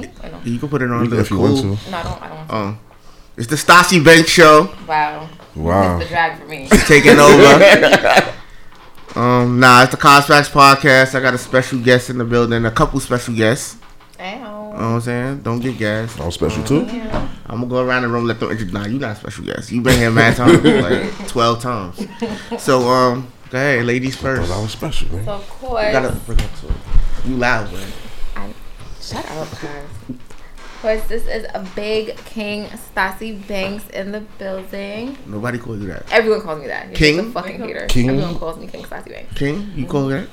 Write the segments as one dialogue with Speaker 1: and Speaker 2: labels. Speaker 1: thing? Or no?
Speaker 2: You can put it on
Speaker 3: You
Speaker 2: the
Speaker 3: can if you
Speaker 2: cool.
Speaker 3: want
Speaker 1: No, I don't. I don't.
Speaker 2: Um, it's the Stassi Bank Show
Speaker 1: wow.
Speaker 3: Oh. Wow.
Speaker 1: This is the drag for me.
Speaker 2: taking over. um, nah, it's the Cosfax podcast. I got a special guest in the building, a couple special guests. You
Speaker 1: Ow.
Speaker 3: Oh.
Speaker 2: know what I'm saying? Don't get gassed.
Speaker 3: I'm special too.
Speaker 1: Yeah.
Speaker 2: I'm gonna go around the room, let them introduce. Nah, you not special guest. you been here mad times, like twelve times. So um, go ahead, ladies first.
Speaker 3: Thought I
Speaker 2: You
Speaker 3: was special, man.
Speaker 1: So of course.
Speaker 2: gotta bring up to it. You loud, man.
Speaker 1: Shut up, guys. Of course, this is a big King Stassi Banks in the building.
Speaker 2: Nobody call you that.
Speaker 1: Everyone calls me that. You're
Speaker 2: King?
Speaker 1: just a fucking hater.
Speaker 3: King?
Speaker 1: Everyone calls me King Stassi Banks.
Speaker 2: King, you call that?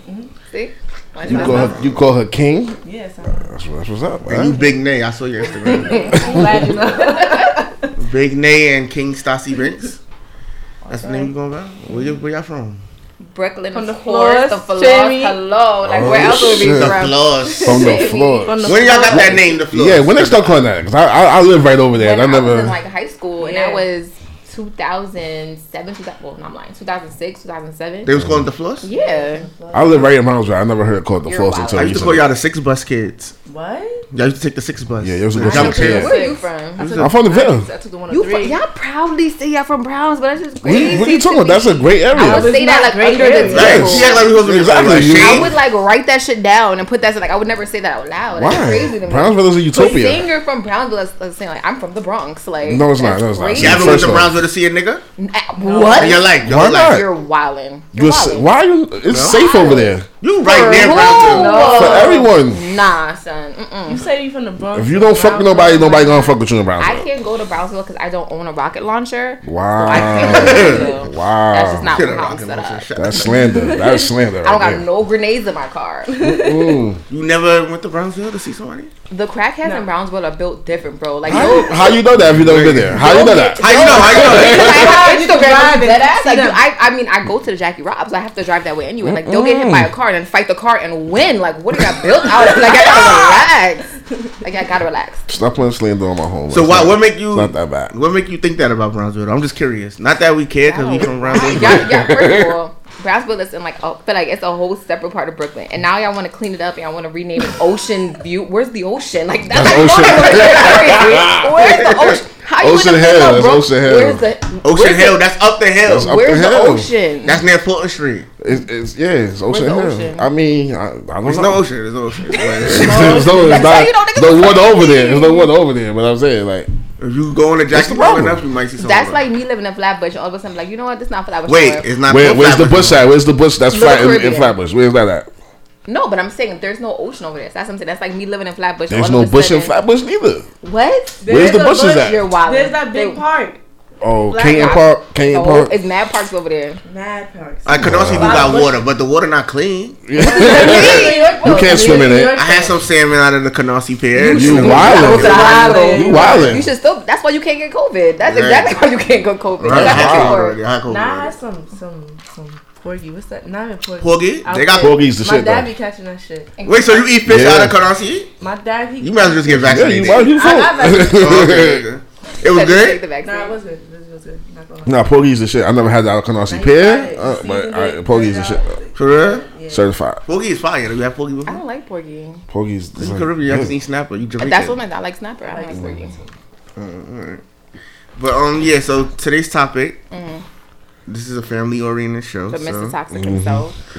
Speaker 1: See? My
Speaker 3: You
Speaker 1: shot.
Speaker 3: call her, you call her king.
Speaker 4: Yes.
Speaker 3: That's, what- that's what's up.
Speaker 2: And you
Speaker 3: Man.
Speaker 2: Big Nay. I saw your Instagram.
Speaker 4: I'm glad you know.
Speaker 2: Big Nay and King Stassi Banks. That's the name you going by. Where, you, where y'all from?
Speaker 1: Brooklyn,
Speaker 4: From
Speaker 1: of
Speaker 4: the
Speaker 1: course.
Speaker 4: floors,
Speaker 1: The floors.
Speaker 4: Jamie.
Speaker 1: Hello. Like,
Speaker 3: Oh,
Speaker 1: where else would we be
Speaker 3: shit.
Speaker 2: The
Speaker 1: from?
Speaker 2: Floors.
Speaker 3: From the
Speaker 1: Baby.
Speaker 3: floor.
Speaker 4: From the
Speaker 2: When y'all got that name, the Floors?
Speaker 3: Yeah, when they start calling that, cause I, I I live right over there.
Speaker 1: when
Speaker 3: and I
Speaker 1: was in
Speaker 3: never.
Speaker 1: like high school, and
Speaker 4: Yeah.
Speaker 1: that was 2007, 2000, well, no, I'm lying, 2006, 2007.
Speaker 2: They was calling it the Floors.
Speaker 1: yeah.
Speaker 3: I live right in Miles Drive. I never heard it called the
Speaker 1: You're
Speaker 3: floors
Speaker 1: wild.
Speaker 3: until
Speaker 2: I used to call
Speaker 3: recently.
Speaker 2: y'all the six bus kids.
Speaker 4: What?
Speaker 2: Y'all used to take the six bus.
Speaker 3: Yeah, it was a good
Speaker 2: Y'all
Speaker 3: six,
Speaker 2: kids.
Speaker 3: yeah.
Speaker 1: Where are you from?
Speaker 4: I took
Speaker 3: I'm from the Ville.
Speaker 4: I took the one
Speaker 1: You
Speaker 4: you
Speaker 1: fr-
Speaker 4: three.
Speaker 1: y'all proudly say y'all from Browns, but that's just
Speaker 3: What,
Speaker 1: crazy.
Speaker 3: what are you talking about? That's a great
Speaker 1: I would
Speaker 3: area.
Speaker 4: was-
Speaker 1: say that like
Speaker 4: Great
Speaker 1: under the
Speaker 4: area.
Speaker 2: Right.
Speaker 1: table.
Speaker 2: She act like we supposed to be
Speaker 3: Exactly.
Speaker 2: like,
Speaker 3: You-
Speaker 1: I
Speaker 2: shame.
Speaker 1: would like write that shit down and put that shit like I would never say that out loud. That's crazy
Speaker 3: Why?
Speaker 1: to me.
Speaker 3: Brownsville is a
Speaker 1: but
Speaker 3: utopia.
Speaker 1: saying you're from Brownsville, is- is saying like I'm from the Bronx, like
Speaker 3: No, it's not.
Speaker 1: that's
Speaker 3: No, it's not.
Speaker 1: crazy.
Speaker 2: You ever went
Speaker 3: First
Speaker 2: to
Speaker 3: off.
Speaker 2: Brownsville to see a nigga?
Speaker 1: Uh,
Speaker 2: And You're
Speaker 1: What?
Speaker 2: like, you're
Speaker 3: Why
Speaker 2: like,
Speaker 3: not?
Speaker 1: You're wildin'.
Speaker 3: You're s- why are you? It's safe over there
Speaker 2: You right there,
Speaker 1: Who?
Speaker 2: Brownsville.
Speaker 3: for everyone.
Speaker 1: Nah, son. Mm-mm.
Speaker 4: You say you from the Bronx.
Speaker 3: If you don't fuck with nobody, nobody gonna fuck with you in
Speaker 1: I
Speaker 3: Brownsville.
Speaker 1: can't go to Brownsville because I don't own a rocket launcher. I
Speaker 3: Wow.
Speaker 1: can't go to
Speaker 3: Wow.
Speaker 1: That's just not
Speaker 2: Get a
Speaker 1: how I'm
Speaker 2: rocket
Speaker 1: set
Speaker 2: launcher.
Speaker 1: up.
Speaker 2: Shut
Speaker 3: That's
Speaker 2: up.
Speaker 3: slander. That's slander.
Speaker 1: I don't
Speaker 3: Right
Speaker 1: got no grenades in my car.
Speaker 3: there. Mm.
Speaker 2: You never went to Brownsville to see somebody?
Speaker 1: The crackheads
Speaker 4: No.
Speaker 1: in Brownsville are built different, bro. Like,
Speaker 3: How, how you know that if you never been there? How you know that?
Speaker 2: How you know? How you know?
Speaker 1: Because I
Speaker 2: that?
Speaker 1: have
Speaker 4: You
Speaker 1: Instagram
Speaker 4: can drive
Speaker 1: with
Speaker 4: and
Speaker 1: dead ass. Like,
Speaker 4: see
Speaker 1: you-
Speaker 4: them.
Speaker 1: I, I mean, I go to the Jackie Robs. I have to drive that way anyway. Like, they'll get hit by a car and then fight the car and win. Like, what are y'all built out of? Like, I gotta relax. Like, I gotta relax.
Speaker 3: Stop playing slander on my home.
Speaker 2: So
Speaker 3: It's
Speaker 2: why?
Speaker 3: not-
Speaker 2: What make
Speaker 3: It's
Speaker 2: you?
Speaker 3: not that bad.
Speaker 2: What make you think that about Brownsville? I'm just curious. Not that we care because we from Brownsville.
Speaker 1: Y'all, y'all, first of all, Brownsville is in like, oh, but like it's a whole separate part of Brooklyn, and now y'all want to clean it up and y'all want to rename it Ocean View. Where's the ocean? Like that's,
Speaker 3: That's
Speaker 1: like,
Speaker 3: Ocean.
Speaker 1: crazy. Where's the ocean? How you
Speaker 3: Ocean
Speaker 1: in the
Speaker 3: Hill,
Speaker 1: middle,
Speaker 3: that's
Speaker 1: bro?
Speaker 3: Ocean Hill.
Speaker 1: Where's the
Speaker 2: Ocean
Speaker 1: where's
Speaker 2: Hill.
Speaker 1: The,
Speaker 2: That's up the hill.
Speaker 3: That's up-
Speaker 1: where's
Speaker 3: the
Speaker 1: the
Speaker 3: hill.
Speaker 1: ocean?
Speaker 2: That's near Fulton Street.
Speaker 3: It's, it's yeah, it's Ocean
Speaker 1: the
Speaker 3: Hill.
Speaker 1: ocean?
Speaker 3: I mean, I, I don't
Speaker 2: There's
Speaker 3: know.
Speaker 2: no ocean. There's no ocean. But
Speaker 3: There's no,
Speaker 1: That's
Speaker 3: there's
Speaker 1: how
Speaker 3: not,
Speaker 1: you know niggas
Speaker 3: there's
Speaker 1: is
Speaker 3: no one
Speaker 1: fucking
Speaker 3: over there. There's no
Speaker 1: mean.
Speaker 3: one over there. But I'm saying, like,
Speaker 2: if you go on the
Speaker 3: That's the
Speaker 2: Jackie long
Speaker 3: problem.
Speaker 2: enough, you might see something.
Speaker 1: that's like me living in Flatbush. All of a sudden, like you know what? This not Flatbush.
Speaker 2: wait,
Speaker 1: anymore.
Speaker 2: it's not.
Speaker 3: where,
Speaker 2: Fort
Speaker 3: where's the
Speaker 2: Lauderdale.
Speaker 3: bush at? Where's the bush that's
Speaker 1: Little
Speaker 3: flat in, in
Speaker 1: Caribbean.
Speaker 3: Flatbush? Where's that at?
Speaker 1: no, but I'm saying there's no ocean over there. So that's what I'm saying. That's like me living in Flatbush.
Speaker 3: There's
Speaker 1: all
Speaker 3: no
Speaker 1: of a
Speaker 3: bush in
Speaker 1: sudden-
Speaker 3: Flatbush neither.
Speaker 1: What?
Speaker 3: Where's the
Speaker 4: a
Speaker 3: bushes
Speaker 4: bush-
Speaker 3: at?
Speaker 1: You're wild.
Speaker 4: There's that big park.
Speaker 3: Oh,
Speaker 4: Black
Speaker 3: Canyon
Speaker 1: Rock.
Speaker 3: Park, Canyon Park.
Speaker 1: It's mad parks over there.
Speaker 4: Mad parks.
Speaker 2: I could also do got water, but the water not clean.
Speaker 3: You can't swim in it.
Speaker 2: I had some salmon out of the Canarsie Pier.
Speaker 3: You
Speaker 2: And-
Speaker 3: wildin'.
Speaker 1: Go to the hospital.
Speaker 3: You wildin'.
Speaker 1: You should still. That's why you can't get COVID. That's
Speaker 2: Right.
Speaker 1: exactly why you can't get COVID. You
Speaker 2: Right,
Speaker 1: got
Speaker 2: I had
Speaker 1: that
Speaker 2: COVID
Speaker 1: for-
Speaker 2: already. I had COVID
Speaker 4: Nah, I had
Speaker 2: already.
Speaker 4: some some some porgy. What's that? Not even porgy.
Speaker 2: Porgy?
Speaker 4: Out
Speaker 2: They got
Speaker 4: there.
Speaker 3: Porgy's the
Speaker 4: My
Speaker 3: shit,
Speaker 4: dad
Speaker 3: though.
Speaker 4: be catching that shit.
Speaker 2: Wait, so you eat fish
Speaker 3: Yeah.
Speaker 2: out of Canarsie?
Speaker 4: My dad he.
Speaker 2: You might as well just get
Speaker 3: Yeah,
Speaker 2: vaccinated.
Speaker 3: you wild. You
Speaker 4: I got
Speaker 2: Oh,
Speaker 3: fuck.
Speaker 2: okay, okay. It was
Speaker 1: Take
Speaker 2: good.
Speaker 1: the vaccine.
Speaker 4: Nah, it was good. It was good. Not gonna lie.
Speaker 3: Nah, Porgy's the shit. I never had that Canarsie
Speaker 4: Now you got
Speaker 3: Pier,
Speaker 4: it.
Speaker 3: uh,
Speaker 4: You
Speaker 3: but
Speaker 4: seasoned
Speaker 3: I,
Speaker 4: it,
Speaker 3: Porgy's the
Speaker 4: put
Speaker 3: shit. uh,
Speaker 4: it out.
Speaker 2: For real?
Speaker 4: Yeah.
Speaker 3: Certified.
Speaker 2: Poogie is fire. You have Poogie
Speaker 1: I
Speaker 2: before?
Speaker 1: don't like porgy.
Speaker 3: Porgy's.
Speaker 2: You Caribbean. I can eat snapper. You Jamaican.
Speaker 1: That's what my I like snapper. I don't like porgy.
Speaker 2: But um, yeah. So today's topic. This is a family-oriented show.
Speaker 1: Mm-hmm. But Mr.
Speaker 2: So
Speaker 1: Toxic
Speaker 3: Mm-hmm.
Speaker 1: himself.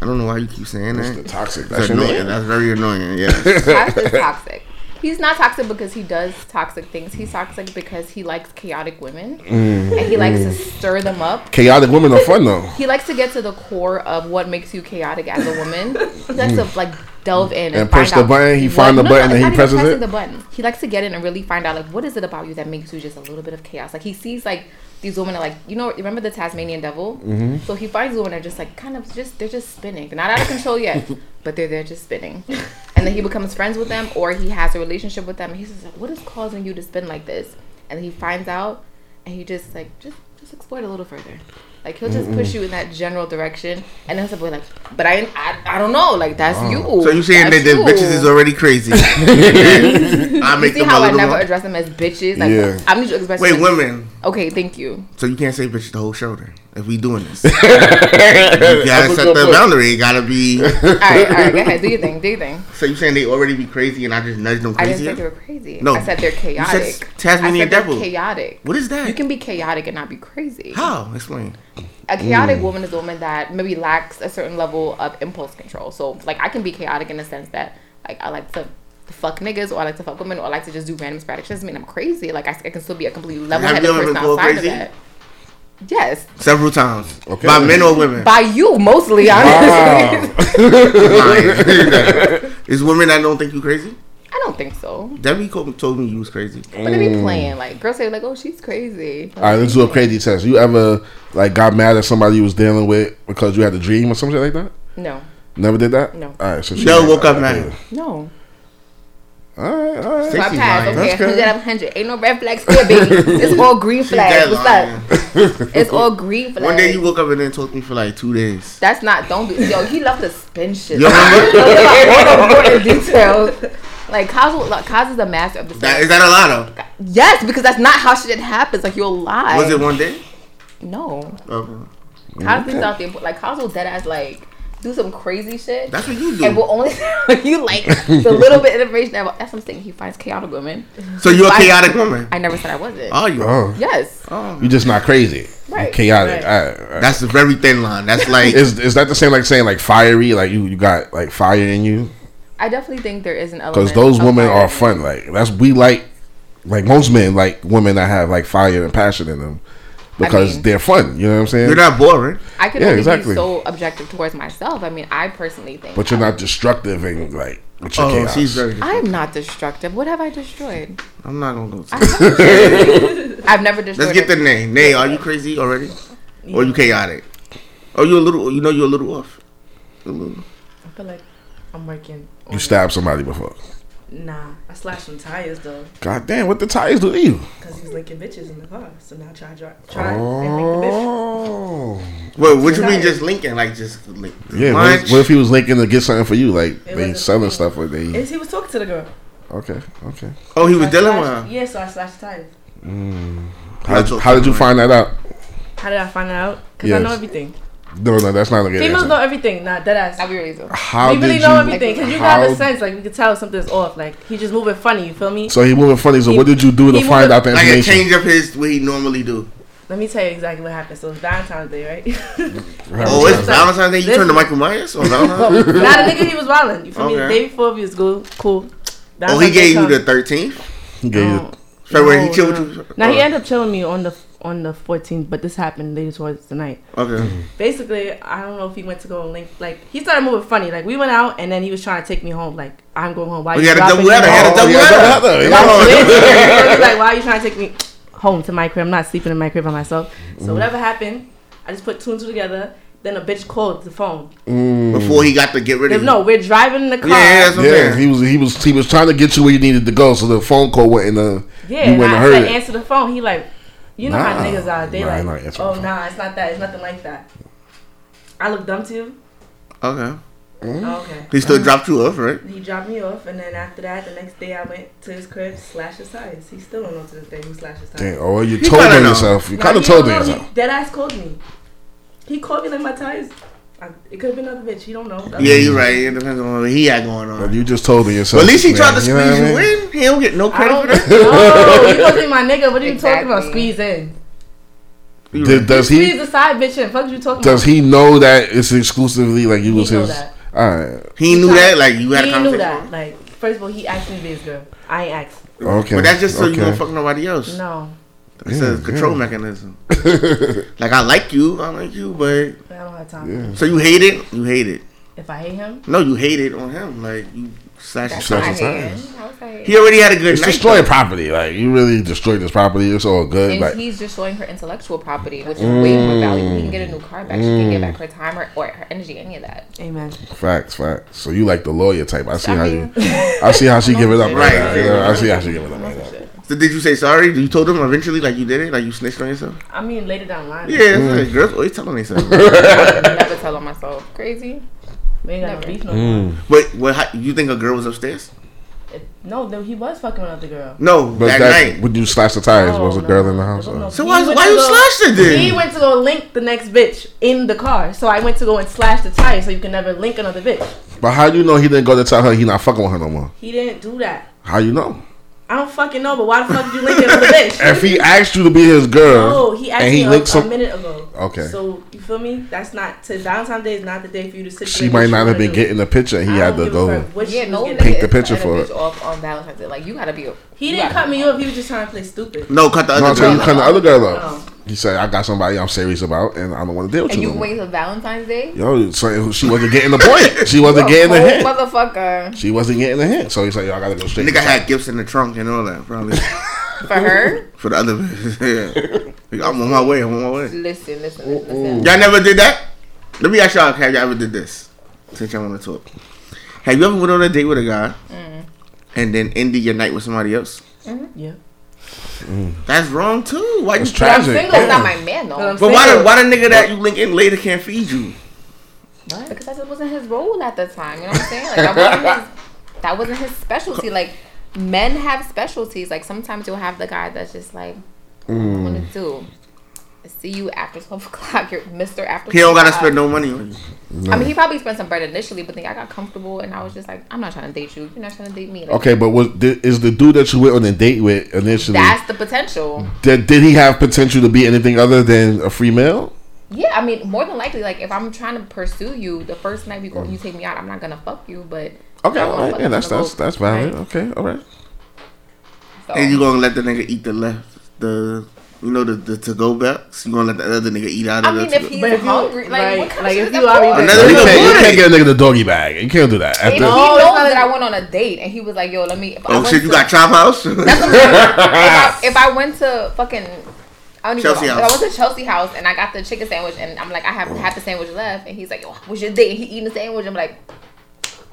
Speaker 2: I don't know why you keep saying
Speaker 3: It's the
Speaker 2: that.
Speaker 3: toxic.
Speaker 2: That's
Speaker 3: That's your
Speaker 2: annoying.
Speaker 3: name.
Speaker 2: That's very annoying. Yeah.
Speaker 1: Toxic is toxic. He's not toxic because he does toxic things. He's toxic because he likes chaotic women
Speaker 3: Mm.
Speaker 1: and he likes to stir them up.
Speaker 3: Chaotic women are fun though.
Speaker 1: He likes to get to the core of what makes you chaotic as a woman. He likes to like delve in and,
Speaker 3: And
Speaker 1: find
Speaker 3: push the
Speaker 1: out
Speaker 3: button, he
Speaker 1: what-
Speaker 3: find the button,
Speaker 1: it's
Speaker 3: and he
Speaker 1: not even
Speaker 3: presses
Speaker 1: pressing
Speaker 3: it?
Speaker 1: The button. He likes to get in and really find out like what is it about you that makes you just a little bit of chaos. Like he sees like these women are like you know remember the Tasmanian devil. Mm-hmm. So he finds women that are just like kind of just they're just spinning. They're not out of control yet, but they're they're just spinning. And then he becomes friends with them, or he has a relationship with them. And he says, "What is causing you to spin like this?" And he finds out, and he just like just just explore it a little further. Like he'll just push you in that general direction, and then somebody like, but I, I, I don't know. Like that's you.
Speaker 2: Oh. so you saying that
Speaker 1: That's
Speaker 2: the
Speaker 1: you.
Speaker 2: bitches is already crazy? I
Speaker 1: You
Speaker 2: make
Speaker 1: see
Speaker 2: them a
Speaker 1: how I
Speaker 2: little
Speaker 1: never
Speaker 2: more.
Speaker 1: address them as bitches? Like
Speaker 3: Yeah.
Speaker 1: I'm just expressing.
Speaker 2: Wait, women.
Speaker 1: Okay, thank you.
Speaker 2: So you can't say bitch the whole show then. if we doing this. you gotta set the boundary. It gotta be.
Speaker 1: All right, all right, go ahead. Do your thing. Do your thing.
Speaker 2: So you saying they already be crazy and I just nudged them
Speaker 1: I didn't say they
Speaker 2: crazy?
Speaker 1: were crazy.
Speaker 2: No.
Speaker 1: I said they're
Speaker 2: You said
Speaker 1: chaotic.
Speaker 2: Tasmanian
Speaker 1: I said they're
Speaker 2: devil.
Speaker 1: chaotic.
Speaker 2: What is that?
Speaker 1: You can be chaotic and not be crazy.
Speaker 2: How? Explain.
Speaker 1: A
Speaker 2: Mm.
Speaker 1: chaotic woman is a woman that maybe lacks a certain level of impulse control. So, like, I can be chaotic in the sense that, like, I like to fuck niggas or I like to fuck women or I like to just do random sporadic shit. Doesn't mean I'm crazy. Like, I, I can still be a completely level-headed
Speaker 2: you ever been
Speaker 1: person
Speaker 2: called
Speaker 1: outside of
Speaker 2: crazy?
Speaker 1: that. Yes,
Speaker 2: Several times.
Speaker 3: Okay.
Speaker 2: By men or women.
Speaker 1: by you mostly. Honestly,
Speaker 3: Wow.
Speaker 2: Is women that don't think you crazy?
Speaker 1: I don't think so.
Speaker 2: Debbie co- told me you was crazy.
Speaker 1: But they
Speaker 2: Mm.
Speaker 1: be playing. Like, girls say, like, oh, she's crazy.
Speaker 2: Uh,
Speaker 3: All right, let's do a crazy test. You ever like got mad at somebody you was dealing with because you had a dream or something like that?
Speaker 1: No,
Speaker 3: Never did that.
Speaker 1: No.
Speaker 3: All right, so she
Speaker 2: Yo, woke up mad.
Speaker 1: no.
Speaker 3: All right, all right.
Speaker 1: So I
Speaker 2: She's
Speaker 1: passed.
Speaker 2: lying.
Speaker 1: Okay,
Speaker 3: That's good.
Speaker 1: 100 out of 100. Ain't no red flags here, baby. It's all green flags.
Speaker 2: dead
Speaker 1: What's
Speaker 2: lying.
Speaker 1: up? It's all green flags.
Speaker 2: One day you woke up and then told me for like two days.
Speaker 1: That's not. Don't do. Yo, he loved to spin shit.
Speaker 2: Yo,
Speaker 1: Yo,
Speaker 2: remember?
Speaker 1: important details. Like Kaz, will- like, Kaz is the master of the.
Speaker 2: That, is that a lot though?
Speaker 1: yes, because that's not how shit happens. Like you'll lie.
Speaker 2: Was it one day? Oh,
Speaker 1: No,
Speaker 2: Okay.
Speaker 1: Kaz leaves out the important. Like Kaz will dead ass like do some crazy shit.
Speaker 2: That's what you
Speaker 1: and
Speaker 2: do.
Speaker 1: will only you like the little bit of information that that's something he finds chaotic women.
Speaker 2: So you're a
Speaker 1: I-
Speaker 2: chaotic woman.
Speaker 1: I never said I wasn't.
Speaker 2: Are you?
Speaker 3: Oh,
Speaker 1: yes.
Speaker 3: you just not crazy.
Speaker 1: Right,
Speaker 3: You chaotic.
Speaker 4: right.
Speaker 3: All right, all right.
Speaker 2: That's a very thin line. That's like
Speaker 3: Is is that the same like saying like fiery? Like you, you got like fire in you
Speaker 1: I definitely think there is an element.
Speaker 3: because those
Speaker 1: of
Speaker 3: women
Speaker 1: fire.
Speaker 3: are fun. Like that's we like like most men like women that have like fire and passion in them because
Speaker 1: mean-
Speaker 3: they're fun. You know what I'm saying?
Speaker 2: you're not boring.
Speaker 1: I can
Speaker 3: Yeah,
Speaker 1: only
Speaker 3: exactly.
Speaker 1: be so objective towards myself. I mean, I personally think.
Speaker 3: but you're not destructive and like with your
Speaker 2: Oh,
Speaker 3: chaos.
Speaker 2: she's very.
Speaker 1: I am not destructive. What have I destroyed?
Speaker 2: I'm not gonna go.
Speaker 1: I haven't- I've never
Speaker 2: Let's
Speaker 1: destroyed.
Speaker 2: get the
Speaker 1: anything.
Speaker 2: name. Nay, are you crazy already? Or you chaotic? Or you a little? You know you're a little off. A little.
Speaker 4: I feel like I'm working. on
Speaker 3: you
Speaker 4: it.
Speaker 3: stabbed somebody before.
Speaker 4: Nah, I slashed some tires though,
Speaker 3: God damn, what the tires do to you?
Speaker 4: cause he was linking bitches in the car. So now I try, try, try and link the bitch.
Speaker 3: Oh.
Speaker 2: Wait, what you mean
Speaker 4: Chaotic.
Speaker 2: just linking? Like just like
Speaker 3: Yeah, what
Speaker 2: Lunch?
Speaker 3: if, what if he was linking to get something for you? Like
Speaker 4: It
Speaker 3: they
Speaker 4: wasn't
Speaker 3: selling
Speaker 4: me.
Speaker 3: stuff or they
Speaker 4: Yes, he was talking to the girl.
Speaker 3: okay, okay.
Speaker 2: oh, he was
Speaker 4: I
Speaker 2: dealing with
Speaker 4: slashed-
Speaker 2: her.
Speaker 4: Yeah, so I slashed tires.
Speaker 3: How,
Speaker 2: That's
Speaker 3: how did you
Speaker 2: okay.
Speaker 3: find that out?
Speaker 4: How did I find out? Cause I know
Speaker 3: Yes.
Speaker 4: everything.
Speaker 3: No, no, that's not a good
Speaker 4: Females
Speaker 3: answer.
Speaker 4: know everything. Nah, dead ass.
Speaker 1: I'll be real. though.
Speaker 3: How
Speaker 4: we really
Speaker 3: did
Speaker 4: know
Speaker 3: you?
Speaker 4: everything because you got
Speaker 3: how-
Speaker 4: a sense. Like we could tell something's off. Like he just moving funny. You feel me?
Speaker 3: So he moving funny. So
Speaker 4: He-
Speaker 3: what did you do to
Speaker 4: he
Speaker 3: find
Speaker 4: moving-
Speaker 3: out the
Speaker 2: Like a
Speaker 3: information?
Speaker 2: change up his what he normally do.
Speaker 4: Let me tell you exactly what happened. So it's Valentine's Day, right?
Speaker 3: Right.
Speaker 2: Oh, it's Valentine's Day. You
Speaker 4: Listen.
Speaker 2: turn to Michael Myers on Valentine's.
Speaker 4: Not a nigga. He was wilding. You feel me? The
Speaker 2: Okay.
Speaker 4: day before we was cool. Cool.
Speaker 2: oh, he
Speaker 4: Valentine's Day
Speaker 2: gave you
Speaker 4: come.
Speaker 2: the 13th
Speaker 3: He gave
Speaker 2: Oh.
Speaker 3: you-
Speaker 4: No,
Speaker 2: February.
Speaker 4: no,
Speaker 2: he chilled
Speaker 4: no.
Speaker 2: with you.
Speaker 4: Now he
Speaker 2: Oh,
Speaker 4: ended up chilling me on the on the 14th, but this happened later towards the night.
Speaker 2: Okay.
Speaker 3: Mm.
Speaker 4: Basically, I don't know if he went to go and link. Like he started moving funny. Like we went out, and then he was trying to take me home. Like I'm going home. Why
Speaker 2: We had a
Speaker 4: dropping
Speaker 2: double
Speaker 4: me
Speaker 2: header.
Speaker 4: home?
Speaker 2: Had a
Speaker 3: Oh,
Speaker 2: double
Speaker 3: yeah,
Speaker 2: header.
Speaker 3: double header.
Speaker 2: Come on.
Speaker 4: He was like, why are you trying to take me home to my crib? I'm not sleeping in my crib by myself. So whatever happened, I just put two and two together. Then a bitch called the phone.
Speaker 2: Before he got to get rid of you.
Speaker 4: No, we're driving in the car.
Speaker 2: Yeah, yeah, that's what I'm
Speaker 3: Yeah,
Speaker 2: saying.
Speaker 3: he was he was he was trying to get you where you needed to go, so the phone call went in the
Speaker 4: Yeah,
Speaker 3: you
Speaker 4: and
Speaker 3: wouldn't
Speaker 4: I
Speaker 3: heard
Speaker 4: said
Speaker 3: it.
Speaker 4: answer the phone. He like, you know
Speaker 3: Nah.
Speaker 4: how niggas are. They
Speaker 3: Nah, I not
Speaker 4: like,
Speaker 3: answering the
Speaker 4: oh
Speaker 3: phone.
Speaker 4: nah, it's not that. It's nothing like that. I look dumb to you.
Speaker 2: Okay.
Speaker 4: Oh, okay.
Speaker 2: He still dropped you off, right?
Speaker 4: He dropped me off, and then after that, the next day I went to his crib, slashed his tires. He still don't know to this day who slashed his tires.
Speaker 3: Damn, oh, you
Speaker 2: You
Speaker 3: told
Speaker 2: kinda
Speaker 3: on
Speaker 2: know.
Speaker 3: yourself. You
Speaker 4: Nah,
Speaker 3: kind of
Speaker 4: he
Speaker 3: told
Speaker 4: don't
Speaker 3: on
Speaker 4: know.
Speaker 3: yourself.
Speaker 4: He dead ass called me. He called me like my tires. I, it could have been another bitch. He don't know.
Speaker 2: Yeah, you're right. It depends on what he had going on.
Speaker 3: But You just told on yourself.
Speaker 2: But at least he
Speaker 3: man.
Speaker 2: tried to squeeze
Speaker 3: know what I mean?
Speaker 2: you in. He don't get no
Speaker 4: I
Speaker 2: credit
Speaker 4: don't
Speaker 2: for
Speaker 4: know. Oh,
Speaker 2: that.
Speaker 4: you supposed to be my nigga. What are you talking about?
Speaker 1: Exactly.
Speaker 4: Squeeze in.
Speaker 2: You
Speaker 3: Did, does he
Speaker 4: Squeeze the side bitch in. Fuck you talking
Speaker 3: Does
Speaker 4: about?
Speaker 3: he know that it's exclusively like you was
Speaker 4: know
Speaker 3: his?
Speaker 4: that.
Speaker 3: All right,
Speaker 2: He knew that. Like you had a
Speaker 4: he
Speaker 2: conversation.
Speaker 4: knew that. Like, first of all, he asked me to be his girl. I ain't asked.
Speaker 3: okay.
Speaker 2: But that's just so you
Speaker 3: okay.
Speaker 2: don't fuck nobody else.
Speaker 4: No.
Speaker 2: It's a control mechanism. like I like you, I like you, but
Speaker 4: I don't have time.
Speaker 3: Yeah.
Speaker 2: so you hate it, you hate it.
Speaker 4: If I hate him,
Speaker 2: No, you hate it on him. Like you slash
Speaker 1: That's
Speaker 3: Slash
Speaker 1: not
Speaker 3: his
Speaker 1: hating.
Speaker 3: tires.
Speaker 1: That was hating.
Speaker 2: He already had a good
Speaker 3: It's
Speaker 2: night.
Speaker 3: destroying property. Like you really destroyed this property. It's all good.
Speaker 1: And
Speaker 3: like
Speaker 1: he's destroying her intellectual property, which is way more valuable. He can get a new car back. She can get back her time or, or her energy, any of that.
Speaker 4: amen.
Speaker 3: facts, facts. So you like the lawyer type. I see
Speaker 1: I
Speaker 3: how
Speaker 1: mean-
Speaker 3: you. I see how she give it up. Right.
Speaker 2: Right.
Speaker 3: now, you know? I see how she give it up. Right. now.
Speaker 2: though. So did you say sorry? You told him eventually, like you did it, like you snitched on yourself.
Speaker 4: I mean, later down the line.
Speaker 2: Yeah, it's
Speaker 3: Mm.
Speaker 2: like, girls always telling themselves.
Speaker 1: I would never tell on myself. Crazy?
Speaker 4: We ain't got no
Speaker 1: Never.
Speaker 4: beef no more.
Speaker 2: but what? How, you think a girl was upstairs?
Speaker 4: No, though he was fucking with another girl.
Speaker 2: No,
Speaker 3: But
Speaker 2: that,
Speaker 3: that,
Speaker 2: night.
Speaker 3: when you slash the tires,
Speaker 4: No,
Speaker 3: was a
Speaker 4: Oh, no.
Speaker 3: girl in the house?
Speaker 4: There was
Speaker 3: or-
Speaker 4: no-
Speaker 2: So
Speaker 4: He
Speaker 2: why
Speaker 4: went
Speaker 2: why
Speaker 4: to
Speaker 2: you
Speaker 4: go-
Speaker 2: slashed it then?
Speaker 4: He went to go link the next bitch in the car, so I went to go and slash the tire, so you can never link another bitch.
Speaker 3: But how you know he didn't go to tell her he not fucking with her no more?
Speaker 4: He didn't do that.
Speaker 3: How you know?
Speaker 4: I don't fucking know, but why the fuck did you link another bitch?
Speaker 3: If he asked you to be his girl,
Speaker 4: No, he asked
Speaker 3: E, and he
Speaker 4: me a,
Speaker 3: linked
Speaker 4: a
Speaker 3: some,
Speaker 4: minute ago.
Speaker 3: Okay.
Speaker 4: So you feel me? That's not to Valentine's Day is not the day for you to sit.
Speaker 3: she might not have been getting the picture. He had to go.
Speaker 1: Yeah, no
Speaker 4: He,
Speaker 1: nigga
Speaker 3: Paint the
Speaker 1: is cutting
Speaker 3: picture
Speaker 1: a
Speaker 3: for
Speaker 1: bitch Off on Valentine's Day, like you gotta be. A,
Speaker 4: he didn't
Speaker 1: gotta-
Speaker 4: cut me off. He was just trying to play stupid.
Speaker 2: No, cut the
Speaker 3: No,
Speaker 2: other
Speaker 3: so you
Speaker 2: girl.
Speaker 3: cut the other girl up.
Speaker 4: No.
Speaker 3: He said, "I got somebody I'm serious about, and I don't want to deal with
Speaker 1: And
Speaker 3: you."
Speaker 1: you
Speaker 3: no more."
Speaker 1: wait till Valentine's Day.
Speaker 3: Yo, so she wasn't getting the point. She wasn't
Speaker 1: Oh,
Speaker 3: getting the hint.
Speaker 1: motherfucker
Speaker 3: She wasn't getting the hint. So he's like, "Yo, I gotta go straight."
Speaker 2: Nigga had gifts in the trunk and all that, probably.
Speaker 1: for her.
Speaker 2: For the other yeah. Like, I'm on my way, I'm on my way.
Speaker 1: Listen, listen, listen. listen.
Speaker 2: Y'all never did that? Let me ask y'all, have y'all ever did this? Since y'all wanna talk. Have you ever went on a date with a guy
Speaker 1: Mm.
Speaker 2: and then ended your night with somebody else?
Speaker 4: Yeah.
Speaker 2: That's wrong too. Why
Speaker 3: It's
Speaker 2: you
Speaker 1: But I'm
Speaker 3: Tragic,
Speaker 1: single. It's
Speaker 3: yeah.
Speaker 1: not my man though.
Speaker 4: Um,
Speaker 2: But why the why the nigga that you link in later can't feed you?
Speaker 1: What? Because that wasn't his role at the time. You know what I'm saying? Like that wasn't his, that wasn't his specialty. Like men have specialties. Like sometimes you'll have the guy that's just like, what
Speaker 2: Mm.
Speaker 1: to do? See you after twelve o'clock. You're Mister After.
Speaker 2: He don't
Speaker 1: 12
Speaker 2: gotta
Speaker 1: o'clock."
Speaker 2: spend no money on you.
Speaker 1: I mean, he probably spent some bread initially, but then I got comfortable and I was just like, I'm not trying to date you. You're not trying to date me. Like,
Speaker 3: Okay, but was did, is the dude that you went on a date with initially?
Speaker 1: That's the potential.
Speaker 3: Did, did he have potential to be anything other than a free male?
Speaker 1: Yeah, I mean, more than likely, like if I'm trying to pursue you, the first night we go, you take me out. I'm not gonna fuck you, but
Speaker 3: Okay,
Speaker 1: I'm gonna
Speaker 3: all right,
Speaker 1: fuck
Speaker 3: yeah,
Speaker 1: you
Speaker 3: that's
Speaker 1: on the
Speaker 3: that's
Speaker 1: boat,
Speaker 3: that's valid.
Speaker 1: right?
Speaker 3: Okay, all right.
Speaker 1: So-
Speaker 2: And you gonna let the nigga eat the left the you know the, the to go backs? You gonna let the other nigga eat out of
Speaker 1: I mean,
Speaker 2: the
Speaker 1: if he's
Speaker 4: But if you-
Speaker 1: hungry, like,
Speaker 4: right,
Speaker 1: what kind of
Speaker 4: like,
Speaker 1: shit
Speaker 4: if
Speaker 1: is
Speaker 4: you
Speaker 1: that
Speaker 4: already-
Speaker 1: for?
Speaker 2: Another
Speaker 3: you,
Speaker 2: nigga
Speaker 3: can't, you
Speaker 2: booty.
Speaker 3: can't get a nigga the doggy bag. You can't do that. At
Speaker 1: If
Speaker 3: the-
Speaker 1: he
Speaker 4: No, it's
Speaker 1: knows
Speaker 4: not-
Speaker 1: that I went on a date and he was like, "Yo, let me." If I
Speaker 2: Oh
Speaker 1: went
Speaker 2: shit, you
Speaker 1: to-
Speaker 2: got chop house?
Speaker 1: if, I, if I went to fucking, I don't even
Speaker 2: Chelsea
Speaker 1: know.
Speaker 2: House. Oh.
Speaker 1: If I went to Chelsea House and I got the chicken sandwich and I'm like, I have half the sandwich left, and he's like, "Yo, what's your date?" And he eating the sandwich. I'm like,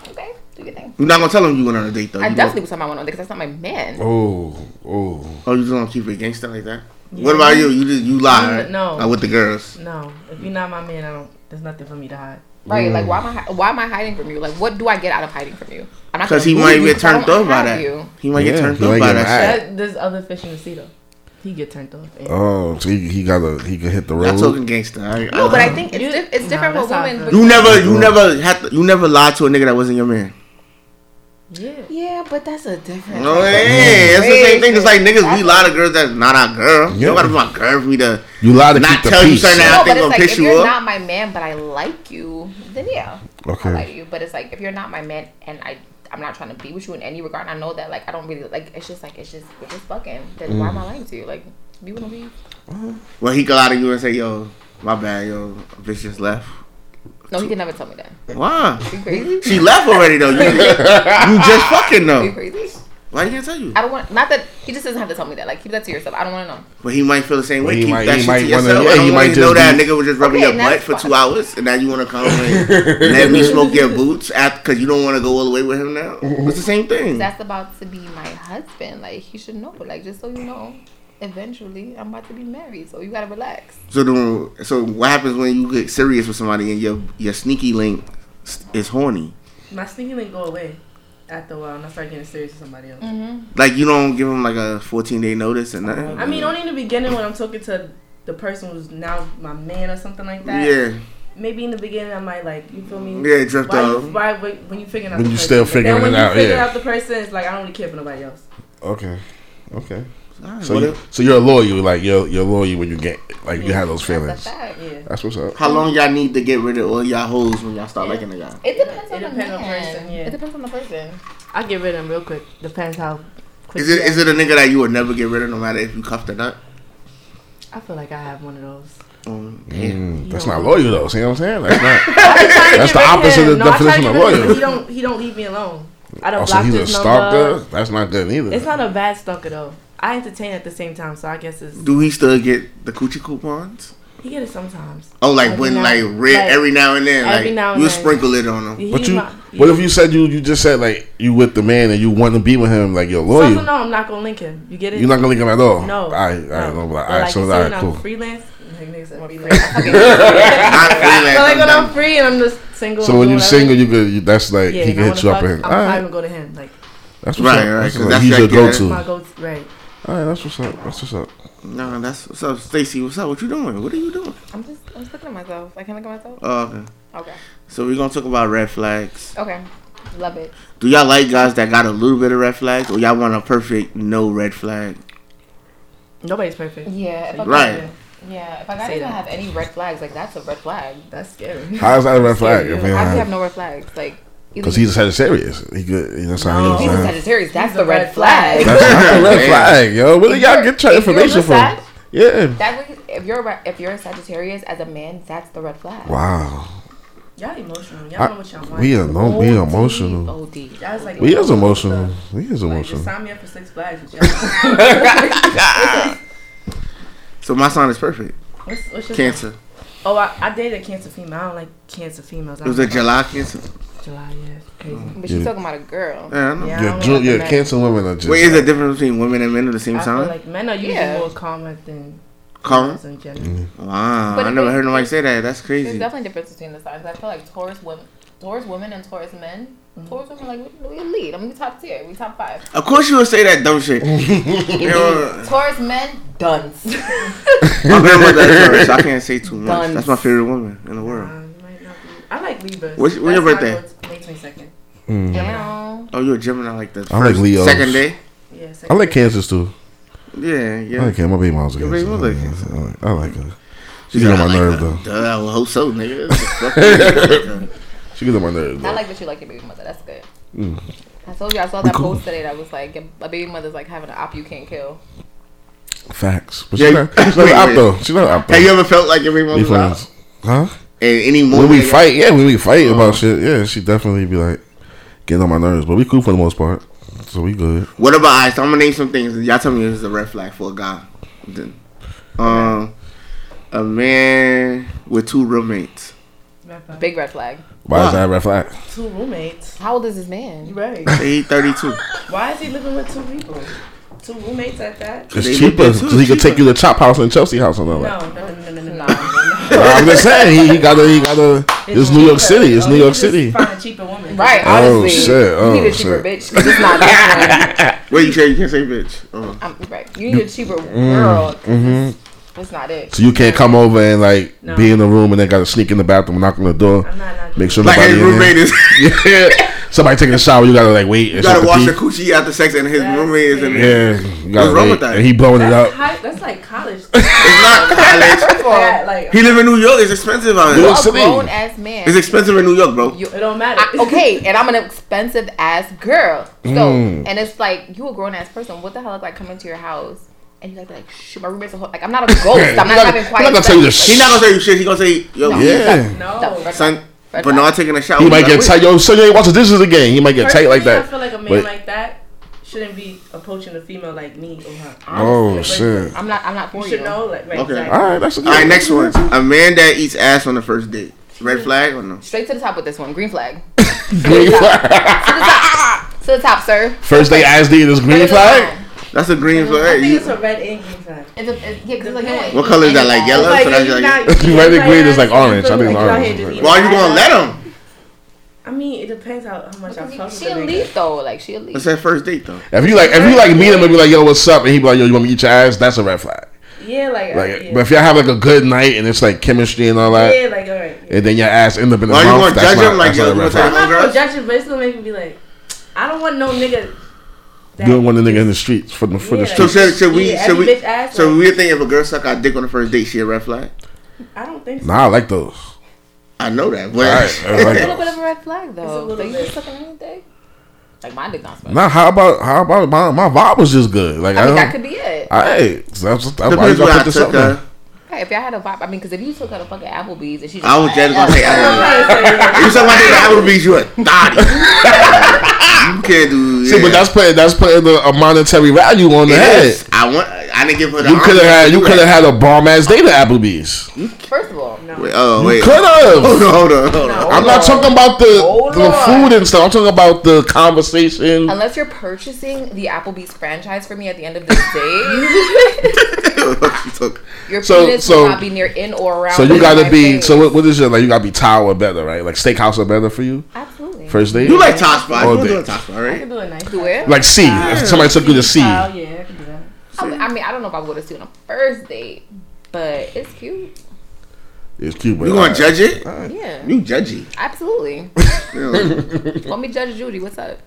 Speaker 1: "Okay, do your thing."
Speaker 2: You're not gonna tell him you went on a date though.
Speaker 1: I
Speaker 2: You
Speaker 1: definitely was talking about one on because that's not my man.
Speaker 3: oh, oh.
Speaker 2: gonna- oh, you just gonna keep it gangster like that? What about you? You just you lie right?
Speaker 4: No.
Speaker 2: Uh, with the girls.
Speaker 4: No, if you're not my man, I don't. There's nothing for me to hide.
Speaker 1: Right? Like, why am I? Why am I hiding from you? Like, what do I get out of hiding from you? I'm not
Speaker 2: Cause
Speaker 1: gonna
Speaker 2: he
Speaker 1: lose
Speaker 2: might
Speaker 1: you
Speaker 2: get
Speaker 1: 'cause I
Speaker 2: turned
Speaker 1: don't
Speaker 2: off by
Speaker 1: have
Speaker 2: that.
Speaker 1: you.
Speaker 2: He might
Speaker 3: Yeah,
Speaker 2: get turned
Speaker 3: he
Speaker 2: off
Speaker 3: might
Speaker 2: by
Speaker 3: get
Speaker 2: that
Speaker 3: mad.
Speaker 2: shit.
Speaker 4: That, there's other fish in the sea though. He get turned off. and-
Speaker 3: Oh, so he, he got a he could hit the road.
Speaker 2: I'm talking gangster. I,
Speaker 1: No,
Speaker 2: I-
Speaker 1: but I think it's,
Speaker 4: You-
Speaker 1: di- it's
Speaker 4: Nah,
Speaker 1: different with
Speaker 4: that's how I
Speaker 1: women.
Speaker 4: feel.
Speaker 2: Uh-huh. you never you never had to, you never lied to a nigga that wasn't your man.
Speaker 4: Yeah.
Speaker 1: Yeah, but that's a different.
Speaker 2: No, hey, it's the same thing. It's like niggas,
Speaker 1: That's-
Speaker 2: we lie to girls that's not our girl. You
Speaker 3: Yeah.
Speaker 2: don't gotta be my girl for me to
Speaker 3: you lie to
Speaker 2: Not
Speaker 3: keep the
Speaker 2: tell you
Speaker 3: peace.
Speaker 2: certain
Speaker 1: No,
Speaker 2: I think
Speaker 1: but
Speaker 2: I'll
Speaker 1: it's like
Speaker 2: piss
Speaker 1: if
Speaker 2: you
Speaker 1: you're
Speaker 2: up.
Speaker 1: not my man, but I like you, then yeah,
Speaker 3: Okay.
Speaker 1: I'll lie to you. But it's like if you're not my man, and I, I'm not trying to be with you in any regard. And I know that, like, I don't really like. It's just like it's just we're just fucking. Then why
Speaker 3: Mm.
Speaker 1: am I lying to you? Like, you wanna be?
Speaker 2: Well, he could lie to you and say, "Yo, my bad, yo, bitch just left."
Speaker 1: No, he can never tell me that.
Speaker 2: Why?
Speaker 1: Are you crazy?
Speaker 2: She left already though. You, you just fucking
Speaker 1: Are you
Speaker 2: know.
Speaker 1: crazy?
Speaker 2: Why he can't tell you?
Speaker 1: I don't want. Not that he just doesn't have to tell me that. Like, keep that to yourself. I don't want to know.
Speaker 2: But he might feel the same
Speaker 3: Well,
Speaker 2: way.
Speaker 3: he
Speaker 2: Keep
Speaker 3: might-
Speaker 2: that
Speaker 3: he
Speaker 2: shit
Speaker 3: might
Speaker 2: to
Speaker 3: wanna-
Speaker 2: yourself.
Speaker 3: yeah,
Speaker 2: I
Speaker 3: he
Speaker 2: don't
Speaker 3: might
Speaker 2: want you to know
Speaker 3: just
Speaker 2: that
Speaker 3: be-
Speaker 2: nigga was just rubbing
Speaker 1: Okay,
Speaker 2: your
Speaker 1: and
Speaker 2: butt
Speaker 1: that's
Speaker 2: for
Speaker 1: fine.
Speaker 2: two hours, and now you want to come and let me smoke your boots because you don't want to go all the way with him now. It's the same thing.
Speaker 3: Mm.
Speaker 1: That's about to be my husband. Like, he should know. Like, just so you know, eventually I'm about to be married. So you gotta relax.
Speaker 2: So then, so what happens when you get serious with somebody and your your sneaky link s- is horny?
Speaker 4: My sneaking didn't go away after a while, and I started getting serious with somebody
Speaker 2: Mm.
Speaker 4: else.
Speaker 3: Mm-hmm.
Speaker 2: Like you don't give him like a fourteen day notice and nothing.
Speaker 4: I mean, only in the beginning when I'm talking to the person who's now my man or something like that.
Speaker 2: yeah,
Speaker 4: Maybe in the beginning I might like you feel me.
Speaker 2: Yeah, drift
Speaker 4: why
Speaker 2: off.
Speaker 4: You, why wait, when you figuring out
Speaker 3: When
Speaker 4: the
Speaker 3: you
Speaker 4: person.
Speaker 3: still
Speaker 4: But
Speaker 3: figuring
Speaker 4: then when
Speaker 3: it
Speaker 4: you
Speaker 3: out,
Speaker 4: figure
Speaker 3: yeah.
Speaker 4: out the person, it's like I don't really care for nobody else.
Speaker 3: Okay, okay. So
Speaker 2: What
Speaker 3: you,
Speaker 2: if-
Speaker 3: so you're a lawyer, like you're you're a lawyer when you get like you
Speaker 4: Yeah.
Speaker 3: have those
Speaker 1: That's
Speaker 3: feelings.
Speaker 1: a fact.
Speaker 4: Yeah.
Speaker 3: That's what's up.
Speaker 2: how long y'all need to get rid of all y'all hoes when y'all start liking a guy?
Speaker 1: It depends
Speaker 4: It
Speaker 1: on the
Speaker 4: depends on the
Speaker 1: man.
Speaker 4: person, yeah.
Speaker 1: It depends on the person.
Speaker 4: I get rid of him real quick. Depends how quick.
Speaker 2: Is it
Speaker 4: he
Speaker 2: is it a nigga that you would never get rid of no matter if you cuffed or not?
Speaker 4: I feel like I have one of those.
Speaker 2: Um,
Speaker 3: Mm, that's
Speaker 4: You
Speaker 3: not
Speaker 4: don't-
Speaker 3: lawyer though. See what I'm saying? That's not. That's
Speaker 4: That's
Speaker 3: the opposite of the definition of loyal.
Speaker 4: He don't. He don't leave me alone. I don't
Speaker 3: oh, so
Speaker 4: block
Speaker 3: he's a
Speaker 4: his number.
Speaker 3: stalker. That's not good either.
Speaker 4: It's not a bad stalker though. I entertain at the same time, so I guess it's
Speaker 2: Do he still get the coochie coupons?
Speaker 4: he get it sometimes.
Speaker 2: Oh, like
Speaker 4: Every
Speaker 2: when,
Speaker 4: now-
Speaker 2: like, red
Speaker 4: like,
Speaker 2: every now and then,
Speaker 4: every
Speaker 2: like
Speaker 4: now and
Speaker 2: you
Speaker 4: then.
Speaker 2: sprinkle it on him.
Speaker 4: He
Speaker 3: but you,
Speaker 4: my-
Speaker 3: what if you said you you just said like you with the man and you want to be with him like you're a lawyer?
Speaker 4: So, so no, I'm not gonna link him. You get it?
Speaker 3: You're not gonna link him at all.
Speaker 4: No.
Speaker 3: All right, all right,
Speaker 4: no.
Speaker 3: no, all
Speaker 4: But,
Speaker 3: right.
Speaker 4: like,
Speaker 3: so all
Speaker 4: you
Speaker 3: right,
Speaker 4: when
Speaker 3: cool.
Speaker 4: I'm freelance, like niggas said freelance.
Speaker 2: Not freelance,
Speaker 4: So like when I'm
Speaker 2: sometimes.
Speaker 4: free and I'm just single.
Speaker 3: So
Speaker 4: and
Speaker 3: when
Speaker 4: do
Speaker 3: you're
Speaker 4: whatever,
Speaker 3: single, you could you, that's like
Speaker 4: yeah,
Speaker 3: he
Speaker 4: and I
Speaker 3: can hit
Speaker 4: wanna
Speaker 3: you up
Speaker 4: fuck,
Speaker 3: and all
Speaker 4: I'm probably
Speaker 3: right.
Speaker 4: gonna go to him. Like
Speaker 3: That's what's
Speaker 2: Right,
Speaker 3: up.
Speaker 2: right,
Speaker 3: That's
Speaker 2: 'cause
Speaker 3: what-
Speaker 2: that's
Speaker 3: he's your
Speaker 2: like, yeah.
Speaker 3: go-to.
Speaker 4: My goats, right?
Speaker 3: All right, that's what's up. That's what's up.
Speaker 2: No, that's what's up, Stacy. What's up? What you doing? What are you doing?
Speaker 1: I'm just I'm just looking at myself. I can't look at myself.
Speaker 2: Oh, okay.
Speaker 1: Okay.
Speaker 2: So we're gonna talk about red flags.
Speaker 1: Okay. Love it.
Speaker 2: Do y'all like guys that got a little bit of red flags, or y'all want a perfect no red flag?
Speaker 4: Nobody's perfect.
Speaker 1: Yeah. If I
Speaker 2: Right.
Speaker 1: got- Yeah. If I gotta
Speaker 4: Say
Speaker 1: even
Speaker 4: that.
Speaker 1: have any red flags, like that's a red flag.
Speaker 4: That's scary.
Speaker 3: How is that a red flag?
Speaker 4: Yeah,
Speaker 3: If
Speaker 4: yeah.
Speaker 3: you
Speaker 1: I actually have
Speaker 3: don't
Speaker 1: no red flags. Like either
Speaker 3: because he's a Sagittarius. He good. You know what I'm
Speaker 4: No.
Speaker 1: if he's
Speaker 3: saying?
Speaker 1: a
Speaker 3: That's
Speaker 1: Sagittarius. That's
Speaker 4: He's
Speaker 1: the
Speaker 4: a
Speaker 1: red
Speaker 4: red flag.
Speaker 1: flag.
Speaker 3: not a red
Speaker 2: Man.
Speaker 3: flag, yo. Where do
Speaker 1: If
Speaker 3: y'all
Speaker 1: you're-
Speaker 3: get your
Speaker 1: if you're
Speaker 3: information
Speaker 1: a
Speaker 3: from?
Speaker 1: Sag-
Speaker 3: Yeah.
Speaker 1: That way, if you're a re- if you're a Sagittarius as a man, that's the red flag.
Speaker 3: Wow.
Speaker 4: Y'all emotional. Y'all know
Speaker 3: I,
Speaker 4: what y'all want.
Speaker 3: we are no, we emotional.
Speaker 1: Od. Y'all
Speaker 4: Y'all is like
Speaker 3: We is emotional. We is
Speaker 4: Like, just
Speaker 3: emotional.
Speaker 4: sign me up for Six Flags. With y'all.
Speaker 2: So my sign is perfect.
Speaker 4: what's, what's your
Speaker 2: Cancer.
Speaker 4: Oh, I, I dated a cancer female. I don't like cancer females. I
Speaker 2: It was a
Speaker 4: like
Speaker 2: July cancer.
Speaker 4: July. Yeah, it's crazy.
Speaker 1: But she's
Speaker 3: Yeah.
Speaker 1: talking about a girl.
Speaker 2: Yeah, I know.
Speaker 4: Yeah, I
Speaker 3: Yeah,
Speaker 4: don't
Speaker 3: Ju-
Speaker 4: like
Speaker 3: yeah,
Speaker 4: men.
Speaker 3: cancer women are just.
Speaker 2: Wait, is the difference between women and men of the same
Speaker 4: I feel
Speaker 2: sign?
Speaker 4: like men are usually
Speaker 1: Yeah.
Speaker 4: more calmer than
Speaker 2: Calm.
Speaker 4: girls in general.
Speaker 3: Mm-hmm.
Speaker 2: Wow,
Speaker 1: But
Speaker 2: I
Speaker 1: if
Speaker 2: never
Speaker 1: it-
Speaker 2: heard nobody say that.
Speaker 1: There's
Speaker 2: That's crazy.
Speaker 1: definitely a difference between the signs. I feel like Taurus women, Taurus women, and Taurus men. Taurus women like we, we lead. I mean, we top tier. We top five.
Speaker 2: Of course you would say that dumb shit. You
Speaker 3: uh,
Speaker 2: know,
Speaker 1: Taurus men, dunce.
Speaker 2: my grandmother is Taurus, so I can't say too much.
Speaker 1: Dunce.
Speaker 2: That's my favorite woman in the world.
Speaker 4: Um, might not be. I like Libras.
Speaker 2: What's- when's your
Speaker 4: That's
Speaker 2: birthday?
Speaker 4: my go-to. May twenty second.
Speaker 1: you know,
Speaker 2: Oh, you're a Gemini like the
Speaker 3: Mm. I like
Speaker 2: first,
Speaker 3: Leos.
Speaker 2: second day.
Speaker 4: Yeah,
Speaker 3: I
Speaker 4: second
Speaker 3: like
Speaker 4: day.
Speaker 3: cancers too.
Speaker 2: Yeah, yeah.
Speaker 3: I like cancer. My baby mom's a
Speaker 2: Your baby
Speaker 3: cancer.
Speaker 2: mom's a
Speaker 3: Yeah, I like her. She gets on my nerves though.
Speaker 2: Duh, I would hope so, nigga. Fuck you.
Speaker 3: She gets on my nerves.
Speaker 1: I
Speaker 3: though.
Speaker 1: like that you like your baby mother. That's good. I told you I saw that
Speaker 3: Mm. cool.
Speaker 1: post today that was like a baby mother's like having an op you can't kill.
Speaker 3: Facts. But
Speaker 2: Yeah,
Speaker 3: she not, she's not
Speaker 2: wait,
Speaker 3: an op
Speaker 2: wait.
Speaker 3: though. She's not an op though.
Speaker 2: Have you ever felt like your baby
Speaker 3: We
Speaker 2: mother's out?
Speaker 3: friends. Huh?
Speaker 2: And any moment
Speaker 3: When we
Speaker 2: that-
Speaker 3: fight, yeah, when we fight
Speaker 2: Uh-huh.
Speaker 3: about shit, yeah, she definitely be like getting on my nerves. But we cool for the most part. So we good.
Speaker 2: What about I? So I'm gonna name some things. and Y'all tell me if it's a red flag for a guy. Then, um, a man with two roommates.
Speaker 4: Red flag.
Speaker 1: Big red flag.
Speaker 3: Why
Speaker 2: Why?
Speaker 3: is that a red flag?
Speaker 4: two roommates.
Speaker 1: How old is this
Speaker 4: You
Speaker 1: man?
Speaker 4: right?
Speaker 2: They eat 32.
Speaker 4: Why is he living with two people? Two roommates at that?
Speaker 3: It's
Speaker 2: They
Speaker 3: cheaper
Speaker 2: look good, too.
Speaker 3: because he could
Speaker 2: Cheaper.
Speaker 3: take you to Chop House and Chelsea House and all
Speaker 4: No,
Speaker 3: that.
Speaker 4: no, no, no, no, no, no.
Speaker 3: I'm just saying he, he got to he got to. It's New York
Speaker 4: cheaper.
Speaker 3: City. It's
Speaker 4: Oh,
Speaker 3: New
Speaker 4: you
Speaker 3: York
Speaker 4: just
Speaker 3: City.
Speaker 4: Find a cheaper woman.
Speaker 1: Right.
Speaker 3: Oh,
Speaker 1: Honestly,
Speaker 3: shit. Oh,
Speaker 1: you need a cheaper
Speaker 3: shit.
Speaker 1: bitch. 'cause It's not that one.
Speaker 2: Wait, you say you can't say bitch. Oh.
Speaker 1: I'm, right. You need a cheaper
Speaker 3: Mm-hmm.
Speaker 1: girl. 'cause it's- That's not it.
Speaker 3: So you can't come over and like
Speaker 4: No.
Speaker 3: be in the room and then got to sneak in the bathroom, knock on the door,
Speaker 4: I'm not knocking
Speaker 3: make sure
Speaker 2: Like
Speaker 3: nobody
Speaker 2: his
Speaker 3: in
Speaker 2: roommate
Speaker 3: there.
Speaker 2: is.
Speaker 3: Yeah. Somebody taking a shower, you gotta like wait.
Speaker 2: You gotta wash your coochie after sex, and his
Speaker 4: That's
Speaker 2: roommate is in there.
Speaker 3: Yeah, you gotta
Speaker 2: What's wrong
Speaker 3: wait.
Speaker 2: with that?
Speaker 3: And he blowing it
Speaker 4: That's,
Speaker 3: up.
Speaker 4: high, that's like college.
Speaker 2: It's not college.
Speaker 4: That, like,
Speaker 2: He live in New York. It's expensive out
Speaker 3: New
Speaker 2: here.
Speaker 3: York
Speaker 1: a
Speaker 3: City.
Speaker 1: grown ass man.
Speaker 2: It's expensive in New York, bro.
Speaker 1: You-
Speaker 4: it don't matter.
Speaker 1: I- okay, and I'm an expensive ass girl. So, and it's like you a grown ass person. What the hell is like coming to your house and you like be like shit? My roommate's a hoe. Like I'm not a ghost.
Speaker 3: He
Speaker 1: I'm not
Speaker 3: not-
Speaker 1: having
Speaker 3: he
Speaker 1: quiet.
Speaker 3: not gonna tell you to
Speaker 1: sex.
Speaker 2: He not gonna say you shit. He gonna say yo,
Speaker 3: Yeah.
Speaker 1: No,
Speaker 4: No.
Speaker 1: red
Speaker 2: son.
Speaker 1: Red
Speaker 2: But no,
Speaker 1: flag.
Speaker 2: I taking a shower.
Speaker 3: He
Speaker 2: You
Speaker 3: might
Speaker 2: gotta
Speaker 3: get
Speaker 2: wait.
Speaker 3: tight. Yo, so you ain't wash the dishes again. He might get tight like
Speaker 4: Personally, I
Speaker 3: that.
Speaker 4: feel like a man
Speaker 3: But-
Speaker 4: like that shouldn't be approaching a female like me or her.
Speaker 3: Oh
Speaker 4: Like,
Speaker 3: shit!
Speaker 1: I'm not. I'm not for
Speaker 4: You
Speaker 1: you.
Speaker 4: should know, like, right,
Speaker 2: Okay.
Speaker 4: exactly.
Speaker 3: All right, that's a good.
Speaker 2: All right, next one. A man that eats ass on the first date. Red flag or no?
Speaker 1: Straight to the top with this one. Green flag.
Speaker 3: Green flag.
Speaker 1: To the top, sir.
Speaker 3: First day as did is green
Speaker 1: Straight to the
Speaker 3: flag.
Speaker 1: top.
Speaker 2: That's a green
Speaker 4: I
Speaker 2: flag.
Speaker 4: think it's
Speaker 2: You,
Speaker 4: a red and green flag.
Speaker 1: It's a, it's, yeah, 'cause it's like, you
Speaker 4: What
Speaker 1: know,
Speaker 2: color is that, like
Speaker 1: it's
Speaker 2: yellow?
Speaker 1: ass.
Speaker 2: so that's
Speaker 4: you're
Speaker 2: like-
Speaker 4: not-
Speaker 3: Red and
Speaker 4: you're
Speaker 3: green is like
Speaker 4: not-
Speaker 3: orange. I think it's
Speaker 4: you're out here
Speaker 3: orange.
Speaker 4: just eating
Speaker 2: why you gonna
Speaker 4: ass.
Speaker 2: let him?
Speaker 4: I mean, it depends how, how much I fuck with
Speaker 1: She
Speaker 4: the
Speaker 1: a
Speaker 4: nigga.
Speaker 1: lead though. Like she a lead.
Speaker 2: It's that first date though.
Speaker 3: If you like, if you like meet him and be like, "Yo, what's up?" and he be like, "Yo, you want me to eat your ass?" That's a red flag.
Speaker 4: Yeah, like,
Speaker 3: Like,
Speaker 4: yeah.
Speaker 3: but if y'all have like a good night and it's like chemistry and all that,
Speaker 4: yeah, like, all right. Yeah.
Speaker 3: and then your ass end up in the
Speaker 2: Why you
Speaker 3: mouth,
Speaker 2: gonna
Speaker 3: that's
Speaker 2: judge
Speaker 3: not,
Speaker 2: him like,
Speaker 3: that's
Speaker 2: yo,
Speaker 3: not a
Speaker 2: you
Speaker 3: red
Speaker 2: gonna
Speaker 3: flag.
Speaker 4: I'm
Speaker 2: tell
Speaker 4: not
Speaker 2: Girls?
Speaker 4: gonna judge it, but it's gonna make me be like, I don't want no nigga. That
Speaker 3: You don't want a nigga in the streets for the for the
Speaker 4: Yeah.
Speaker 2: So should,
Speaker 3: streets.
Speaker 2: should we?
Speaker 4: Yeah,
Speaker 2: should
Speaker 4: every
Speaker 2: we?
Speaker 4: bitch ass
Speaker 2: so
Speaker 4: like-
Speaker 2: we think if a girl suck our dick on the first date, she a red flag.
Speaker 4: I don't think so.
Speaker 3: Nah, I like those.
Speaker 2: I know that, but
Speaker 3: All right, I
Speaker 1: a little
Speaker 3: like
Speaker 1: bit
Speaker 3: those.
Speaker 1: of a red flag though.
Speaker 4: little
Speaker 1: Like you
Speaker 4: bit.
Speaker 1: just looking at anything. Like mine did not smell.
Speaker 3: Nah, how about how about my my vibe was just good. Like
Speaker 1: I
Speaker 3: I
Speaker 1: mean that
Speaker 3: don't.
Speaker 1: could be it.
Speaker 3: Alright, so that's, that's why you
Speaker 2: depends
Speaker 3: gotta
Speaker 2: where I
Speaker 3: put this up
Speaker 2: took uh,
Speaker 3: there.
Speaker 2: her.
Speaker 1: Hey, if y'all had a vibe, I mean, because if you took her to fucking Applebee's and she just,
Speaker 2: I was just gonna say Applebee's.
Speaker 4: Yeah,
Speaker 2: You suck my dick at Applebee's, you a thotty. you can't do.
Speaker 3: See,
Speaker 2: yeah.
Speaker 3: but that's putting that's putting a, a monetary value on the
Speaker 2: yes.
Speaker 3: head.
Speaker 2: I want. I didn't give her. The
Speaker 3: You could
Speaker 2: option
Speaker 3: have had
Speaker 2: to
Speaker 3: you
Speaker 2: do
Speaker 3: could
Speaker 2: that.
Speaker 3: have had a bomb ass date at Applebee's.
Speaker 1: first of all,
Speaker 4: no.
Speaker 2: Wait, oh wait.
Speaker 3: Could have.
Speaker 2: Hold on, hold on, hold on.
Speaker 3: I'm not talking about the
Speaker 1: Hold
Speaker 3: the
Speaker 1: on.
Speaker 3: food and stuff. I'm talking about the conversation.
Speaker 1: unless you're purchasing the Applebee's franchise for me at the end of this day,
Speaker 2: What you talk-
Speaker 1: your
Speaker 3: So-
Speaker 1: penis
Speaker 3: so-
Speaker 1: will not be near in or around.
Speaker 3: So you
Speaker 1: my
Speaker 3: gotta be.
Speaker 1: face.
Speaker 3: So what, what is it like? You gotta be tower better, right? Like steakhouse are better for you.
Speaker 1: absolutely.
Speaker 3: First date.
Speaker 2: You like top spot.
Speaker 3: All
Speaker 2: You
Speaker 3: day.
Speaker 2: do a top spot,
Speaker 4: I
Speaker 2: right?
Speaker 4: could do it nice.
Speaker 1: Do it.
Speaker 3: Like C. If somebody took you to C.
Speaker 4: Oh yeah, I could do that.
Speaker 1: I, would- I mean, I don't know if I would have seen on a first date, but it's cute.
Speaker 3: It's cute, but
Speaker 2: You gonna judge it?
Speaker 1: Yeah,
Speaker 2: You judgy.
Speaker 1: absolutely.
Speaker 2: Really.
Speaker 1: Want me, Judge Judy? What's up?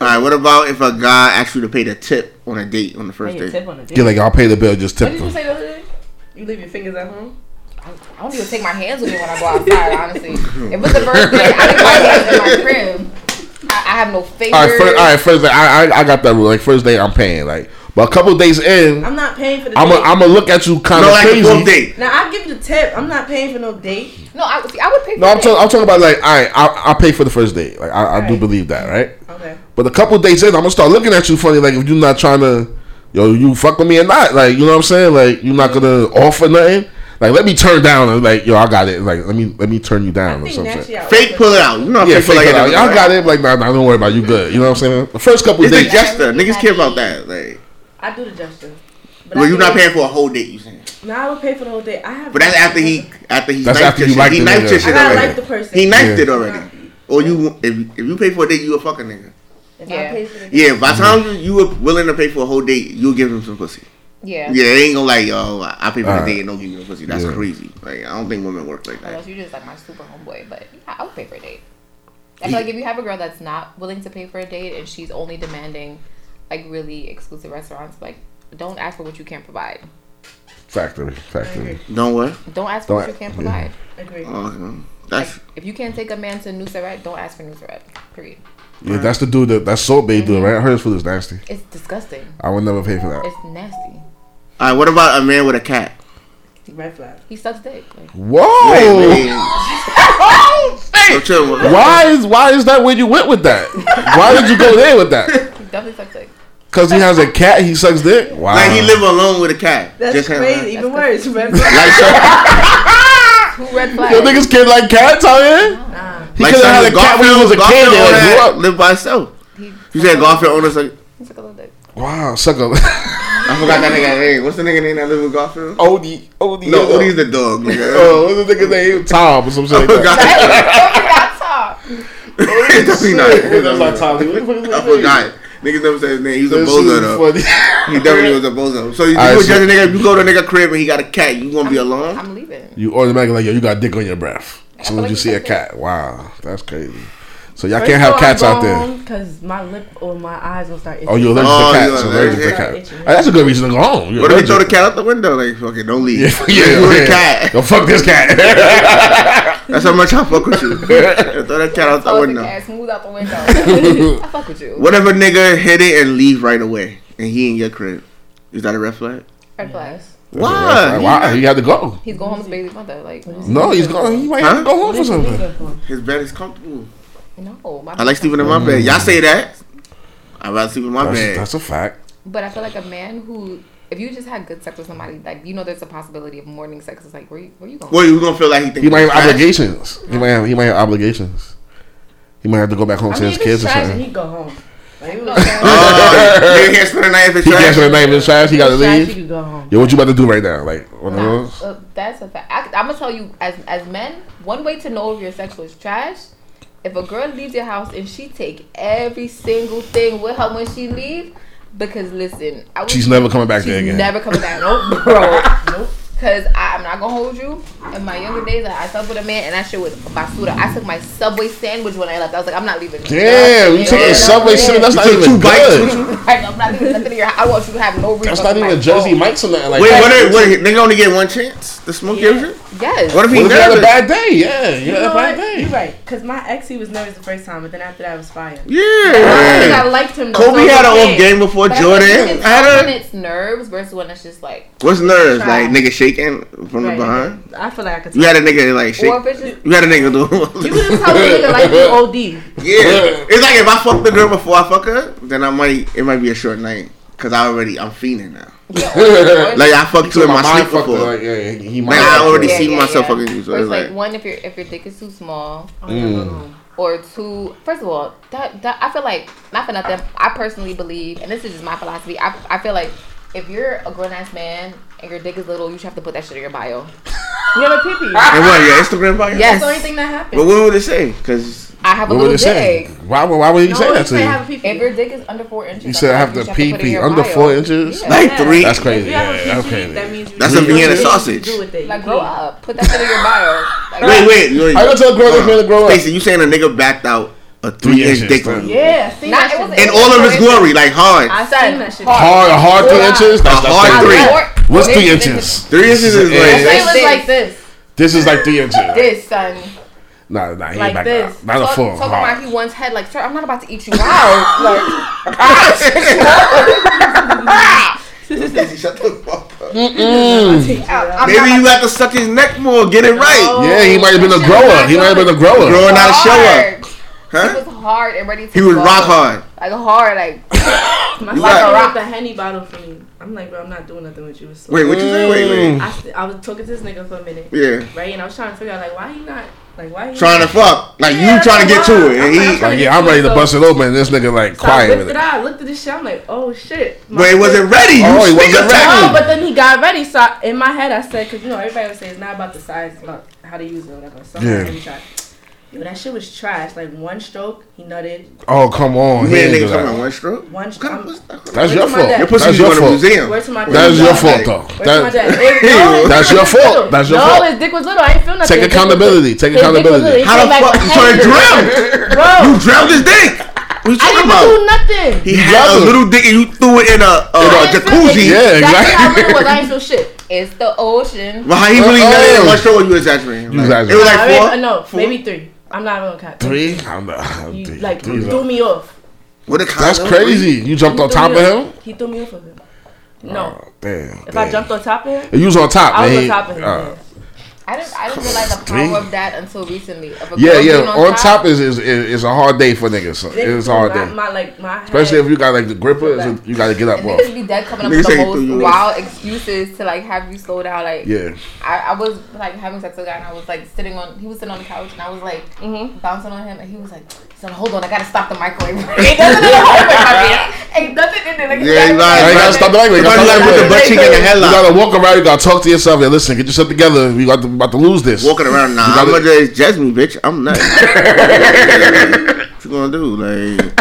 Speaker 2: All right. What about if a guy asked you to pay the tip on a date on the
Speaker 4: Pay
Speaker 2: first
Speaker 4: your
Speaker 2: date?
Speaker 4: tip on a date.
Speaker 3: Yeah, like I'll pay the bill, just
Speaker 4: What
Speaker 3: tip
Speaker 4: did you
Speaker 3: them.
Speaker 4: say the other day? You leave your fingers at home.
Speaker 1: I I don't even take my hands with me when I go outside. Honestly, if it's a first date, I leave my hands in my crib. I, I have no favor.
Speaker 3: All right, first, all right, first day I, I I got that rule. Like first day I'm paying. Like, but a couple days in,
Speaker 4: I'm not paying for the
Speaker 3: I'm
Speaker 4: date.
Speaker 3: a, I'm gonna look at you kind
Speaker 2: No,
Speaker 3: of
Speaker 2: like a
Speaker 3: crazy.
Speaker 2: full date.
Speaker 4: now I give the tip. I'm not paying for no date.
Speaker 1: No, I, would- see, I would pay.
Speaker 3: No, I'm
Speaker 1: for
Speaker 3: talking.
Speaker 1: that.
Speaker 3: I'm talking about like, all right, I I pay for the first date. Like, I, I do
Speaker 4: Right.
Speaker 3: believe that, right?
Speaker 4: Okay.
Speaker 3: But a couple days in, I'm gonna start looking at you funny. Like, if you're not trying to, yo, you fuck with me or not? Like, you know what I'm saying? Like, you're not gonna offer nothing. Like, let me turn down. And like, yo, I got it. Like, let me let me turn you down or
Speaker 4: I think naturally
Speaker 3: something.
Speaker 4: I would
Speaker 2: Fake
Speaker 4: put-
Speaker 2: pull it out. You know how
Speaker 3: Yeah,
Speaker 2: fake pull
Speaker 3: fake
Speaker 2: it
Speaker 3: it out.
Speaker 2: out.
Speaker 3: Y'all got it. Like, nah, nah, don't worry about it. you. Good. You know what I'm saying? The first couple
Speaker 2: It's the
Speaker 3: days,
Speaker 2: gesture. Niggas care about that. Like,
Speaker 4: I do the gesture. But
Speaker 2: well,
Speaker 4: I
Speaker 2: you're
Speaker 4: do
Speaker 2: not
Speaker 4: it-
Speaker 2: paying for a whole date. You saying?
Speaker 4: No, I would pay for the whole day. I have.
Speaker 2: But that's after he after he
Speaker 3: That's
Speaker 2: knifed
Speaker 3: after
Speaker 2: your
Speaker 3: you
Speaker 2: shit.
Speaker 3: like
Speaker 2: He
Speaker 3: the
Speaker 2: knifed
Speaker 3: nigga.
Speaker 2: your
Speaker 4: I
Speaker 2: shit
Speaker 4: gotta
Speaker 2: already.
Speaker 4: like the person.
Speaker 2: He knifed
Speaker 3: Yeah.
Speaker 2: it already. Or you, if, if you pay for a date, you a fucking nigga.
Speaker 4: If
Speaker 1: Yeah.
Speaker 4: I pay for the date,
Speaker 2: Yeah, by the
Speaker 3: Mm-hmm.
Speaker 2: time you, you were willing to pay for a whole date, you'll give him some pussy.
Speaker 1: Yeah.
Speaker 2: Yeah, they ain't gonna like, yo, I I pay for the
Speaker 3: Alright.
Speaker 2: date and don't give you no pussy. That's
Speaker 3: Yeah.
Speaker 2: crazy. Like, I don't think women work like that.
Speaker 1: Unless you're just like my super homeboy, but yeah, I would pay for a date. I feel like if you have a girl that's not willing to pay for a date and she's only demanding like really exclusive restaurants, like don't ask for what you can't provide.
Speaker 3: factory, factory.
Speaker 2: Don't what?
Speaker 1: Don't ask for what
Speaker 3: Don't-
Speaker 1: you can't
Speaker 3: yeah.
Speaker 1: provide.
Speaker 4: agree.
Speaker 2: Oh, okay.
Speaker 1: Like
Speaker 2: That's
Speaker 1: if you can't take a man to Nusret, don't ask for Nusret. Period.
Speaker 3: Yeah, that's the dude that that's salt babe
Speaker 4: Mm-hmm.
Speaker 3: dude, right? Her food is nasty.
Speaker 1: It's disgusting.
Speaker 3: I would never pay for that.
Speaker 1: It's nasty.
Speaker 2: all right. What about a man with a cat?
Speaker 4: Red flag.
Speaker 1: He sucks dick. Like,
Speaker 3: Whoa!
Speaker 2: Wait, wait.
Speaker 4: Oh,
Speaker 2: So chill, what-
Speaker 3: Why is why is that where you went with that? Why did you go there with that?
Speaker 1: he definitely sucks dick.
Speaker 3: Cause he has a cat, he sucks dick. Wow.
Speaker 2: Like he live alone with a cat.
Speaker 4: That's
Speaker 2: him,
Speaker 4: crazy.
Speaker 2: right?
Speaker 4: Even worse. Red flag.
Speaker 2: Like, some-
Speaker 1: Two red
Speaker 3: Yo,
Speaker 1: flags.
Speaker 3: niggas kid like cats out here.
Speaker 4: Nah.
Speaker 3: He
Speaker 2: like
Speaker 3: could have had a
Speaker 2: some
Speaker 3: cat when he was a
Speaker 2: Garfield
Speaker 3: kid.
Speaker 2: owner
Speaker 3: That
Speaker 2: had-
Speaker 3: grew up.
Speaker 2: lived by himself.
Speaker 1: He,
Speaker 2: You said Garfield owner's like,
Speaker 1: he sucks a little dick.
Speaker 3: Wow, sucker.
Speaker 2: I forgot that nigga name. What's the nigga name that live with Garfield?
Speaker 3: Odie, Odie.
Speaker 2: No, Odie's the dog. Nigga.
Speaker 3: Oh, what's the nigga name? Tom or something.
Speaker 2: I
Speaker 3: Like
Speaker 2: forgot.
Speaker 3: that.
Speaker 1: That's all.
Speaker 2: Definitely not.
Speaker 3: That's not Tom. What the fuck is his
Speaker 2: I
Speaker 3: name?
Speaker 2: forgot. Niggas never said his name. He was a
Speaker 3: That shit
Speaker 2: bozo
Speaker 3: is
Speaker 2: though.
Speaker 3: funny.
Speaker 2: He definitely was a bozo. So you,
Speaker 3: Alright,
Speaker 2: you
Speaker 3: so-
Speaker 2: judge a nigga if you go to a nigga crib and he got a cat, you gonna be alone?
Speaker 1: I'm leaving.
Speaker 3: You automatically like yo, you got dick on your breath. As soon as
Speaker 1: like
Speaker 3: you
Speaker 1: you
Speaker 3: see a
Speaker 1: suck dick.
Speaker 3: cat, wow, that's crazy. So y'all can can't have cats out there.
Speaker 4: Because my lip or my eyes will start itching.
Speaker 3: Oh, you're allergic
Speaker 2: Oh, you
Speaker 3: to cats. allergic
Speaker 2: allergic.
Speaker 3: to
Speaker 2: Yeah.
Speaker 3: cats. Hey, that's a good reason to go home. You're
Speaker 2: What if he
Speaker 3: allergic.
Speaker 2: throw the cat out the window? Like, fucking don't leave.
Speaker 3: Yeah, yeah,
Speaker 2: you with
Speaker 3: yeah.
Speaker 2: a cat.
Speaker 3: Yo, fuck this cat.
Speaker 2: That's how much I fuck with you. Yeah, throw that cat out the
Speaker 1: Throw the
Speaker 2: window.
Speaker 1: cat, smooth out the window. I fuck with you.
Speaker 2: What if a nigga hit it and leave right away and he in your crib? Is that a red flag?
Speaker 1: Red flags.
Speaker 2: Why?
Speaker 3: Why? He had to go.
Speaker 1: He's going home to baby's mother. Like, no.
Speaker 3: No, he's going. He might have to go home for something.
Speaker 2: His bed is comfortable.
Speaker 1: no my
Speaker 2: I like sleeping in my bed. Y'all say that. I rather sleep in my
Speaker 3: Mm. That's,
Speaker 2: bed.
Speaker 3: that's a fact.
Speaker 1: But I feel like a man who, if you just had good sex with somebody, like, you know, there's a possibility of morning sex. It's like, where you, where you going?
Speaker 2: Well, you gonna feel like he think
Speaker 3: He might
Speaker 2: you
Speaker 3: have
Speaker 2: trash.
Speaker 3: obligations. He might have. He might have obligations. He might have to go back home
Speaker 4: I
Speaker 3: to
Speaker 4: mean,
Speaker 3: his
Speaker 4: if it's
Speaker 3: kids or
Speaker 4: trash, then
Speaker 3: something.
Speaker 4: he go home. Like, if it was
Speaker 2: Oh, nigga can't spend the night if it's
Speaker 3: He
Speaker 2: trash.
Speaker 3: can't spend the night in the trash. He got to
Speaker 4: trash, he
Speaker 3: leave.
Speaker 4: could go home.
Speaker 3: Yo, what you about to do right now? Like one of
Speaker 1: Nah,
Speaker 3: those.
Speaker 1: uh, that's a fact. I, I'm gonna tell you, as as men, one way to know if your sexual is trash, if a girl leaves your house and she take every single thing with her when she leave, because listen, I was,
Speaker 3: She's never coming back there
Speaker 1: she's
Speaker 3: again.
Speaker 1: never coming back. Nope, bro.
Speaker 4: Nope.
Speaker 1: Cause I, I'm not gonna hold you. In my younger days, I, I slept with a man and that shit was basura. I took my subway sandwich when I left. I was like, I'm not leaving.
Speaker 3: Damn, you took
Speaker 1: Yeah.
Speaker 3: a subway sandwich. That's
Speaker 2: You
Speaker 3: not
Speaker 2: took
Speaker 3: even
Speaker 2: two bites
Speaker 3: good.
Speaker 2: with you?
Speaker 1: Like, I'm not leaving nothing in your house. I want you to have no reason.
Speaker 3: That's not even a
Speaker 4: oh.
Speaker 3: Jersey Mike's or nothing like
Speaker 2: Wait,
Speaker 3: that.
Speaker 2: what if, what if, nigga only get one chance to smoke your shit?
Speaker 1: Yes.
Speaker 2: What if he
Speaker 3: What if you had a
Speaker 2: nervous?
Speaker 3: bad day? Yeah, you
Speaker 4: You
Speaker 3: had a
Speaker 4: know
Speaker 3: bad
Speaker 4: what? You're
Speaker 3: day.
Speaker 4: right. Because my ex, he was nervous the first time, but then after that, I was fired. Because I
Speaker 2: Yeah.
Speaker 4: liked him. though, so
Speaker 2: Kobe
Speaker 4: I
Speaker 2: had
Speaker 4: was
Speaker 2: an
Speaker 4: mad.
Speaker 2: off game before
Speaker 1: But I feel like
Speaker 2: Jordan.
Speaker 1: it's When
Speaker 2: Had a,
Speaker 1: it's nerves versus when it's just like,
Speaker 2: what's nerves?
Speaker 4: Try.
Speaker 2: Like nigga shaking from the
Speaker 4: Right.
Speaker 2: behind.
Speaker 4: I feel like I could
Speaker 2: You
Speaker 4: tell.
Speaker 2: had a nigga like shake.
Speaker 1: or if it's just
Speaker 2: You had a nigga
Speaker 4: You
Speaker 2: do.
Speaker 4: could just tell a nigga like you OD.
Speaker 2: yeah. It's like if I fuck the girl before I fuck her, then I might it might be a short night because I already I'm fiending now. Like I fucked you in my
Speaker 3: mind
Speaker 2: sleep
Speaker 3: fucked
Speaker 2: before.
Speaker 3: her, like, yeah, he- he might
Speaker 2: Like I
Speaker 3: fuck
Speaker 2: already
Speaker 3: her.
Speaker 1: Yeah,
Speaker 2: seen
Speaker 1: yeah,
Speaker 2: myself
Speaker 1: yeah.
Speaker 2: fucking you. So
Speaker 1: Or
Speaker 2: it's
Speaker 1: it's like
Speaker 2: like
Speaker 1: one if your if your dick is too small,
Speaker 4: Oh, yeah, go
Speaker 2: Mm.
Speaker 4: home.
Speaker 1: or two. First of all, that, that I feel like not for nothing. I personally believe, and this is just my philosophy. I I feel like if you're a grown ass man and your dick is little, you should have to put that shit in your bio.
Speaker 4: You have a pee pee.
Speaker 2: And what? Your Instagram podcast?
Speaker 1: Yes.
Speaker 4: That's the only thing that happened.
Speaker 2: But what would it say? Because
Speaker 1: I have a
Speaker 3: What would
Speaker 1: little
Speaker 3: it say?
Speaker 1: dick.
Speaker 3: Why, would- why would he
Speaker 4: No,
Speaker 3: say
Speaker 4: you
Speaker 3: that to
Speaker 4: say
Speaker 3: you?
Speaker 4: have a pee
Speaker 1: If
Speaker 4: pee.
Speaker 1: your dick is under four inches,
Speaker 3: You said I have
Speaker 1: you
Speaker 3: to
Speaker 1: should
Speaker 3: pee
Speaker 1: put it in
Speaker 3: pee
Speaker 1: your
Speaker 3: under
Speaker 1: bio.
Speaker 3: four inches.
Speaker 1: Yeah.
Speaker 2: like three.
Speaker 3: That's crazy.
Speaker 4: If you have a
Speaker 3: Yeah,
Speaker 4: pee
Speaker 3: okay.
Speaker 4: pee, that means you.
Speaker 2: That's
Speaker 4: you
Speaker 2: a
Speaker 4: don't
Speaker 2: Vienna
Speaker 4: know what to
Speaker 2: sausage.
Speaker 4: Do with it. You
Speaker 1: Like, grow
Speaker 4: pee.
Speaker 1: up. Put that shit in your bio. Like,
Speaker 2: wait, wait. wait.
Speaker 3: I gotta tell a grown ass man to grow up.
Speaker 2: Mason, you saying a nigga backed out a three inch
Speaker 3: inches,
Speaker 2: dick
Speaker 3: son.
Speaker 2: on you?
Speaker 4: Yeah, see,
Speaker 1: Not-
Speaker 4: that
Speaker 1: it
Speaker 4: shit-
Speaker 1: wasn't-
Speaker 2: In all of his glory, like hard.
Speaker 4: I
Speaker 1: Son,
Speaker 4: seen that shit.
Speaker 1: hard.
Speaker 3: Hard, a hard three
Speaker 1: Four
Speaker 3: inches. That's, that's
Speaker 2: hard
Speaker 3: like-
Speaker 2: three.
Speaker 1: Four-
Speaker 3: What's
Speaker 1: This-
Speaker 3: three
Speaker 1: this-
Speaker 3: inches?
Speaker 2: Three inches is
Speaker 1: This
Speaker 2: like.
Speaker 3: Yeah, that's-
Speaker 1: is
Speaker 4: This.
Speaker 1: like this.
Speaker 3: This is like three inches.
Speaker 1: This, son.
Speaker 3: Nah, nah, he ain't
Speaker 4: Like
Speaker 3: back
Speaker 4: this.
Speaker 3: out. Not a
Speaker 1: Talk-
Speaker 3: four.
Speaker 1: Talking
Speaker 3: Hard.
Speaker 1: about he once had, like, sir, I'm not about to eat you out. Like,
Speaker 2: Mason, shut the fuck up.
Speaker 3: Mm.
Speaker 1: I'm
Speaker 2: Maybe
Speaker 1: not
Speaker 2: you have to suck his neck more, get it right.
Speaker 3: Yeah, he might have been a
Speaker 1: That shit was
Speaker 3: grower.
Speaker 1: not
Speaker 3: He might have been a
Speaker 1: good.
Speaker 3: grower.
Speaker 2: Growing out of show up.
Speaker 1: hard. He
Speaker 2: Huh?
Speaker 1: was hard and ready to
Speaker 2: He was
Speaker 1: go.
Speaker 2: rock hard.
Speaker 1: Like, hard, like,
Speaker 4: My
Speaker 2: You
Speaker 4: you
Speaker 2: got-
Speaker 4: got the henny bottle for me. I'm like, bro, I'm not doing nothing with you. It's so-
Speaker 2: Wait, what you say?
Speaker 3: Mm.
Speaker 2: Wait, wait.
Speaker 4: I, st- I was talking to this nigga for a minute,
Speaker 2: Yeah.
Speaker 4: right? And I was trying to figure out like why he not like why he
Speaker 2: Trying to fuck. Like you trying to get to it. And he
Speaker 3: Like, yeah, I'm ready to bust it open, and this nigga like
Speaker 4: So I
Speaker 3: quiet
Speaker 4: whipped
Speaker 3: with
Speaker 4: it
Speaker 3: it.
Speaker 4: out. I looked at this shit. I'm like, oh shit. My
Speaker 2: But it wasn't ready. You
Speaker 3: Oh, he
Speaker 2: sneak
Speaker 3: wasn't
Speaker 2: attack
Speaker 3: ready.
Speaker 4: No,
Speaker 2: him.
Speaker 4: but then he got ready. So I, in my head, I said, because you know everybody would say it's not about the size, it's about how to use it or whatever. So
Speaker 3: Yeah.
Speaker 4: yeah. Try. Yo, that shit was trash. Like one stroke, he nutted.
Speaker 3: Oh come
Speaker 2: You
Speaker 3: on, he
Speaker 2: made
Speaker 3: didn't
Speaker 2: a
Speaker 3: do
Speaker 2: nigga talking about
Speaker 3: that.
Speaker 2: one stroke?
Speaker 4: One
Speaker 2: What kind of
Speaker 4: stroke.
Speaker 2: pussy-
Speaker 3: That's your
Speaker 4: Where's my
Speaker 3: fault.
Speaker 4: dad?
Speaker 2: Your pussy
Speaker 3: That's
Speaker 2: was
Speaker 3: your
Speaker 2: going to a
Speaker 3: fault.
Speaker 2: museum.
Speaker 4: Where's my dad?
Speaker 3: That is your
Speaker 4: Where's
Speaker 3: fault,
Speaker 2: Like-
Speaker 3: though.
Speaker 4: my
Speaker 3: That-
Speaker 4: dad? It- no,
Speaker 3: That's
Speaker 4: his dick
Speaker 3: your
Speaker 4: was
Speaker 3: fault.
Speaker 4: little.
Speaker 3: That's your
Speaker 4: no,
Speaker 3: fault.
Speaker 4: his dick was little. I didn't feel
Speaker 3: Take
Speaker 4: nothing. His dick was
Speaker 3: accountability.
Speaker 4: little.
Speaker 3: Take
Speaker 4: His dick
Speaker 3: accountability.
Speaker 4: was little. He
Speaker 2: How the
Speaker 4: came back
Speaker 2: fuck
Speaker 4: with
Speaker 2: you trying to
Speaker 4: anger.
Speaker 2: drown?
Speaker 4: Bro,
Speaker 2: You drowned his dick. What you talking
Speaker 4: Oh. I didn't
Speaker 2: about?
Speaker 4: do nothing.
Speaker 2: He had a
Speaker 3: Brother.
Speaker 2: little dick and you threw it in a, uh,
Speaker 4: I
Speaker 2: a
Speaker 4: didn't
Speaker 2: jacuzzi.
Speaker 4: feel nothing.
Speaker 3: Yeah,
Speaker 4: That's how
Speaker 3: exactly.
Speaker 4: real it was. I didn't feel shit.
Speaker 1: it's the ocean.
Speaker 2: Well, how he really
Speaker 3: Uh-oh.
Speaker 2: nutted in one stroke or you exaggerating? Like,
Speaker 3: You
Speaker 2: It
Speaker 3: exaggerating.
Speaker 2: was
Speaker 4: I
Speaker 2: like
Speaker 4: mean,
Speaker 2: four.
Speaker 4: uh, no,
Speaker 2: four?
Speaker 4: maybe three. I'm not even gonna count.
Speaker 3: Three? I don't know.
Speaker 4: You,
Speaker 3: Three-
Speaker 4: like
Speaker 3: three's
Speaker 4: threw
Speaker 3: up.
Speaker 4: me off.
Speaker 2: What a condom.
Speaker 3: That's crazy. You jumped
Speaker 4: He
Speaker 3: on
Speaker 4: threw
Speaker 3: top of
Speaker 4: me off.
Speaker 3: him.
Speaker 4: He threw me off of him. No,
Speaker 3: Oh, damn.
Speaker 4: if I
Speaker 3: damn.
Speaker 4: jumped on top of him,
Speaker 3: You was on top.
Speaker 4: I was
Speaker 3: man.
Speaker 4: on
Speaker 3: He-
Speaker 4: top of him.
Speaker 3: uh,
Speaker 1: I didn't, I didn't realize the
Speaker 3: Three.
Speaker 1: power of that until recently. Of a girl
Speaker 3: Yeah,
Speaker 1: being
Speaker 3: yeah. On top is is is is a hard day for niggas. son. It's a hard
Speaker 4: my,
Speaker 3: day,
Speaker 4: My like my
Speaker 3: especially
Speaker 4: head.
Speaker 3: if you got like the gripper. it's a- You got to get up
Speaker 1: And
Speaker 3: off.
Speaker 1: niggas be dead coming up
Speaker 2: Niggas
Speaker 1: with the
Speaker 2: say through you.
Speaker 1: most wild excuses to like have you slow down. Like,
Speaker 3: Yeah.
Speaker 1: I, I was like having sex with a guy and I was like sitting on, he was sitting on the couch and I was like bouncing on him and he was like, son, hold on, I gotta stop the microwave. Ain't nothing in the microwave, my man. Ain't nothing in there. Like,
Speaker 2: Yeah, you
Speaker 3: Now
Speaker 2: right.
Speaker 3: you gotta stop the language. You
Speaker 2: Somebody
Speaker 3: gotta
Speaker 2: gotta put
Speaker 3: stop
Speaker 2: the
Speaker 3: language.
Speaker 2: butt cheek in the
Speaker 3: You
Speaker 2: headlock.
Speaker 3: gotta walk around. You gotta talk to yourself. And listen, get yourself together. We got to, about to lose this.
Speaker 2: Walking around now.
Speaker 3: gotta-
Speaker 2: I'm gonna just Jasmine, bitch. I'm nuts. what you gonna do? Like,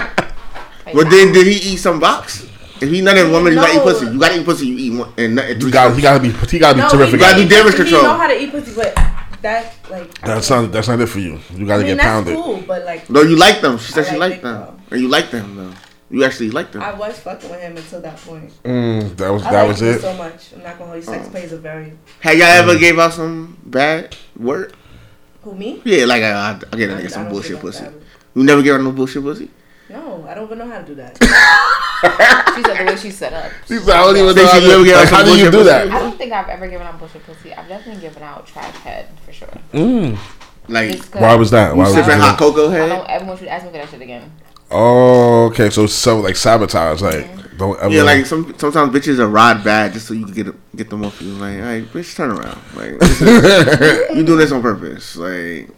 Speaker 2: but then did he eat some box? If he nutted in one minute, you gotta eat
Speaker 4: No.
Speaker 2: pussy. You gotta eat pussy. You eat one and nut in
Speaker 3: You
Speaker 2: three.
Speaker 3: got. He
Speaker 2: strokes.
Speaker 3: gotta be. He gotta be
Speaker 4: no,
Speaker 3: terrific.
Speaker 4: He,
Speaker 2: Gotta do
Speaker 4: he-
Speaker 2: damage
Speaker 4: he
Speaker 2: control.
Speaker 4: know how to eat pussy, but that like
Speaker 3: That's not. That's not it for you. You
Speaker 4: I
Speaker 3: gotta
Speaker 4: mean
Speaker 3: get
Speaker 4: that's
Speaker 3: pounded.
Speaker 4: cool, but like
Speaker 2: No, you like them. She said
Speaker 4: I
Speaker 2: she
Speaker 4: like
Speaker 2: liked
Speaker 4: it,
Speaker 2: them,
Speaker 4: though.
Speaker 2: and you like them though. You actually like them.
Speaker 4: I was fucking with him until that point.
Speaker 3: Mm, that was.
Speaker 4: I
Speaker 3: That
Speaker 4: like
Speaker 3: was
Speaker 4: him
Speaker 3: it.
Speaker 4: so much. I'm not gonna hold you. Sex plays a very
Speaker 2: Have y'all
Speaker 3: Mm-hmm.
Speaker 2: ever gave out some bad word?
Speaker 4: who me.
Speaker 2: Yeah, like uh, I, I, I get a
Speaker 4: I- I
Speaker 2: nigga some
Speaker 4: don't
Speaker 2: bullshit
Speaker 4: give a
Speaker 2: pussy.
Speaker 4: damn.
Speaker 2: You never give out no bullshit pussy.
Speaker 4: No, I don't even know how to do that.
Speaker 1: She said the way she's set up.
Speaker 3: He said, I don't even
Speaker 2: They
Speaker 3: know how
Speaker 2: should never
Speaker 3: to-
Speaker 2: get
Speaker 3: like,
Speaker 2: some
Speaker 3: How do you
Speaker 2: bullshit
Speaker 3: do
Speaker 1: I
Speaker 3: that?
Speaker 1: don't think I've ever given out bullshit pussy. I've definitely given out trash head for sure.
Speaker 3: Mm.
Speaker 2: Like
Speaker 1: Just 'cause
Speaker 3: Why was that? Why was
Speaker 2: sipping hot
Speaker 3: that?
Speaker 2: cocoa
Speaker 1: I
Speaker 2: head.
Speaker 1: don't ever want you to ask me for that shit again.
Speaker 3: Oh, okay. So so like sabotage. Like don't
Speaker 1: Oh.
Speaker 3: ever.
Speaker 2: Yeah, like some sometimes bitches are rod bad just so you can get get them off you. Like, all right, bitch, turn around. Like, this is- you doing this on purpose. Like, you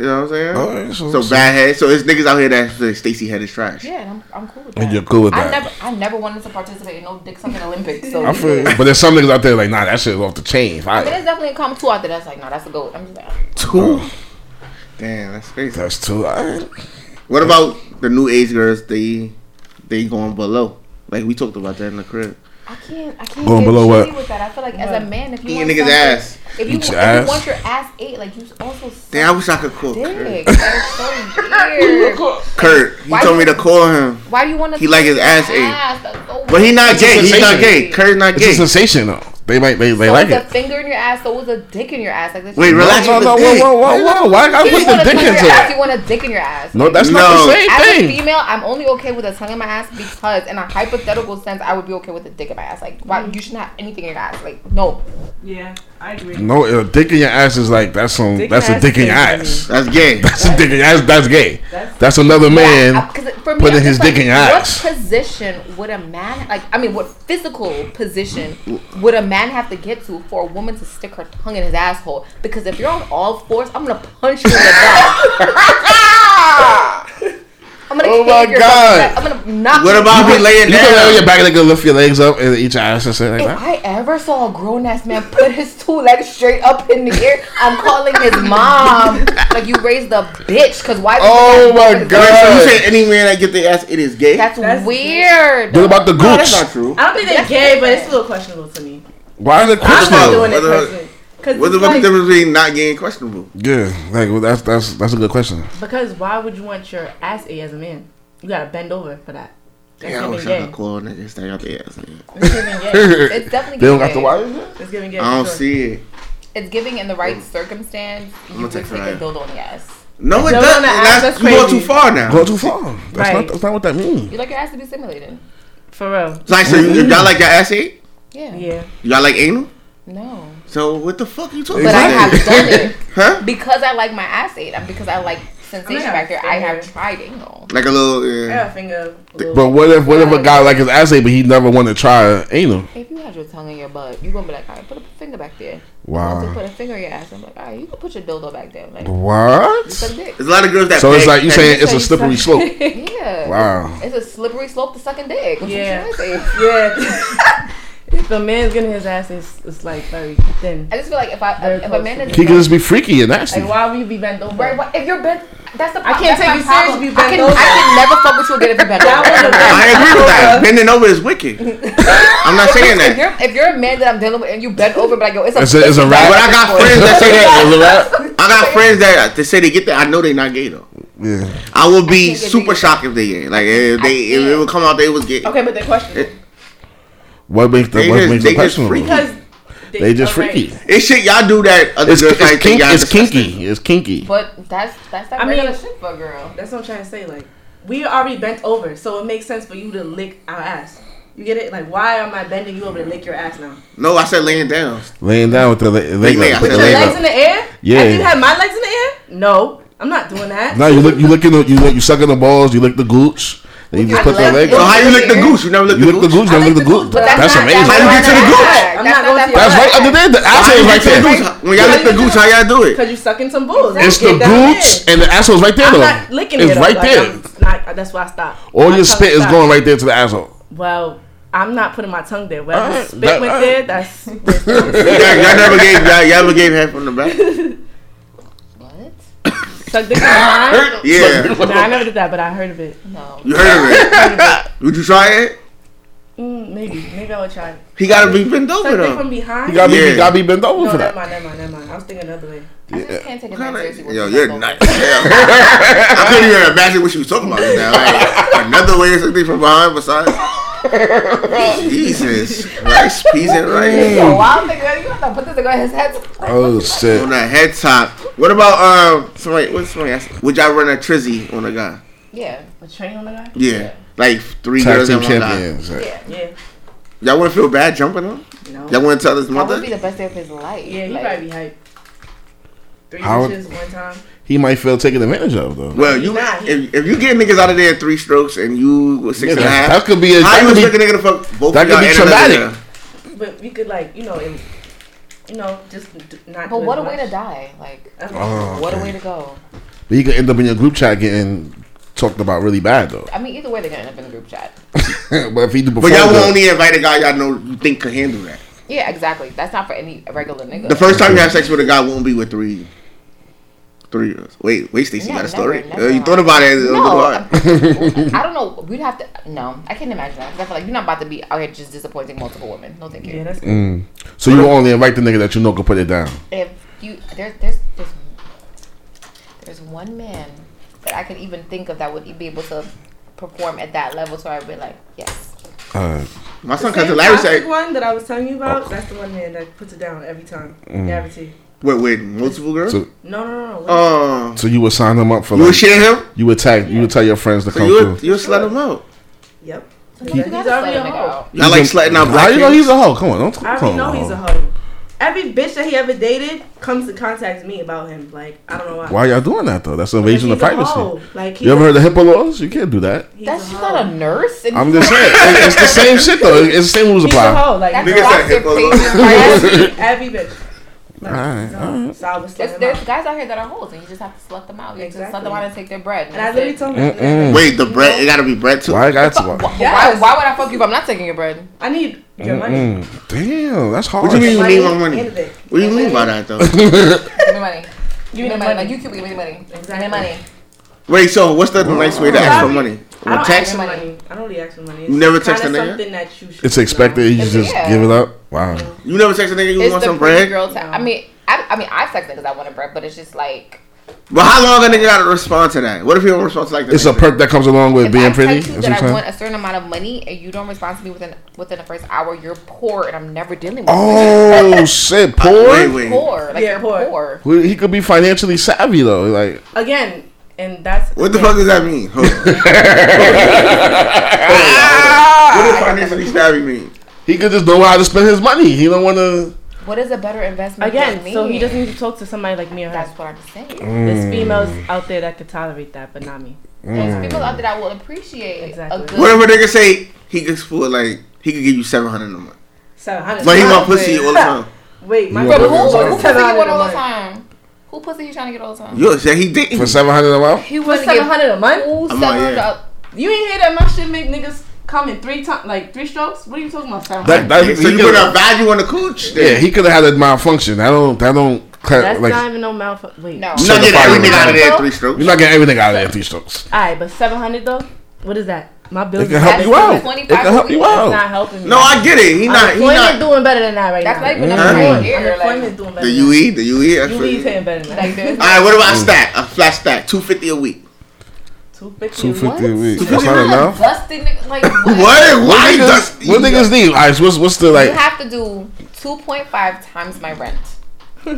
Speaker 2: know what I'm saying?
Speaker 3: All right, so-
Speaker 2: so, bad head. So it's niggas out here that like, Stacy head is trash.
Speaker 1: Yeah, and I'm, I'm cool with that.
Speaker 3: And you're cool with
Speaker 1: I
Speaker 3: that.
Speaker 1: never I never wanted to participate in no dick sucking Olympics. So
Speaker 3: I feel. But there's some niggas out there like, nah, that shit is off the chain.
Speaker 1: I mean,
Speaker 3: Fire.
Speaker 1: there's definitely a comment too out there that's like, no, that's a goat. I'm just like,
Speaker 2: Two. Damn, that's crazy.
Speaker 3: That's too. I,
Speaker 2: What about the new age girls? They they going below. Like we talked about that in the crib.
Speaker 1: I can't, I can't
Speaker 3: Going
Speaker 1: get
Speaker 3: below
Speaker 1: cheesy
Speaker 3: what?
Speaker 1: with that. I feel like as a man, if you
Speaker 2: Eating
Speaker 1: want
Speaker 2: niggas'
Speaker 1: something-
Speaker 2: ass.
Speaker 1: if you,
Speaker 3: Eat
Speaker 1: if
Speaker 3: your
Speaker 1: you
Speaker 3: ass.
Speaker 1: want your ass ate, like you also suck
Speaker 2: Damn, I wish I could call
Speaker 1: dick.
Speaker 2: Kurt.
Speaker 1: That is so weird.
Speaker 2: Kurt, he
Speaker 1: Why
Speaker 2: told
Speaker 1: you-
Speaker 2: me to call him,
Speaker 1: Why do you want to?
Speaker 2: He like his ass ate.
Speaker 1: That's so
Speaker 2: but he
Speaker 1: weird.
Speaker 2: not gay. He's not
Speaker 3: sensation.
Speaker 2: gay. Kurt's not
Speaker 3: it's a
Speaker 2: gay.
Speaker 3: sensation though. They might. They they
Speaker 1: So
Speaker 3: like
Speaker 1: was
Speaker 3: it.
Speaker 1: a finger in your ass. So was a dick in your ass. Like this.
Speaker 2: Wait,
Speaker 1: shit-
Speaker 2: relax.
Speaker 3: No, no,
Speaker 2: with the
Speaker 3: whoa,
Speaker 2: dick.
Speaker 3: whoa, whoa, whoa! Why I gotta
Speaker 1: You
Speaker 3: put
Speaker 1: want
Speaker 3: the
Speaker 1: a
Speaker 3: dick
Speaker 1: tongue in
Speaker 3: into
Speaker 1: your ass.
Speaker 3: it?
Speaker 1: You want a dick in your ass.
Speaker 3: No, that's not the
Speaker 2: No.
Speaker 1: As
Speaker 3: same
Speaker 1: a
Speaker 3: thing.
Speaker 1: female, I'm only okay with a tongue in my ass because, in a hypothetical sense, I would be okay with a dick in my ass. Like, why
Speaker 2: Mm.
Speaker 1: you shouldn't have anything in your ass? Like, no.
Speaker 4: yeah, I agree.
Speaker 3: No, a dick in your ass is like that's some
Speaker 4: Dick
Speaker 3: Mm, that's
Speaker 4: in
Speaker 3: a
Speaker 4: ass
Speaker 3: dick in
Speaker 4: is
Speaker 3: your
Speaker 4: gay, I
Speaker 3: ass.
Speaker 2: That's gay.
Speaker 3: That's a dick in your ass. That's gay.
Speaker 4: That's-
Speaker 3: That's another man.
Speaker 1: I- 'cause for me,
Speaker 3: putting
Speaker 1: I'm
Speaker 3: his
Speaker 1: just
Speaker 3: dick
Speaker 1: like,
Speaker 3: in your ass.
Speaker 1: What position would a man like? I mean, what physical position would a man have to get to for a woman to stick her tongue in his asshole? Because if you're on all fours, I'm gonna punch you in the back. I'm gonna
Speaker 3: Oh
Speaker 1: kick
Speaker 3: my
Speaker 1: your
Speaker 3: God.
Speaker 1: fucking butt. I'm gonna knock
Speaker 2: What
Speaker 1: you
Speaker 2: about
Speaker 1: out.
Speaker 2: me laying
Speaker 3: You can lay on
Speaker 2: down?
Speaker 3: your back and they can lift your legs up and eat your ass and say like
Speaker 1: If
Speaker 3: that.
Speaker 1: I ever saw a grown ass man put his two legs straight up in the air, I'm calling his mom. Like you raised a bitch, cause why? would
Speaker 3: Oh
Speaker 1: you have-
Speaker 3: my
Speaker 2: Wait,
Speaker 3: God.
Speaker 2: so you said any man that get their ass it is gay?
Speaker 1: That's,
Speaker 4: That's-
Speaker 1: weird.
Speaker 3: What about the
Speaker 2: no, that's
Speaker 3: gooch?
Speaker 2: not true.
Speaker 4: I don't think they're
Speaker 1: That's
Speaker 4: gay, but
Speaker 1: different.
Speaker 4: it's still questionable to me.
Speaker 3: Why is it
Speaker 2: Questionable.
Speaker 4: I'm not
Speaker 3: questionable?
Speaker 4: doing it
Speaker 2: Whether-
Speaker 4: personally. 'Cause
Speaker 2: What's the
Speaker 4: it's
Speaker 2: fucking
Speaker 4: like-
Speaker 2: difference between not gay and questionable?
Speaker 3: Yeah, like well, that's that's that's a good question.
Speaker 4: Because why would you want your ass ate as a man? You gotta bend over for that. That's
Speaker 2: Yeah, I
Speaker 4: giving
Speaker 2: wish I
Speaker 4: gay.
Speaker 2: could call niggas that out their ass. man.
Speaker 4: It's giving gay.
Speaker 1: It's definitely
Speaker 3: they don't got
Speaker 1: gay.
Speaker 3: the wires. yet?
Speaker 4: It's giving gay.
Speaker 2: I don't
Speaker 4: for sure.
Speaker 2: see it.
Speaker 1: It's giving in the right
Speaker 3: Mm.
Speaker 1: circumstance. You
Speaker 2: gonna
Speaker 1: would
Speaker 2: take
Speaker 1: take
Speaker 2: her
Speaker 1: a
Speaker 2: out.
Speaker 1: dildo on the ass.
Speaker 2: No, it
Speaker 4: Don't
Speaker 2: doesn't.
Speaker 4: wanna ask
Speaker 2: That's,
Speaker 4: us
Speaker 2: you go
Speaker 4: crazy.
Speaker 2: too far now.
Speaker 3: Go too far. That's not
Speaker 4: Right.
Speaker 3: that's not what that means.
Speaker 1: You like your ass to be stimulated.
Speaker 4: For real.
Speaker 2: It's like, so you, y'all like your ass ate?
Speaker 1: Yeah.
Speaker 4: Yeah.
Speaker 2: Y'all like anal?
Speaker 1: No.
Speaker 2: So what the fuck you talking
Speaker 1: But
Speaker 2: about?
Speaker 1: I have done it
Speaker 2: Huh?
Speaker 1: because I like my ass ate and because I like sensation
Speaker 4: Yeah.
Speaker 1: factor. I have
Speaker 4: Yeah.
Speaker 1: tried anal.
Speaker 2: Like a little.
Speaker 4: I
Speaker 2: Yeah.
Speaker 4: got a finger.
Speaker 3: But what if what if a guy like his ass ate but he never want to try anal?
Speaker 1: If you had your tongue in your butt, you gonna be like, all right, put a finger back there. You
Speaker 3: Wow.
Speaker 1: put a finger in your ass. I'm like, all right, you can put your dildo back there. Like,
Speaker 3: What?
Speaker 1: suck dick.
Speaker 2: There's a lot of girls that.
Speaker 3: So it's
Speaker 2: beg-
Speaker 3: like you
Speaker 2: that-
Speaker 3: saying it's
Speaker 4: So
Speaker 3: a
Speaker 4: you
Speaker 3: slippery
Speaker 4: suck-
Speaker 3: slope.
Speaker 1: Yeah.
Speaker 3: Wow.
Speaker 1: It's a slippery slope to sucking dick. That's
Speaker 4: Yeah.
Speaker 1: What you trying to say.
Speaker 4: Yeah. if a man's getting his ass, it's, it's like very thin.
Speaker 1: I just feel like if I
Speaker 4: Very
Speaker 1: if a
Speaker 4: close
Speaker 1: man
Speaker 4: to
Speaker 1: is
Speaker 3: He could just be freaky and nasty.
Speaker 4: Like, why would you be bent over?
Speaker 1: right, what- if you're bent, that's the
Speaker 4: I
Speaker 1: problem. that's
Speaker 4: can't take
Speaker 1: my
Speaker 4: you serious
Speaker 1: problem.
Speaker 4: if you
Speaker 1: I
Speaker 4: bent
Speaker 1: can,
Speaker 4: over.
Speaker 1: I can never fuck with you again if you bent over.
Speaker 4: That was a bad-
Speaker 2: I agree with that. Bending over is wicked. I'm not saying
Speaker 1: if
Speaker 2: that.
Speaker 1: you're, if you're a man that I'm dealing with and you bent over, but like, yo, it's a,
Speaker 3: It's a, it's a
Speaker 2: But
Speaker 3: rap.
Speaker 2: I got friends that say that.
Speaker 3: It's a rap.
Speaker 2: I got friends that they say they get that. I know they not gay though.
Speaker 3: Yeah.
Speaker 2: I would be
Speaker 1: can't get
Speaker 2: super
Speaker 1: these.
Speaker 2: shocked if they gay. Like if they,
Speaker 1: I
Speaker 2: if it
Speaker 1: can't.
Speaker 2: would come out they was gay.
Speaker 4: Okay, but they question it.
Speaker 3: What makes the
Speaker 2: They
Speaker 3: what
Speaker 2: just-
Speaker 3: makes
Speaker 2: they
Speaker 3: it
Speaker 2: just freaky.
Speaker 3: questionable?
Speaker 4: Because they,
Speaker 3: They just
Speaker 4: okay.
Speaker 3: freaky.
Speaker 2: It's shit y'all do that. Other
Speaker 3: It's,
Speaker 2: girls
Speaker 3: it's,
Speaker 2: like think
Speaker 3: kink,
Speaker 2: y'all
Speaker 3: it's
Speaker 2: disgusting.
Speaker 3: kinky. It's kinky.
Speaker 1: But that's that's that
Speaker 4: I
Speaker 1: regular
Speaker 4: mean-
Speaker 1: shit for a girl.
Speaker 4: That's what I'm trying to say. Like, we are already bent over, so it makes sense for you to lick our ass. You get it? Like, why am I bending you over to lick your ass now?
Speaker 2: No, I said laying down.
Speaker 3: Laying down with the la- leg
Speaker 2: lay
Speaker 3: up.
Speaker 2: out.
Speaker 3: Put
Speaker 2: Put
Speaker 3: the
Speaker 4: Your
Speaker 2: Lay
Speaker 3: leg
Speaker 4: legs
Speaker 3: up.
Speaker 4: in the air?
Speaker 3: Yeah.
Speaker 4: I you had my legs in the air? No, I'm not doing that.
Speaker 3: No, you look. You looking. You look. You sucking the balls. You lick the gooch. Then you just put the
Speaker 1: left
Speaker 3: leg.
Speaker 2: So
Speaker 1: foot.
Speaker 3: up.
Speaker 2: how you lick the
Speaker 1: Weird.
Speaker 2: goose? You never lick
Speaker 3: You
Speaker 2: the
Speaker 3: lick the
Speaker 2: goose.
Speaker 3: gooch.
Speaker 1: I
Speaker 3: Then lick
Speaker 1: like
Speaker 3: the
Speaker 1: the
Speaker 3: gooch.
Speaker 1: gooch, but
Speaker 3: That's
Speaker 1: that's not-
Speaker 3: amazing.
Speaker 1: that's
Speaker 2: How you get to the goose?
Speaker 1: I'm
Speaker 4: not going to-
Speaker 3: That's right under there. The
Speaker 2: How
Speaker 3: asshole's
Speaker 2: you
Speaker 3: right
Speaker 2: get to the
Speaker 3: there.
Speaker 2: goose? When y'all lick the goose, how y'all do it?
Speaker 4: Because you sucking some balls.
Speaker 3: It's the
Speaker 4: Get down
Speaker 3: gooch
Speaker 4: there.
Speaker 3: and the asshole's right there
Speaker 4: I'm
Speaker 3: though.
Speaker 4: not licking
Speaker 3: it's
Speaker 4: it. up.
Speaker 3: right
Speaker 4: Like,
Speaker 3: there.
Speaker 4: I'm not- that's why I stopped.
Speaker 3: All
Speaker 4: My
Speaker 3: your
Speaker 4: tongue
Speaker 3: spit is
Speaker 4: stopped.
Speaker 3: going right there to the asshole.
Speaker 4: Well, I'm not putting my tongue there. Where
Speaker 3: Alright,
Speaker 4: the spit
Speaker 3: that-
Speaker 4: went
Speaker 3: alright.
Speaker 4: there, that's.
Speaker 2: Y'all y'all never gave y'all, y'all never gave head from the back.
Speaker 1: What?
Speaker 4: Suck dick in my mind?
Speaker 2: Yeah,
Speaker 4: Nah, I never did that, but I heard of it.
Speaker 1: No.
Speaker 2: you heard of it. Would you try it?
Speaker 4: Mm, maybe. Maybe I would try. it.
Speaker 2: He gotta be bent over
Speaker 4: Suck dick
Speaker 2: though.
Speaker 4: from behind?
Speaker 3: You got me.
Speaker 2: Yeah.
Speaker 3: You got me bent over
Speaker 4: no,
Speaker 3: for
Speaker 4: never
Speaker 3: that.
Speaker 4: mind, never mind, never mind. I was thinking another way.
Speaker 1: I just can't take a man seriously. when
Speaker 2: Yo,
Speaker 1: she's
Speaker 2: you're
Speaker 1: bent
Speaker 2: nice.
Speaker 1: over.
Speaker 2: as hell. I couldn't even imagine what she was talking about just now. Like, another way to something from behind besides. Jesus, rice, peas, and rice
Speaker 1: Yo, wild nigga, you have to put this nigga on his head.
Speaker 3: Oh shit.
Speaker 2: on the head top. What about um? Somebody, what's somebody asked? Would y'all run a trizzy on a guy?
Speaker 1: Yeah.
Speaker 4: A train on the guy?
Speaker 2: Yeah, like three
Speaker 3: Tag
Speaker 2: girls
Speaker 3: team
Speaker 2: and one guy.
Speaker 3: champions.
Speaker 1: Yeah.
Speaker 4: Yeah.
Speaker 2: Y'all wouldn't feel bad jumping him?
Speaker 4: No.
Speaker 2: Y'all wouldn't tell his
Speaker 1: That
Speaker 2: mother?
Speaker 1: would be the best day of his life.
Speaker 4: Yeah, he
Speaker 1: Like,
Speaker 4: probably be hype. Three
Speaker 3: How-
Speaker 4: inches one time.
Speaker 3: He might feel taken advantage of though.
Speaker 2: Well, you
Speaker 4: Nah, he-
Speaker 2: if, if you get niggas out of there in three strokes and you was six
Speaker 3: Yeah,
Speaker 2: and a
Speaker 3: that,
Speaker 2: half,
Speaker 3: that could be. A,
Speaker 2: how you
Speaker 3: that
Speaker 2: expect
Speaker 3: could
Speaker 2: a
Speaker 3: be.
Speaker 2: nigga to fuck both
Speaker 3: that
Speaker 2: of y'all
Speaker 3: could be
Speaker 2: and another
Speaker 3: traumatic.
Speaker 2: nigga?
Speaker 4: But we could like, you know, it, you know, just d- not.
Speaker 1: But
Speaker 4: do
Speaker 1: what a
Speaker 4: as
Speaker 1: way to
Speaker 4: much.
Speaker 1: die. Like,
Speaker 4: Okay.
Speaker 3: Oh,
Speaker 1: what a
Speaker 3: okay.
Speaker 1: way to go.
Speaker 3: But you could end up in your group chat getting talked about really bad though.
Speaker 1: I mean, either way, they're going to end up in the group chat.
Speaker 3: but if he do before,
Speaker 2: But y'all will
Speaker 3: that-
Speaker 2: only invite a guy y'all know you think can handle that.
Speaker 1: Yeah, exactly. That's not for any regular nigga.
Speaker 2: The first time you have sex with a guy won't be with three. Three girls. Wait, wait, Stacey, you
Speaker 1: No,
Speaker 2: got a story?
Speaker 1: never,
Speaker 2: Uh, you
Speaker 1: never.
Speaker 2: thought about it? it was a little
Speaker 1: No,
Speaker 2: hard.
Speaker 1: I don't know. We'd have to. No, I can't imagine that. 'cause I feel like you're not about to be out here just disappointing multiple women. No, thank you.
Speaker 4: Yeah, that's
Speaker 3: Mm. So you will only invite the nigga that you know can put it down.
Speaker 1: if you there's there's there's there's one man that I could even think of that would be able to perform at that level, so I'd be like, yes.
Speaker 3: Uh,
Speaker 2: My son
Speaker 4: The same
Speaker 2: cousin Larry Oh.
Speaker 4: plastic
Speaker 2: said,
Speaker 4: one that I was telling you about. That's the one man that puts it down every time.
Speaker 2: Mm.
Speaker 4: Guarantee.
Speaker 2: "Wait, wait, multiple girls?
Speaker 3: so,
Speaker 4: No, no, no. no. wait.
Speaker 2: Oh,
Speaker 3: so you would sign him up for
Speaker 2: you would
Speaker 3: like
Speaker 2: share him?
Speaker 3: you would tag you would tell your friends to
Speaker 2: So
Speaker 3: come
Speaker 2: you would
Speaker 3: through.
Speaker 2: you would slut him out?
Speaker 4: yep.
Speaker 1: You
Speaker 4: he's
Speaker 1: gotta
Speaker 4: already a
Speaker 1: slut a nigga
Speaker 4: hoe.
Speaker 1: out.
Speaker 2: Y'all like
Speaker 3: He's a-
Speaker 2: slutting out black
Speaker 3: How you know
Speaker 2: kids?
Speaker 3: he's a hoe? Come on, don't
Speaker 4: I
Speaker 3: come
Speaker 4: already
Speaker 3: on.
Speaker 4: know he's a hoe. Every bitch that he ever dated comes to contact me about him. Like I don't know why.
Speaker 3: Why y'all doing that though? That's
Speaker 4: Because
Speaker 3: invasion of
Speaker 4: he's a hoe.
Speaker 3: privacy.
Speaker 4: Like
Speaker 3: You ever heard of HIPAA laws? You can't do that.
Speaker 4: he's
Speaker 1: That's
Speaker 4: a
Speaker 1: she's
Speaker 4: hoe.
Speaker 1: not a nurse. And
Speaker 3: I'm just saying, it- it's the same shit though. It's the same rules
Speaker 4: He's a
Speaker 3: apply.
Speaker 4: hoe. Like
Speaker 1: that's
Speaker 2: Niggas
Speaker 1: lots
Speaker 2: said
Speaker 1: of
Speaker 2: hippo.
Speaker 1: patients.
Speaker 4: every bitch.
Speaker 2: All right, all right.
Speaker 4: So I was
Speaker 1: There's,
Speaker 4: slugging
Speaker 1: there's
Speaker 4: out.
Speaker 1: guys out here that are hoes, and you just have to slut them out. You just slut them
Speaker 4: Exactly.
Speaker 1: out and take their bread.
Speaker 4: And I
Speaker 1: that's it.
Speaker 4: literally told him,
Speaker 3: Mm-mm.
Speaker 2: Wait, the bread. It gotta be bread too.
Speaker 3: Why I got to?
Speaker 1: Why,
Speaker 4: yes,
Speaker 1: why would I fuck you if I'm not taking your bread?
Speaker 4: I need your money.
Speaker 3: Mm-mm. Damn, that's hard.
Speaker 2: What you mean?
Speaker 4: Money
Speaker 2: need my money.
Speaker 4: and the dick.
Speaker 2: What do you mean by that though?
Speaker 1: Give me money. Give me
Speaker 4: need
Speaker 1: money.
Speaker 4: money.
Speaker 1: Like you keep giving me money. Give me
Speaker 4: Exactly.
Speaker 1: money.
Speaker 2: Wait, so what's the nice way to ask for money?
Speaker 4: I don't
Speaker 2: Text?
Speaker 4: ask for money. I don't really ask for money.
Speaker 2: You never
Speaker 4: It's
Speaker 2: text
Speaker 4: kinda
Speaker 2: a nigga?
Speaker 4: something that you should
Speaker 3: It's expected. You
Speaker 1: It's-
Speaker 3: just
Speaker 1: yeah.
Speaker 3: give it up. Wow.
Speaker 2: You never text a nigga you
Speaker 1: It's
Speaker 2: want
Speaker 1: the
Speaker 2: some
Speaker 1: pretty
Speaker 2: bread?
Speaker 1: girl time. I mean, I, I mean, I've sexed because I wanted bread, but it's just like
Speaker 2: But how long a nigga gotta respond to that? What if he don't respond to like that?
Speaker 3: It's a perk that comes along with
Speaker 1: if
Speaker 3: being
Speaker 1: I
Speaker 3: pretty.
Speaker 1: text you
Speaker 3: That's
Speaker 1: that
Speaker 3: what I'm
Speaker 1: I
Speaker 3: saying.
Speaker 1: want a certain amount of money and you don't respond to me within within the first hour, you're poor and I'm never dealing with
Speaker 3: Oh shit,
Speaker 2: Wait,
Speaker 3: poor.
Speaker 1: you.
Speaker 2: wait.
Speaker 1: Poor, like
Speaker 4: Yeah,
Speaker 1: you're
Speaker 4: poor.
Speaker 1: poor.
Speaker 3: Well, He could be financially savvy though. Like
Speaker 4: Again, and that's
Speaker 2: What the fuck does that mean? Hold on. Hold on,
Speaker 3: Ah!
Speaker 2: hold on. What does financially savvy mean?
Speaker 3: he could just know how to spend his money. He don't want to.
Speaker 1: What is a better investment?
Speaker 4: Again,
Speaker 1: than
Speaker 4: so he
Speaker 1: me?
Speaker 4: doesn't need to talk to somebody like me or her.
Speaker 1: That's what I'm saying.
Speaker 3: Mm.
Speaker 4: There's females out there that could tolerate that, but not me.
Speaker 1: There's people out there that will appreciate
Speaker 4: Exactly.
Speaker 1: a good.
Speaker 2: What if a nigga say he could for like he could give you seven hundred a month?
Speaker 4: So how does
Speaker 2: Like he want pussy all the time.
Speaker 4: Wait, my
Speaker 3: You
Speaker 1: But
Speaker 3: want
Speaker 1: who,
Speaker 3: Whatever,
Speaker 1: who
Speaker 3: sorry.
Speaker 1: pussy he want all the time? Who pussy he trying to get all the time?
Speaker 2: Yo, say he dating.
Speaker 3: For seven hundred a month.
Speaker 1: He
Speaker 4: For
Speaker 1: wants
Speaker 4: seven hundred a month?
Speaker 1: Who
Speaker 2: I'm
Speaker 1: seven
Speaker 2: not,
Speaker 1: hundred?
Speaker 2: yeah.
Speaker 4: You ain't hear that my shit make niggas come in three times, like three strokes? What are you talking about? Seven
Speaker 3: That,
Speaker 4: hundred.
Speaker 3: that,
Speaker 2: So you
Speaker 3: he could,
Speaker 2: put a value on the cooch?
Speaker 3: yeah,
Speaker 2: Then.
Speaker 3: he could have had a malfunction. I don't. That don't. cla-
Speaker 4: That's
Speaker 3: like
Speaker 4: not even no mouth. Wait,
Speaker 1: No.
Speaker 2: You not getting
Speaker 3: Certified
Speaker 2: everything out of there
Speaker 1: though.
Speaker 2: at three strokes.
Speaker 3: you're not getting everything out of that three strokes.
Speaker 4: All right, but seven hundred though. What is that? My bills.
Speaker 3: It can
Speaker 4: is
Speaker 3: help
Speaker 1: That's
Speaker 3: you out.
Speaker 1: twenty
Speaker 3: It can help you
Speaker 1: five
Speaker 4: It's
Speaker 3: out.
Speaker 4: not helping me.
Speaker 2: No, I get it. He not. He
Speaker 4: Unemployment
Speaker 2: not.
Speaker 4: doing better than that right
Speaker 1: That's
Speaker 4: now.
Speaker 1: not even
Speaker 3: Mm.
Speaker 1: a right here.
Speaker 4: Unemployment
Speaker 1: Like,
Speaker 4: doing better.
Speaker 2: The UE, the UE. I
Speaker 4: You
Speaker 2: feel
Speaker 4: leave
Speaker 2: you.
Speaker 4: paying better than
Speaker 1: like
Speaker 4: that.
Speaker 1: there's
Speaker 2: All right, what about
Speaker 3: Mm.
Speaker 2: stack? A flat stack, two fifty a week.
Speaker 4: Two fifty.
Speaker 3: Two fifty a week.
Speaker 2: What?
Speaker 3: That's not
Speaker 2: What?
Speaker 3: enough.
Speaker 1: busted nigga- like
Speaker 2: What?
Speaker 3: What
Speaker 2: Why does
Speaker 3: niggas, what niggas need? All right, so what's what's the
Speaker 1: You
Speaker 3: like?
Speaker 1: have to do 2.5 times my rent.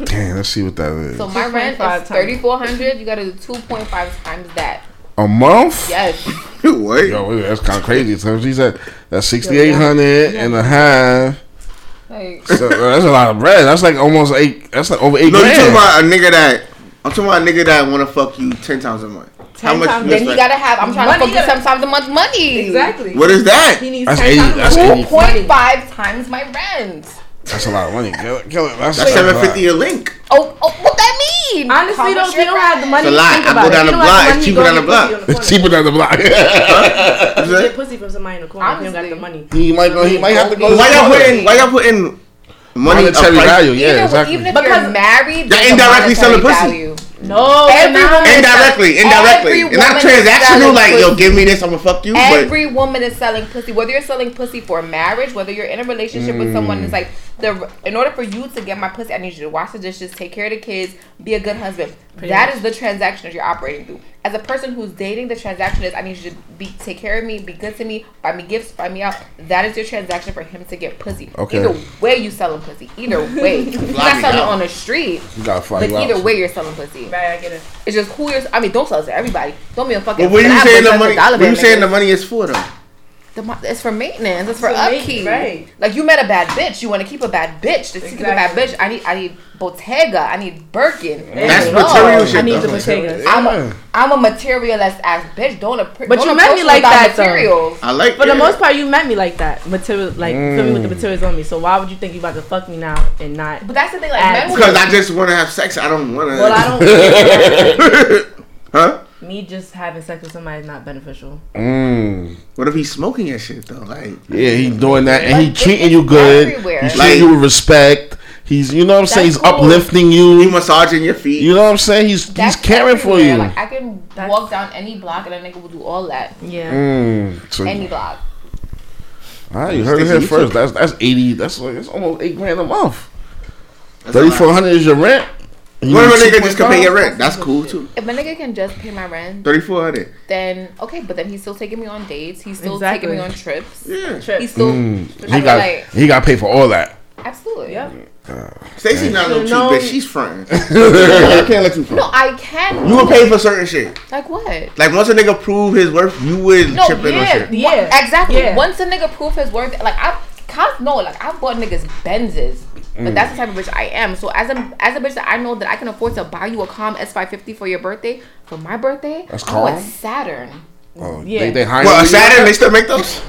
Speaker 3: Damn, let's see what that uh, is.
Speaker 1: So my rent
Speaker 4: 2.5
Speaker 1: is
Speaker 4: times.
Speaker 1: 3400 You got to do 2.5 times that.
Speaker 3: A month?
Speaker 1: Yes.
Speaker 2: What?
Speaker 3: Yo, wait, that's kind of crazy. So she said that's sixty eight hundred and a half.
Speaker 1: Like,
Speaker 3: So, uh, that's a lot of bread. That's like almost eight. That's like over eight
Speaker 2: No, you talking
Speaker 3: grand.
Speaker 2: about a nigga that I'm talking about a nigga that want to fuck you ten times a month. How
Speaker 4: 10
Speaker 2: much?
Speaker 4: times,
Speaker 2: you
Speaker 1: then
Speaker 2: expect?
Speaker 1: he got to have, I'm trying
Speaker 4: Money
Speaker 1: to fuck you
Speaker 4: gotta-
Speaker 1: sometimes a month money.
Speaker 4: Exactly.
Speaker 2: what is
Speaker 4: He
Speaker 2: that?
Speaker 4: needs
Speaker 3: That's
Speaker 4: ten
Speaker 3: 80
Speaker 4: times
Speaker 3: that's
Speaker 4: more
Speaker 3: 80.
Speaker 4: money.
Speaker 1: 2.5 times my rent.
Speaker 3: That's a lot of money. Kill it, kill it. That's,
Speaker 2: That's
Speaker 3: a lot.
Speaker 2: seven fifty a link.
Speaker 1: Oh, oh, what that mean?
Speaker 4: Honestly, though,
Speaker 1: Promise
Speaker 4: if you
Speaker 1: your
Speaker 4: don't have the
Speaker 1: friend.
Speaker 4: money,
Speaker 2: It's a lie. I
Speaker 4: think
Speaker 2: go
Speaker 4: about it.
Speaker 2: down the
Speaker 4: You don't have
Speaker 2: block,
Speaker 4: money,
Speaker 2: it's cheaper
Speaker 4: go
Speaker 2: down
Speaker 4: get
Speaker 2: the block.
Speaker 4: pussy on
Speaker 3: It's
Speaker 4: corner.
Speaker 3: cheaper than the block.
Speaker 2: Is
Speaker 4: You Get
Speaker 2: that-
Speaker 4: pussy from somebody in the corner. if You don't got the money.
Speaker 3: he might go. He might have to go. to
Speaker 2: Why y'all
Speaker 3: the
Speaker 2: putting? Why y'all putting money?
Speaker 3: monetary
Speaker 2: up price-
Speaker 3: value?
Speaker 1: Even,
Speaker 3: Yeah,
Speaker 1: if-
Speaker 3: exactly.
Speaker 1: even if
Speaker 4: Because-
Speaker 1: you're married,
Speaker 2: Y'all
Speaker 1: there's a
Speaker 2: indirectly selling
Speaker 1: monetary
Speaker 2: pussy.
Speaker 1: value.
Speaker 4: No,
Speaker 1: Every
Speaker 4: you're not.
Speaker 1: woman-
Speaker 2: Indirectly,
Speaker 1: Every
Speaker 2: indirectly. It's not
Speaker 1: woman is
Speaker 2: transactional.
Speaker 1: selling
Speaker 2: Like yo,
Speaker 1: pussy.
Speaker 2: give me this, I'ma fuck you. But
Speaker 1: Every woman is selling pussy. Whether you're selling pussy for marriage, whether you're in a relationship with someone,
Speaker 2: Mm.
Speaker 1: it's like the in order for you to get my pussy, I need you to wash the dishes, take care of the kids, be a good husband. That is the transaction that you're operating through. As a person who's dating, the transaction is I need you to be take care of me, be good to me, buy me gifts, buy me out. That is your transaction for him to get pussy.
Speaker 3: Okay.
Speaker 1: Either way, you selling pussy. Either way, you're
Speaker 2: Fly
Speaker 1: not
Speaker 2: me
Speaker 1: selling it
Speaker 2: out.
Speaker 1: on the street.
Speaker 3: You gotta fly
Speaker 1: But
Speaker 3: you out.
Speaker 1: either way, you're selling pussy.
Speaker 4: Right, I get it.
Speaker 1: It's just who you're. I mean, don't sell it to everybody. Don't be a fucking.
Speaker 2: but what you
Speaker 1: Nah,
Speaker 2: saying
Speaker 1: but
Speaker 2: the
Speaker 1: it's
Speaker 2: money?
Speaker 1: a dollar
Speaker 2: What you
Speaker 1: bag,
Speaker 2: saying
Speaker 1: nigga.
Speaker 2: the money is for though?
Speaker 1: The mo- it's for maintenance. It's for
Speaker 4: for maintenance,
Speaker 1: upkeep.
Speaker 4: right.
Speaker 1: Like you met a bad bitch. You want to keep a bad bitch. To keep a bad
Speaker 4: Exactly.
Speaker 1: bitch, I need I need Bottega. I need Birkin.
Speaker 2: That's
Speaker 4: Oh,
Speaker 2: material
Speaker 4: I
Speaker 2: shit,
Speaker 4: need
Speaker 2: that's
Speaker 4: the
Speaker 2: material.
Speaker 4: potatoes.
Speaker 1: I'm
Speaker 3: Yeah.
Speaker 1: a, I'm a materialist ass bitch. Don't appre-
Speaker 4: But
Speaker 1: don't
Speaker 4: you met me
Speaker 1: approach
Speaker 4: like
Speaker 1: without
Speaker 4: that, though.
Speaker 1: materials.
Speaker 2: I like.
Speaker 4: For the
Speaker 2: it.
Speaker 4: most part, you met me like that. Material, like fill me with the materials on me. So why would you think you about to fuck me now and not?
Speaker 1: But that's the thing. Like
Speaker 4: Ass.
Speaker 1: men will-
Speaker 2: because I just want to have sex. I don't want to.
Speaker 4: Well, I don't.
Speaker 2: huh?
Speaker 4: me just having sex with somebody is not beneficial.
Speaker 3: Mm.
Speaker 2: What if he's smoking your shit though? Like,
Speaker 3: Yeah, he doing that and he
Speaker 1: Like,
Speaker 3: treating
Speaker 1: it's
Speaker 3: you good.
Speaker 1: everywhere.
Speaker 3: He's
Speaker 2: Like-
Speaker 3: treating you with respect. He's, you know what I'm saying. He's
Speaker 1: That's cool.
Speaker 3: uplifting
Speaker 2: he
Speaker 3: you.
Speaker 2: massaging your feet.
Speaker 3: You know what I'm saying. He's
Speaker 1: that's
Speaker 3: he's caring for
Speaker 1: everywhere.
Speaker 3: you.
Speaker 1: Like I can
Speaker 4: That's-
Speaker 1: walk down any block and a nigga will do all that.
Speaker 4: Yeah.
Speaker 3: Mm. So,
Speaker 1: Any block.
Speaker 3: all right, you heard it
Speaker 2: Stacey,
Speaker 3: here
Speaker 2: you
Speaker 3: first. That's that's eighty. That's like it's almost eight grand a month.
Speaker 2: That's a
Speaker 3: Thirty
Speaker 2: lot.
Speaker 3: four hundred is your rent. You
Speaker 2: What if a
Speaker 3: need
Speaker 2: nigga just can pay
Speaker 3: 2.5?
Speaker 2: your rent? That's cool too.
Speaker 1: If a nigga can just pay my rent,
Speaker 2: Thirty four hundred.
Speaker 1: then okay. But then he's still taking me on dates. He's still
Speaker 4: Exactly.
Speaker 1: taking me on trips.
Speaker 2: Yeah.
Speaker 4: Trip.
Speaker 1: He's still I
Speaker 3: Mm. He
Speaker 1: feel
Speaker 3: got
Speaker 1: like-
Speaker 3: he got to pay for all that.
Speaker 1: absolutely.
Speaker 4: yeah.
Speaker 2: Stacey's not no cheap
Speaker 4: No.
Speaker 2: bitch. She's fronting. I can't let you
Speaker 1: No,
Speaker 2: front.
Speaker 1: I can.
Speaker 2: You would pay for certain shit.
Speaker 1: Like what?
Speaker 2: Like once a nigga prove his worth, you would
Speaker 1: No,
Speaker 2: chip in on
Speaker 1: yeah,
Speaker 2: shit.
Speaker 4: Yeah.
Speaker 1: yeah, exactly.
Speaker 4: Yeah.
Speaker 1: Once a nigga proof his worth, like I, cause no, like I bought niggas Benzes,
Speaker 3: Mm.
Speaker 1: but that's the type of bitch I am. So as a as a bitch that I know that I can afford to buy you a Calm S five fifty for your birthday, for my birthday,
Speaker 3: That's
Speaker 1: I want
Speaker 3: Calm?
Speaker 1: Saturn.
Speaker 3: Oh,
Speaker 4: Yeah.
Speaker 3: They, they hiring
Speaker 2: Well,
Speaker 3: you?
Speaker 2: Saturn they still make those.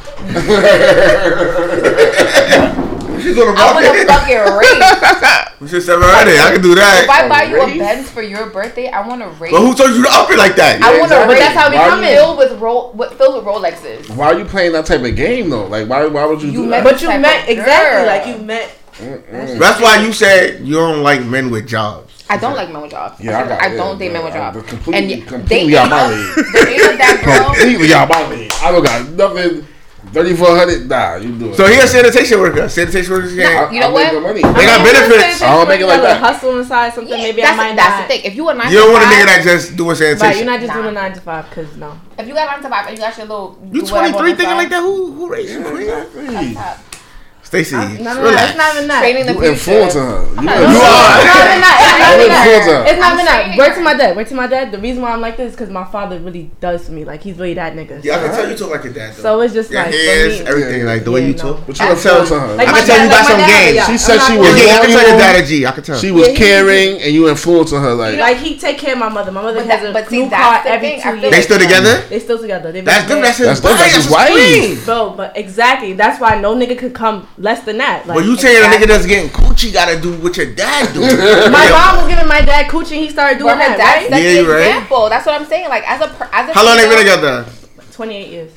Speaker 2: She's gonna
Speaker 1: I
Speaker 2: walk
Speaker 1: would have
Speaker 2: in.
Speaker 1: fucking raped.
Speaker 2: We should seven hundred. I can do
Speaker 1: If
Speaker 2: that.
Speaker 1: I buy you
Speaker 4: Rape?
Speaker 1: a Benz for your birthday, I want to rape.
Speaker 2: But who told you to up it like that?
Speaker 1: I want to
Speaker 3: Exactly.
Speaker 1: rape. That's how we
Speaker 3: Why
Speaker 1: come
Speaker 3: you-
Speaker 1: filled with roll, with, filled with Rolexes.
Speaker 3: Why are you playing that type of game though? Like, why? Why would you,
Speaker 1: You
Speaker 3: do
Speaker 1: met-
Speaker 3: that?
Speaker 4: But you met exactly like you met.
Speaker 2: That's why you said you don't like men with jobs.
Speaker 1: I don't like men with jobs.
Speaker 3: Yeah, I, got
Speaker 1: I don't
Speaker 3: it,
Speaker 1: date men
Speaker 3: bro.
Speaker 1: with
Speaker 3: I'm
Speaker 1: jobs.
Speaker 3: Completely,
Speaker 1: and
Speaker 3: completely
Speaker 1: they
Speaker 3: out my league.
Speaker 1: The aim of that girl.
Speaker 3: completely out my league. I don't got nothing. Thirty four hundred. Nah, you do it.
Speaker 2: So he's a sanitation worker. Sanitation worker.
Speaker 1: No. You know
Speaker 3: make
Speaker 1: what?
Speaker 3: the
Speaker 2: They
Speaker 3: money.
Speaker 2: got
Speaker 4: I mean, if
Speaker 2: benefits.
Speaker 4: it's- if
Speaker 3: I don't
Speaker 4: it's
Speaker 3: make it like
Speaker 4: another
Speaker 3: that.
Speaker 4: Hustle on the side, something. Maybe I
Speaker 1: that's,
Speaker 4: might
Speaker 1: that's
Speaker 4: not.
Speaker 1: the thing. If you a nine
Speaker 2: You don't
Speaker 1: to
Speaker 2: want a
Speaker 1: five,
Speaker 2: nigga that just doing
Speaker 4: Right, you're
Speaker 2: sanitation.
Speaker 4: not just doing a
Speaker 1: Nah.
Speaker 4: nine to five, cause no.
Speaker 1: if you got nine to five and you got your little
Speaker 2: You
Speaker 1: do whatever
Speaker 2: twenty
Speaker 1: on
Speaker 2: three
Speaker 1: the
Speaker 2: thinking
Speaker 1: side,
Speaker 2: like that? Who who raised you? Queen?
Speaker 3: Exactly.
Speaker 2: Stacy,
Speaker 4: Uh, No, no, no, it's
Speaker 2: relax.
Speaker 4: not even that.
Speaker 1: Training the
Speaker 3: You
Speaker 1: future.
Speaker 3: influencing her. You
Speaker 1: not-
Speaker 2: You
Speaker 3: influencing her.
Speaker 2: are.
Speaker 4: It's not even that. It's not even that.
Speaker 3: Influencer.
Speaker 4: It's
Speaker 1: I'm
Speaker 4: not even that.
Speaker 1: saying-
Speaker 4: Word to my dad. Word to my dad. The reason why I'm like this is because my father really does for me. Like he's really that nigga.
Speaker 2: Yeah, I can
Speaker 4: So-
Speaker 2: tell you talk like your dad. Though.
Speaker 4: So it's just
Speaker 2: your
Speaker 4: like for
Speaker 2: hands,
Speaker 4: me-
Speaker 2: everything, like the way
Speaker 4: Yeah,
Speaker 2: you
Speaker 4: no.
Speaker 2: talk.
Speaker 3: But you can tell something.
Speaker 4: Like
Speaker 2: I
Speaker 4: my
Speaker 2: can tell
Speaker 4: dad-
Speaker 2: you got
Speaker 4: like my
Speaker 2: some
Speaker 4: dad,
Speaker 2: games.
Speaker 4: yeah.
Speaker 3: She
Speaker 4: I'm
Speaker 3: said she
Speaker 4: not gonna
Speaker 3: was
Speaker 2: Yeah,
Speaker 4: lie.
Speaker 2: yeah, I can tell your dad a G. I can tell.
Speaker 3: She was
Speaker 4: Yeah, he-
Speaker 3: caring, and you influencing her. Like,
Speaker 4: Like he take care of my mother. My mother
Speaker 1: But
Speaker 4: has
Speaker 1: that-
Speaker 4: a
Speaker 1: but see,
Speaker 4: new
Speaker 1: that's
Speaker 4: car
Speaker 1: the
Speaker 4: every
Speaker 1: thing. I
Speaker 4: two
Speaker 1: feel
Speaker 4: years.
Speaker 2: they still together.
Speaker 4: They still together. They've
Speaker 2: That's
Speaker 4: been
Speaker 2: them. That's his
Speaker 3: That's them, that's his wife.
Speaker 2: queen.
Speaker 4: Bro, but exactly. That's why no nigga could come less than that. Like
Speaker 2: But you saying a nigga that's getting coochie gotta do what your dad do?
Speaker 4: my mom was giving my dad coochie. and He started doing
Speaker 1: But her
Speaker 4: that.
Speaker 1: dad's
Speaker 4: Right?
Speaker 1: that's
Speaker 2: Yeah,
Speaker 1: the
Speaker 2: you right.
Speaker 1: example. That's what I'm saying. Like as a per- as a
Speaker 2: How long they been
Speaker 1: female-
Speaker 2: together?
Speaker 4: Twenty eight years.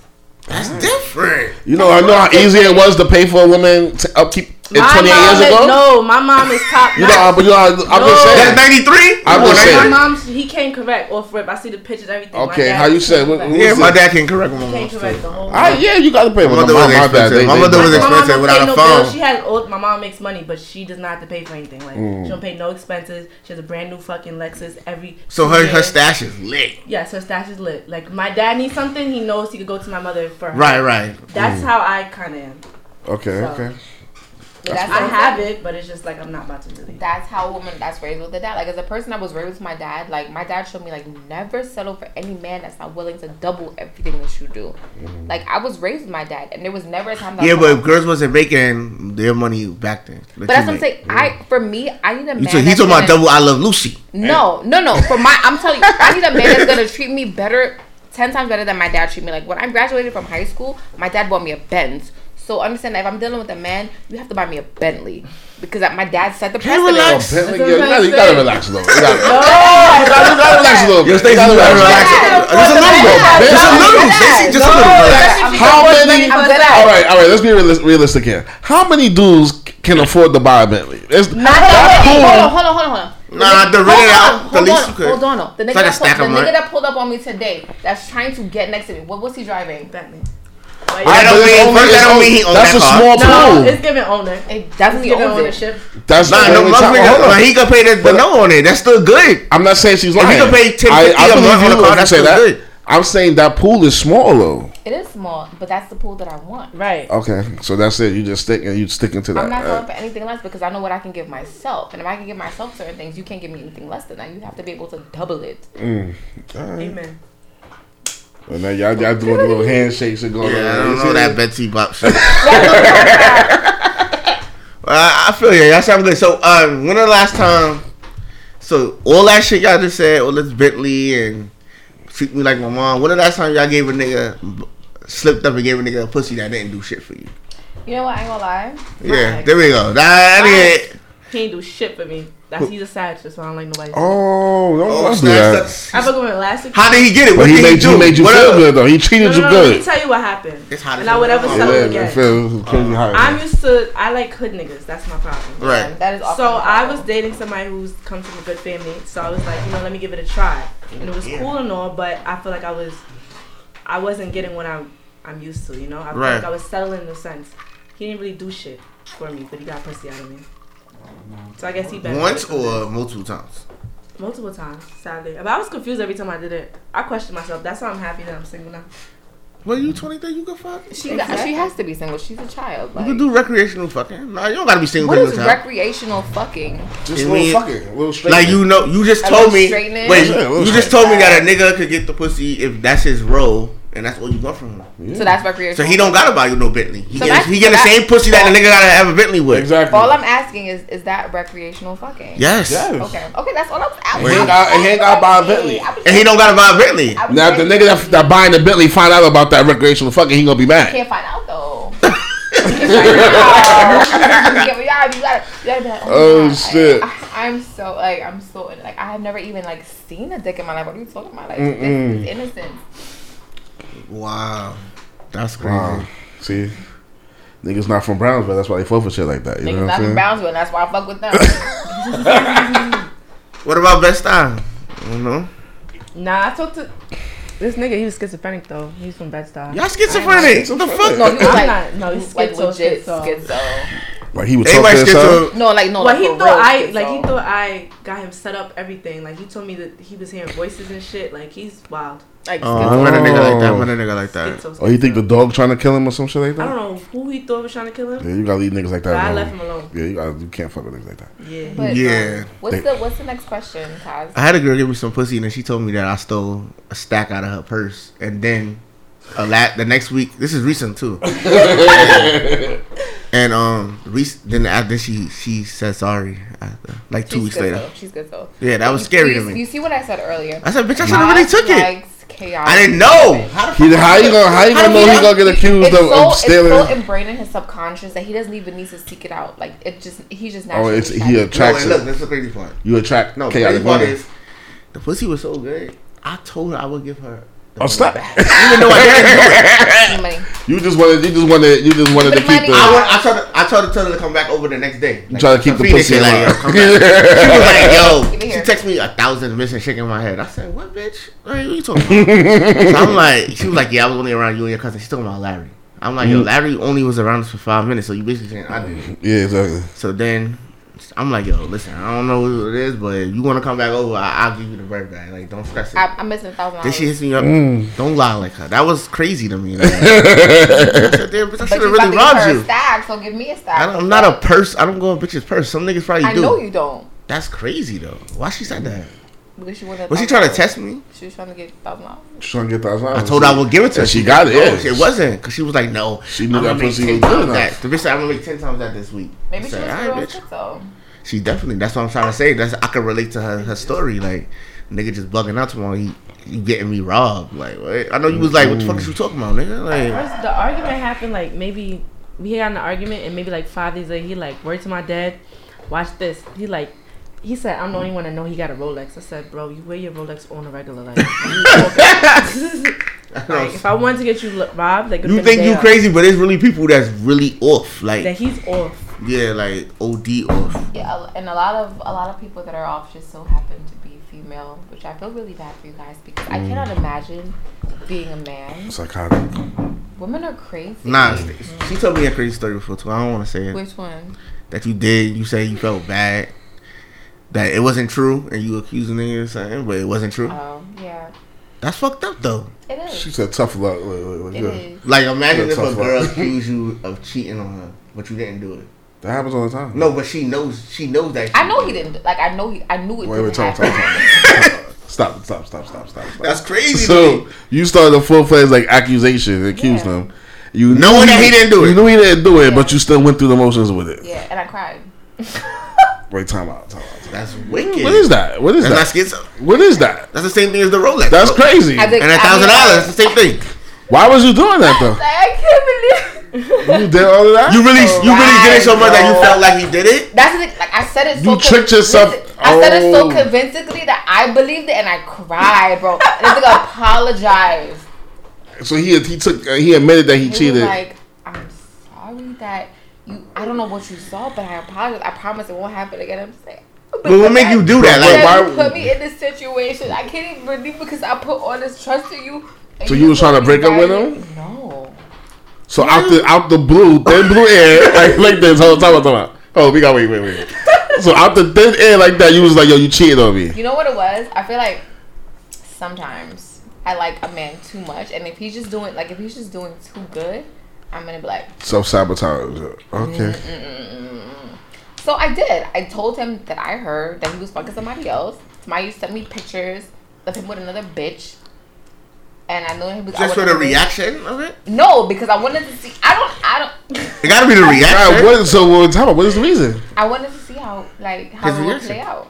Speaker 2: That's different.
Speaker 3: you know, I know how easy it was to pay for a woman to upkeep it
Speaker 4: My
Speaker 3: 28
Speaker 4: mom
Speaker 3: years
Speaker 4: is,
Speaker 3: ago.
Speaker 4: No, my mom is top.
Speaker 3: You know,
Speaker 4: notch.
Speaker 3: I- but you know, I, I'm just
Speaker 4: No.
Speaker 3: saying.
Speaker 2: That's ninety three.
Speaker 3: I'm just
Speaker 4: my
Speaker 3: saying.
Speaker 4: mom, he came correct off rip. I see the pictures, everything. My
Speaker 3: Okay,
Speaker 4: dad
Speaker 3: how you
Speaker 4: came
Speaker 3: said? What,
Speaker 4: correct.
Speaker 3: what
Speaker 2: Yeah,
Speaker 3: was
Speaker 2: my
Speaker 3: it?
Speaker 2: dad can correct my
Speaker 4: Came
Speaker 2: mom.
Speaker 4: correct the whole.
Speaker 3: Ah, yeah, you got to pay for
Speaker 2: My
Speaker 3: my,
Speaker 2: mother was
Speaker 3: my, my bad.
Speaker 2: expensive.
Speaker 3: They,
Speaker 2: My
Speaker 3: they-
Speaker 2: mother was
Speaker 4: My mom
Speaker 2: expensive
Speaker 4: don't
Speaker 2: without
Speaker 4: pay
Speaker 2: a
Speaker 4: no
Speaker 2: phone.
Speaker 4: bills. She has old. My mom makes money, but she does not have to pay for anything. Like
Speaker 2: Mm.
Speaker 4: she don't pay no expenses. She has a brand new fucking Lexus every.
Speaker 2: So her
Speaker 4: year.
Speaker 2: her stash is lit.
Speaker 4: Yes, her stash is lit. Like my dad needs something, he knows he could go to my mother for. her.
Speaker 2: Right, Mm. right.
Speaker 4: That's how I kind of am.
Speaker 3: Okay, okay.
Speaker 1: But that's
Speaker 4: I
Speaker 1: what I'm
Speaker 4: have
Speaker 1: saying.
Speaker 4: it, but it's just like I'm not about to do it.
Speaker 1: That's how a woman that's raised with a dad. Like as a person that was raised with my dad, like my dad showed me like never settle for any man that's not willing to double everything that you do. Like I was raised with my dad, and there was never a time that I
Speaker 2: Mm-hmm. Yeah,
Speaker 1: felt
Speaker 2: but if girls wasn't making their money back then.
Speaker 1: But that's what I'm saying. I for me, I need a man.
Speaker 2: You took, he
Speaker 1: that's
Speaker 2: took my
Speaker 1: gonna-
Speaker 2: double. I love Lucy.
Speaker 1: No, no, no. For my, I'm telling you, I need a man that's gonna treat me better, ten times better than my dad treat me. Like when I graduated from high school, my dad bought me a Benz. So understand that if I'm dealing with a man, you have to buy me a Bentley because that- my dad set the precedent.
Speaker 2: relax.
Speaker 3: Oh, Bentley,
Speaker 4: That's what
Speaker 3: yeah, you
Speaker 4: I'm
Speaker 3: gotta- you
Speaker 4: saying.
Speaker 3: gotta relax a little. You gotta you
Speaker 4: No,
Speaker 3: gotta- you gotta relax a little.
Speaker 2: Yo,
Speaker 3: bit.
Speaker 2: Stacey,
Speaker 3: You gotta
Speaker 2: you gotta
Speaker 1: Yeah,
Speaker 2: relax. Just
Speaker 1: yeah, yeah,
Speaker 2: a little bit. Just a little.
Speaker 1: yeah.
Speaker 2: Stacey, just a
Speaker 1: No,
Speaker 2: little. bit.
Speaker 1: especially if you
Speaker 3: How
Speaker 1: don't want
Speaker 3: many?
Speaker 1: money for
Speaker 3: All
Speaker 1: that.
Speaker 3: right, all right. Let's be realis- realistic here. How many dudes c- can afford to buy a Bentley? It's
Speaker 1: Not that
Speaker 3: cool.
Speaker 1: way. Hold on, hold on, hold on, hold on.
Speaker 2: Nah,
Speaker 1: nigga-
Speaker 2: the red
Speaker 1: hold
Speaker 2: out,
Speaker 1: on,
Speaker 2: the
Speaker 1: hold
Speaker 2: least
Speaker 1: on,
Speaker 2: you could.
Speaker 1: Hold on, the
Speaker 2: It's
Speaker 1: nigga,
Speaker 2: like a
Speaker 1: that, pulled,
Speaker 2: stack
Speaker 1: the
Speaker 2: of money.
Speaker 1: nigga that pulled up on me today, that's trying to get next to me. What was he driving?
Speaker 4: Bentley.
Speaker 2: I
Speaker 4: Like,
Speaker 2: don't
Speaker 3: but it's
Speaker 2: mean-
Speaker 3: only-
Speaker 2: first, I
Speaker 3: it's
Speaker 2: don't
Speaker 3: only-
Speaker 2: mean he owned
Speaker 3: That's
Speaker 2: that
Speaker 3: a
Speaker 2: car.
Speaker 3: small
Speaker 4: no,
Speaker 3: pool.
Speaker 4: it's giving owner.
Speaker 1: It
Speaker 4: It's
Speaker 1: definitely
Speaker 4: giving
Speaker 1: owns it.
Speaker 4: ownership.
Speaker 3: That's
Speaker 2: Nah,
Speaker 3: the
Speaker 2: no,
Speaker 3: only
Speaker 2: mother
Speaker 3: time-
Speaker 2: nigga,
Speaker 3: hold on.
Speaker 2: but he could pay the, the loan on it. That's still good.
Speaker 3: I'm not saying she's
Speaker 2: you
Speaker 3: lying.
Speaker 2: could pay 10,
Speaker 3: I-
Speaker 2: 50
Speaker 3: I
Speaker 2: a month
Speaker 3: believe
Speaker 2: on a car,
Speaker 3: you if you
Speaker 2: that's
Speaker 3: say
Speaker 2: still
Speaker 3: that.
Speaker 2: good.
Speaker 3: I'm saying that pool is small though.
Speaker 1: It is small, but that's the pool that I want.
Speaker 4: Right.
Speaker 3: Okay, so that's it. You just stick and you sticking to that.
Speaker 1: I'm not
Speaker 3: Uh,
Speaker 1: going for anything less because I know what I can give myself, and if I can give myself certain things, you can't give me anything less than that. You have to be able to double it.
Speaker 4: Amen.
Speaker 3: Well, now y'all, y'all doing the little handshakes and going.
Speaker 2: Yeah, I
Speaker 3: on.
Speaker 2: don't
Speaker 3: You
Speaker 2: know
Speaker 3: see
Speaker 2: that Betsy Bop shit. Well, I, I feel you. Y'all sound good. So, um, when the last time? So all that shit y'all just said, all this Bentley and treat me like my mom. When the last time y'all gave a nigga slipped up and gave a nigga a pussy that didn't do shit for you?
Speaker 1: You know what? I ain't gonna lie.
Speaker 2: Yeah,
Speaker 4: Right.
Speaker 2: there we go. That is it.
Speaker 4: He ain't do shit for me. That's he's a savage, so I don't like nobody.
Speaker 3: Oh, don't
Speaker 2: Oh,
Speaker 3: do that.
Speaker 2: snatch that.
Speaker 4: I fuck with him last week.
Speaker 2: How did he get it? What
Speaker 3: But he
Speaker 2: did
Speaker 3: made
Speaker 2: do?
Speaker 3: you made you
Speaker 2: What
Speaker 3: feel
Speaker 2: else?
Speaker 3: good though. He treated
Speaker 4: No,
Speaker 3: you
Speaker 4: no, no, let me
Speaker 3: good.
Speaker 4: tell you what happened.
Speaker 2: It's hot as
Speaker 4: and I
Speaker 2: hell.
Speaker 4: would ever
Speaker 2: Yeah,
Speaker 4: sell
Speaker 3: Yeah,
Speaker 4: him
Speaker 3: it
Speaker 4: again.
Speaker 3: feels crazy high.
Speaker 4: I'm used to I like hood niggas. That's my problem.
Speaker 2: Right.
Speaker 1: Um, That is awesome.
Speaker 4: So I was dating somebody who's come from a good family. So I was like, you know, let me give it a try. And it was cool and all, but I feel like I was, I wasn't getting what I'm, I'm used to. You know, I feel
Speaker 2: Right.
Speaker 4: like I was settling in a sense. He didn't really do shit for me, but he got pussy out of me. So I guess he better
Speaker 2: Once or multiple times?
Speaker 4: multiple times, sadly. But I was confused every time I did it. I questioned myself. That's why I'm happy that I'm single now.
Speaker 2: Well, you 23, you can fuck. You
Speaker 1: She she has to be single. She's a child. Like,
Speaker 2: can do recreational fucking. Nah, you don't gotta be single
Speaker 1: what
Speaker 2: all
Speaker 1: is
Speaker 2: the time.
Speaker 1: recreational fucking?
Speaker 3: Just
Speaker 2: You mean-
Speaker 3: fucking, a little straight.
Speaker 2: Like you know, you just
Speaker 1: A
Speaker 2: told
Speaker 1: little
Speaker 2: me.
Speaker 1: straightening.
Speaker 2: Wait,
Speaker 3: Yeah, a little
Speaker 2: you just told me that a nigga could get the pussy if that's his role, and that's all you want from him.
Speaker 1: So that's recreational.
Speaker 2: So he don't gotta buy you no Bentley. He
Speaker 1: So
Speaker 2: get,
Speaker 1: that's-
Speaker 2: he get the
Speaker 1: so
Speaker 2: same
Speaker 1: that-
Speaker 2: pussy that a nigga gotta have a Bentley with.
Speaker 3: exactly.
Speaker 1: All I'm asking is, is that recreational fucking?
Speaker 2: Yes.
Speaker 3: Yes.
Speaker 1: Okay. Okay, that's all I'm asking.
Speaker 2: Wait. He ain't
Speaker 3: got- he ain't got buy a Bentley.
Speaker 2: And he don't gotta buy a Bentley.
Speaker 3: Now if the nigga that, that buying the Bentley find out about that recreational fucking, he gonna be mad.
Speaker 1: can't find out though.
Speaker 2: Oh,
Speaker 1: yeah, but yeah, you gotta, you gotta be like,
Speaker 3: Oh,
Speaker 1: my God.
Speaker 3: shit.
Speaker 1: I, am so like, I'm so like, I have never even like seen a dick in my life. What are you talking about? Like,
Speaker 2: Mm-mm.
Speaker 1: this is innocent.
Speaker 2: Wow. That's crazy.
Speaker 3: Wow. Uh, See, niggas not from Brownsville. That's why they fuck for shit like that. You know
Speaker 1: Niggas
Speaker 3: what
Speaker 1: not
Speaker 3: I'm
Speaker 1: from
Speaker 3: saying?
Speaker 1: Brownsville, and that's why I fuck with them.
Speaker 2: What about best time? You know?
Speaker 4: Nah, I talked to this nigga. He was schizophrenic though. He was from Bed Stuy.
Speaker 2: Y'all schizophrenic. What the fuck?
Speaker 1: no, he was
Speaker 4: I'm
Speaker 1: like,
Speaker 4: not- no,
Speaker 1: he
Speaker 4: he's
Speaker 1: was like
Speaker 4: schizo,
Speaker 1: legit
Speaker 4: schizo.
Speaker 1: schizo.
Speaker 3: Like he would talk to
Speaker 2: Everybody
Speaker 3: himself.
Speaker 2: schizo.
Speaker 1: No, like no,
Speaker 4: But
Speaker 1: like
Speaker 4: he
Speaker 1: for
Speaker 4: thought
Speaker 1: real
Speaker 4: I
Speaker 1: schizo.
Speaker 4: like he thought I got him set up everything. Like he told me that he was hearing voices and shit. Like he's wild.
Speaker 1: like
Speaker 2: Oh,
Speaker 1: schizo.
Speaker 2: I'm a nigga like that. I'm a nigga like that.
Speaker 4: Schizo,
Speaker 3: Oh, you think the
Speaker 4: schizo.
Speaker 3: dog trying to kill him or some shit like
Speaker 4: I
Speaker 3: that?
Speaker 4: don't know who he thought was trying to kill him,
Speaker 3: Yeah, you gotta leave niggas like that.
Speaker 4: but I
Speaker 3: alone.
Speaker 4: left him alone.
Speaker 3: Yeah, you, gotta, you can't fuck with niggas like that.
Speaker 4: Yeah.
Speaker 1: But, um,
Speaker 2: Yeah.
Speaker 1: what's the What's the next question, Taz?
Speaker 2: I had a girl give me some pussy, and then she told me that I stole a stack out of her purse. And then, a la- the next week, this is recent too. and um, re- then after she she said sorry, after, like two
Speaker 1: She's
Speaker 2: weeks
Speaker 1: schizo.
Speaker 2: later.
Speaker 1: she's schizo.
Speaker 2: Yeah, that was
Speaker 1: You-
Speaker 2: scary
Speaker 1: you,
Speaker 2: to me.
Speaker 1: You see what I said earlier?
Speaker 2: I said, bitch, I should have really took it.
Speaker 1: Likes chaos.
Speaker 2: I didn't know. How the
Speaker 3: He, how you gonna how you
Speaker 1: I
Speaker 3: gonna know
Speaker 1: mean,
Speaker 3: he gonna get accused
Speaker 1: it's
Speaker 3: of,
Speaker 1: so,
Speaker 3: of stealing?
Speaker 1: It's so ingrained in his subconscious that he doesn't even need to seek it out. Like it just, he's just
Speaker 3: oh,
Speaker 1: naturally.
Speaker 3: it's
Speaker 1: shy.
Speaker 3: he attracts
Speaker 2: No, and look,
Speaker 3: it.
Speaker 2: that's the crazy part.
Speaker 3: You attract
Speaker 2: No, the
Speaker 3: chaotic
Speaker 2: crazy part
Speaker 3: women.
Speaker 2: is the pussy was so good. I told her I would give her. the
Speaker 3: Oh, stop!
Speaker 2: money back. Even though I didn't do it.
Speaker 1: Give me money.
Speaker 3: You just wanted you just wanted you just wanted to
Speaker 1: Give me
Speaker 3: keep
Speaker 1: money.
Speaker 3: the
Speaker 2: I, went, I tried to, I tried to tell her to come back over the next day.
Speaker 3: you try to keep the
Speaker 2: Feed and
Speaker 3: pussy
Speaker 2: shit, like, yo,
Speaker 3: alive.
Speaker 2: come back. She was like, yo,
Speaker 1: Give it
Speaker 2: she
Speaker 1: here.
Speaker 2: texted me a thousand missing shit in my head. I said, what, bitch? Like, what you talking about? so I'm like, she was like, yeah, I was only around you and your cousin. She's talking about Larry. I'm like, yo,
Speaker 3: Mm.
Speaker 2: Larry only was around us for five minutes, so you basically saying I did. it."
Speaker 3: Yeah, exactly.
Speaker 2: So then I'm like, yo, listen, I don't know what it is, but if you want to come back over, I- I'll give you the bird bag. Like, don't stress it.
Speaker 1: I, I'm missing a thousand
Speaker 2: then
Speaker 1: dollars.
Speaker 2: she hits me up.
Speaker 3: Mm.
Speaker 2: Don't lie like her. That was crazy to me. Like, I said, damn, bitch, I
Speaker 1: But
Speaker 2: should
Speaker 1: you
Speaker 2: have
Speaker 1: about to
Speaker 2: really
Speaker 1: give her
Speaker 2: robbed
Speaker 1: a
Speaker 2: you.
Speaker 1: Stack, so give me a stack.
Speaker 2: I don't, I'm not a purse. I don't go in bitches' purse. Some niggas probably
Speaker 1: I
Speaker 2: do.
Speaker 1: know you don't
Speaker 2: That's crazy though. Why she said that?
Speaker 1: because she wanted.
Speaker 2: Was she
Speaker 1: $1,000.
Speaker 2: trying to test me?
Speaker 1: She was trying to get thousand dollars.
Speaker 3: Just trying to get thousand
Speaker 2: I told her I would give it to her.
Speaker 3: And Oh, she got it,
Speaker 2: No,
Speaker 3: yeah.
Speaker 2: It wasn't because she was like, "No,
Speaker 3: She knew
Speaker 2: I'm
Speaker 3: that
Speaker 2: gonna make
Speaker 3: pussy
Speaker 2: 10
Speaker 3: was
Speaker 2: times
Speaker 3: good enough.
Speaker 2: That. The bitch said, "I'm gonna make ten times that this week."
Speaker 1: Maybe
Speaker 2: I
Speaker 1: she
Speaker 2: said,
Speaker 1: was
Speaker 2: "All
Speaker 1: real
Speaker 2: right, bitch."
Speaker 1: schizo.
Speaker 2: She definitely. That's what I'm trying to say. That's I can relate to her her story. Like, nigga just bugging out tomorrow. He, you getting me robbed? Like, what? I know you was like, "What the fuck is you talking about, nigga?" Like,
Speaker 4: First, the argument happened like maybe we got in an argument, and maybe like five days later, he like, word to my dad, watch this. He like, he said, I'm the only one to know he got a Rolex. I said, bro, you wear your Rolex on a regular like. you talking?" like if I wanted to get you lo- robbed, like it
Speaker 2: you
Speaker 4: would've been
Speaker 2: think
Speaker 4: a
Speaker 2: you
Speaker 4: day
Speaker 2: crazy, but it's really people that's really off.
Speaker 4: off. That
Speaker 2: Like,
Speaker 4: he's off.
Speaker 2: yeah, like OD off.
Speaker 1: Yeah, a- and a lot of a lot of people that are off just so happen to be female, which I feel really bad for you guys because I
Speaker 2: Mm.
Speaker 1: cannot imagine being a man.
Speaker 3: Psychotic.
Speaker 1: Women are crazy.
Speaker 2: Nah, she told me a crazy story before too. I don't want to say it.
Speaker 1: Which one?
Speaker 2: that you did. You say you felt bad that it wasn't true, and you accusing niggas of something, but it wasn't true.
Speaker 1: Oh, yeah.
Speaker 2: That's fucked up though.
Speaker 1: It is.
Speaker 3: She said tough luck. Like, like, like,
Speaker 1: It
Speaker 3: yeah.
Speaker 1: is.
Speaker 2: Like imagine
Speaker 3: That's
Speaker 2: if a
Speaker 3: tough,
Speaker 2: girl
Speaker 3: right?
Speaker 2: accused you of cheating on her, but you didn't do it.
Speaker 3: That happens all the time.
Speaker 2: No, but she knows. She knows that.
Speaker 1: I know he didn't. do- Like I know he. I knew it.
Speaker 3: Wait, wait,
Speaker 1: didn't
Speaker 3: time,
Speaker 1: happen.
Speaker 3: time, time. Stop, stop, stop, stop, stop. stop.
Speaker 2: That's crazy. to
Speaker 3: So
Speaker 2: me.
Speaker 3: you started a full fledged like accusation, accused
Speaker 1: Yeah.
Speaker 3: him. You
Speaker 2: Knowing that he didn't do it.
Speaker 3: You knew he didn't do it,
Speaker 1: Yeah.
Speaker 3: but you still went through the motions with it.
Speaker 1: Yeah, and I cried.
Speaker 3: Wait, time out, time out. time
Speaker 2: that's wicked.
Speaker 3: out. What is that? What is
Speaker 2: That's not
Speaker 3: that?
Speaker 2: schizo.
Speaker 3: What is that?
Speaker 2: That's the same thing as the Rolex.
Speaker 3: That's
Speaker 2: bro.
Speaker 3: crazy.
Speaker 1: I think-
Speaker 2: And a thousand dollars. That's the same thing.
Speaker 3: Why was you doing
Speaker 1: Like
Speaker 3: that though?
Speaker 1: I can't believe.
Speaker 3: You did all of that.
Speaker 2: You really, you really did it so much that you
Speaker 1: Oh, Right,
Speaker 2: felt like he did it.
Speaker 1: That's the thing. Like I said it.
Speaker 3: You
Speaker 1: so
Speaker 3: tricked yourself.
Speaker 1: I said it so
Speaker 3: Oh.
Speaker 1: convincingly that I believed it, and I cried, bro. And it's like apologize.
Speaker 3: so he he took uh, he admitted that he,
Speaker 1: He
Speaker 3: cheated.
Speaker 1: was like, I'm sorry that you. I don't know what you saw, but I apologize. I promise it won't happen again. I'm saying.
Speaker 2: But what make you do that?
Speaker 3: But
Speaker 2: Like,
Speaker 3: why-
Speaker 1: you put me in this situation. I can't even believe because I put all this trust in you. and
Speaker 3: So you was
Speaker 1: just
Speaker 3: trying to
Speaker 1: let me
Speaker 3: break up with
Speaker 1: marry you? No.
Speaker 3: so out the out the blue, thin blue air, like like this whole time. I'm talking about. Oh, we got wait, wait, wait. so out the thin air like that, you was like, yo, you cheated on me.
Speaker 1: You know what it was? I feel like sometimes I like a man too much, and if he's just doing like if he's just doing too good, I'm gonna be like.
Speaker 3: Self sabotage. Okay.
Speaker 1: "Mm." So I did. I told him that I heard that he was fucking somebody else. Somebody sent me pictures of him with another bitch, and I knew he was I
Speaker 2: just for the
Speaker 1: wanted to-
Speaker 2: reaction of it.
Speaker 1: No, because I wanted to see. I don't. I don't.
Speaker 2: It got to be the
Speaker 3: Alright,
Speaker 2: reaction.
Speaker 3: what, so well, time out. What is the reason?
Speaker 1: I wanted to see how like how
Speaker 2: His
Speaker 1: it would
Speaker 2: reaction.
Speaker 1: play out.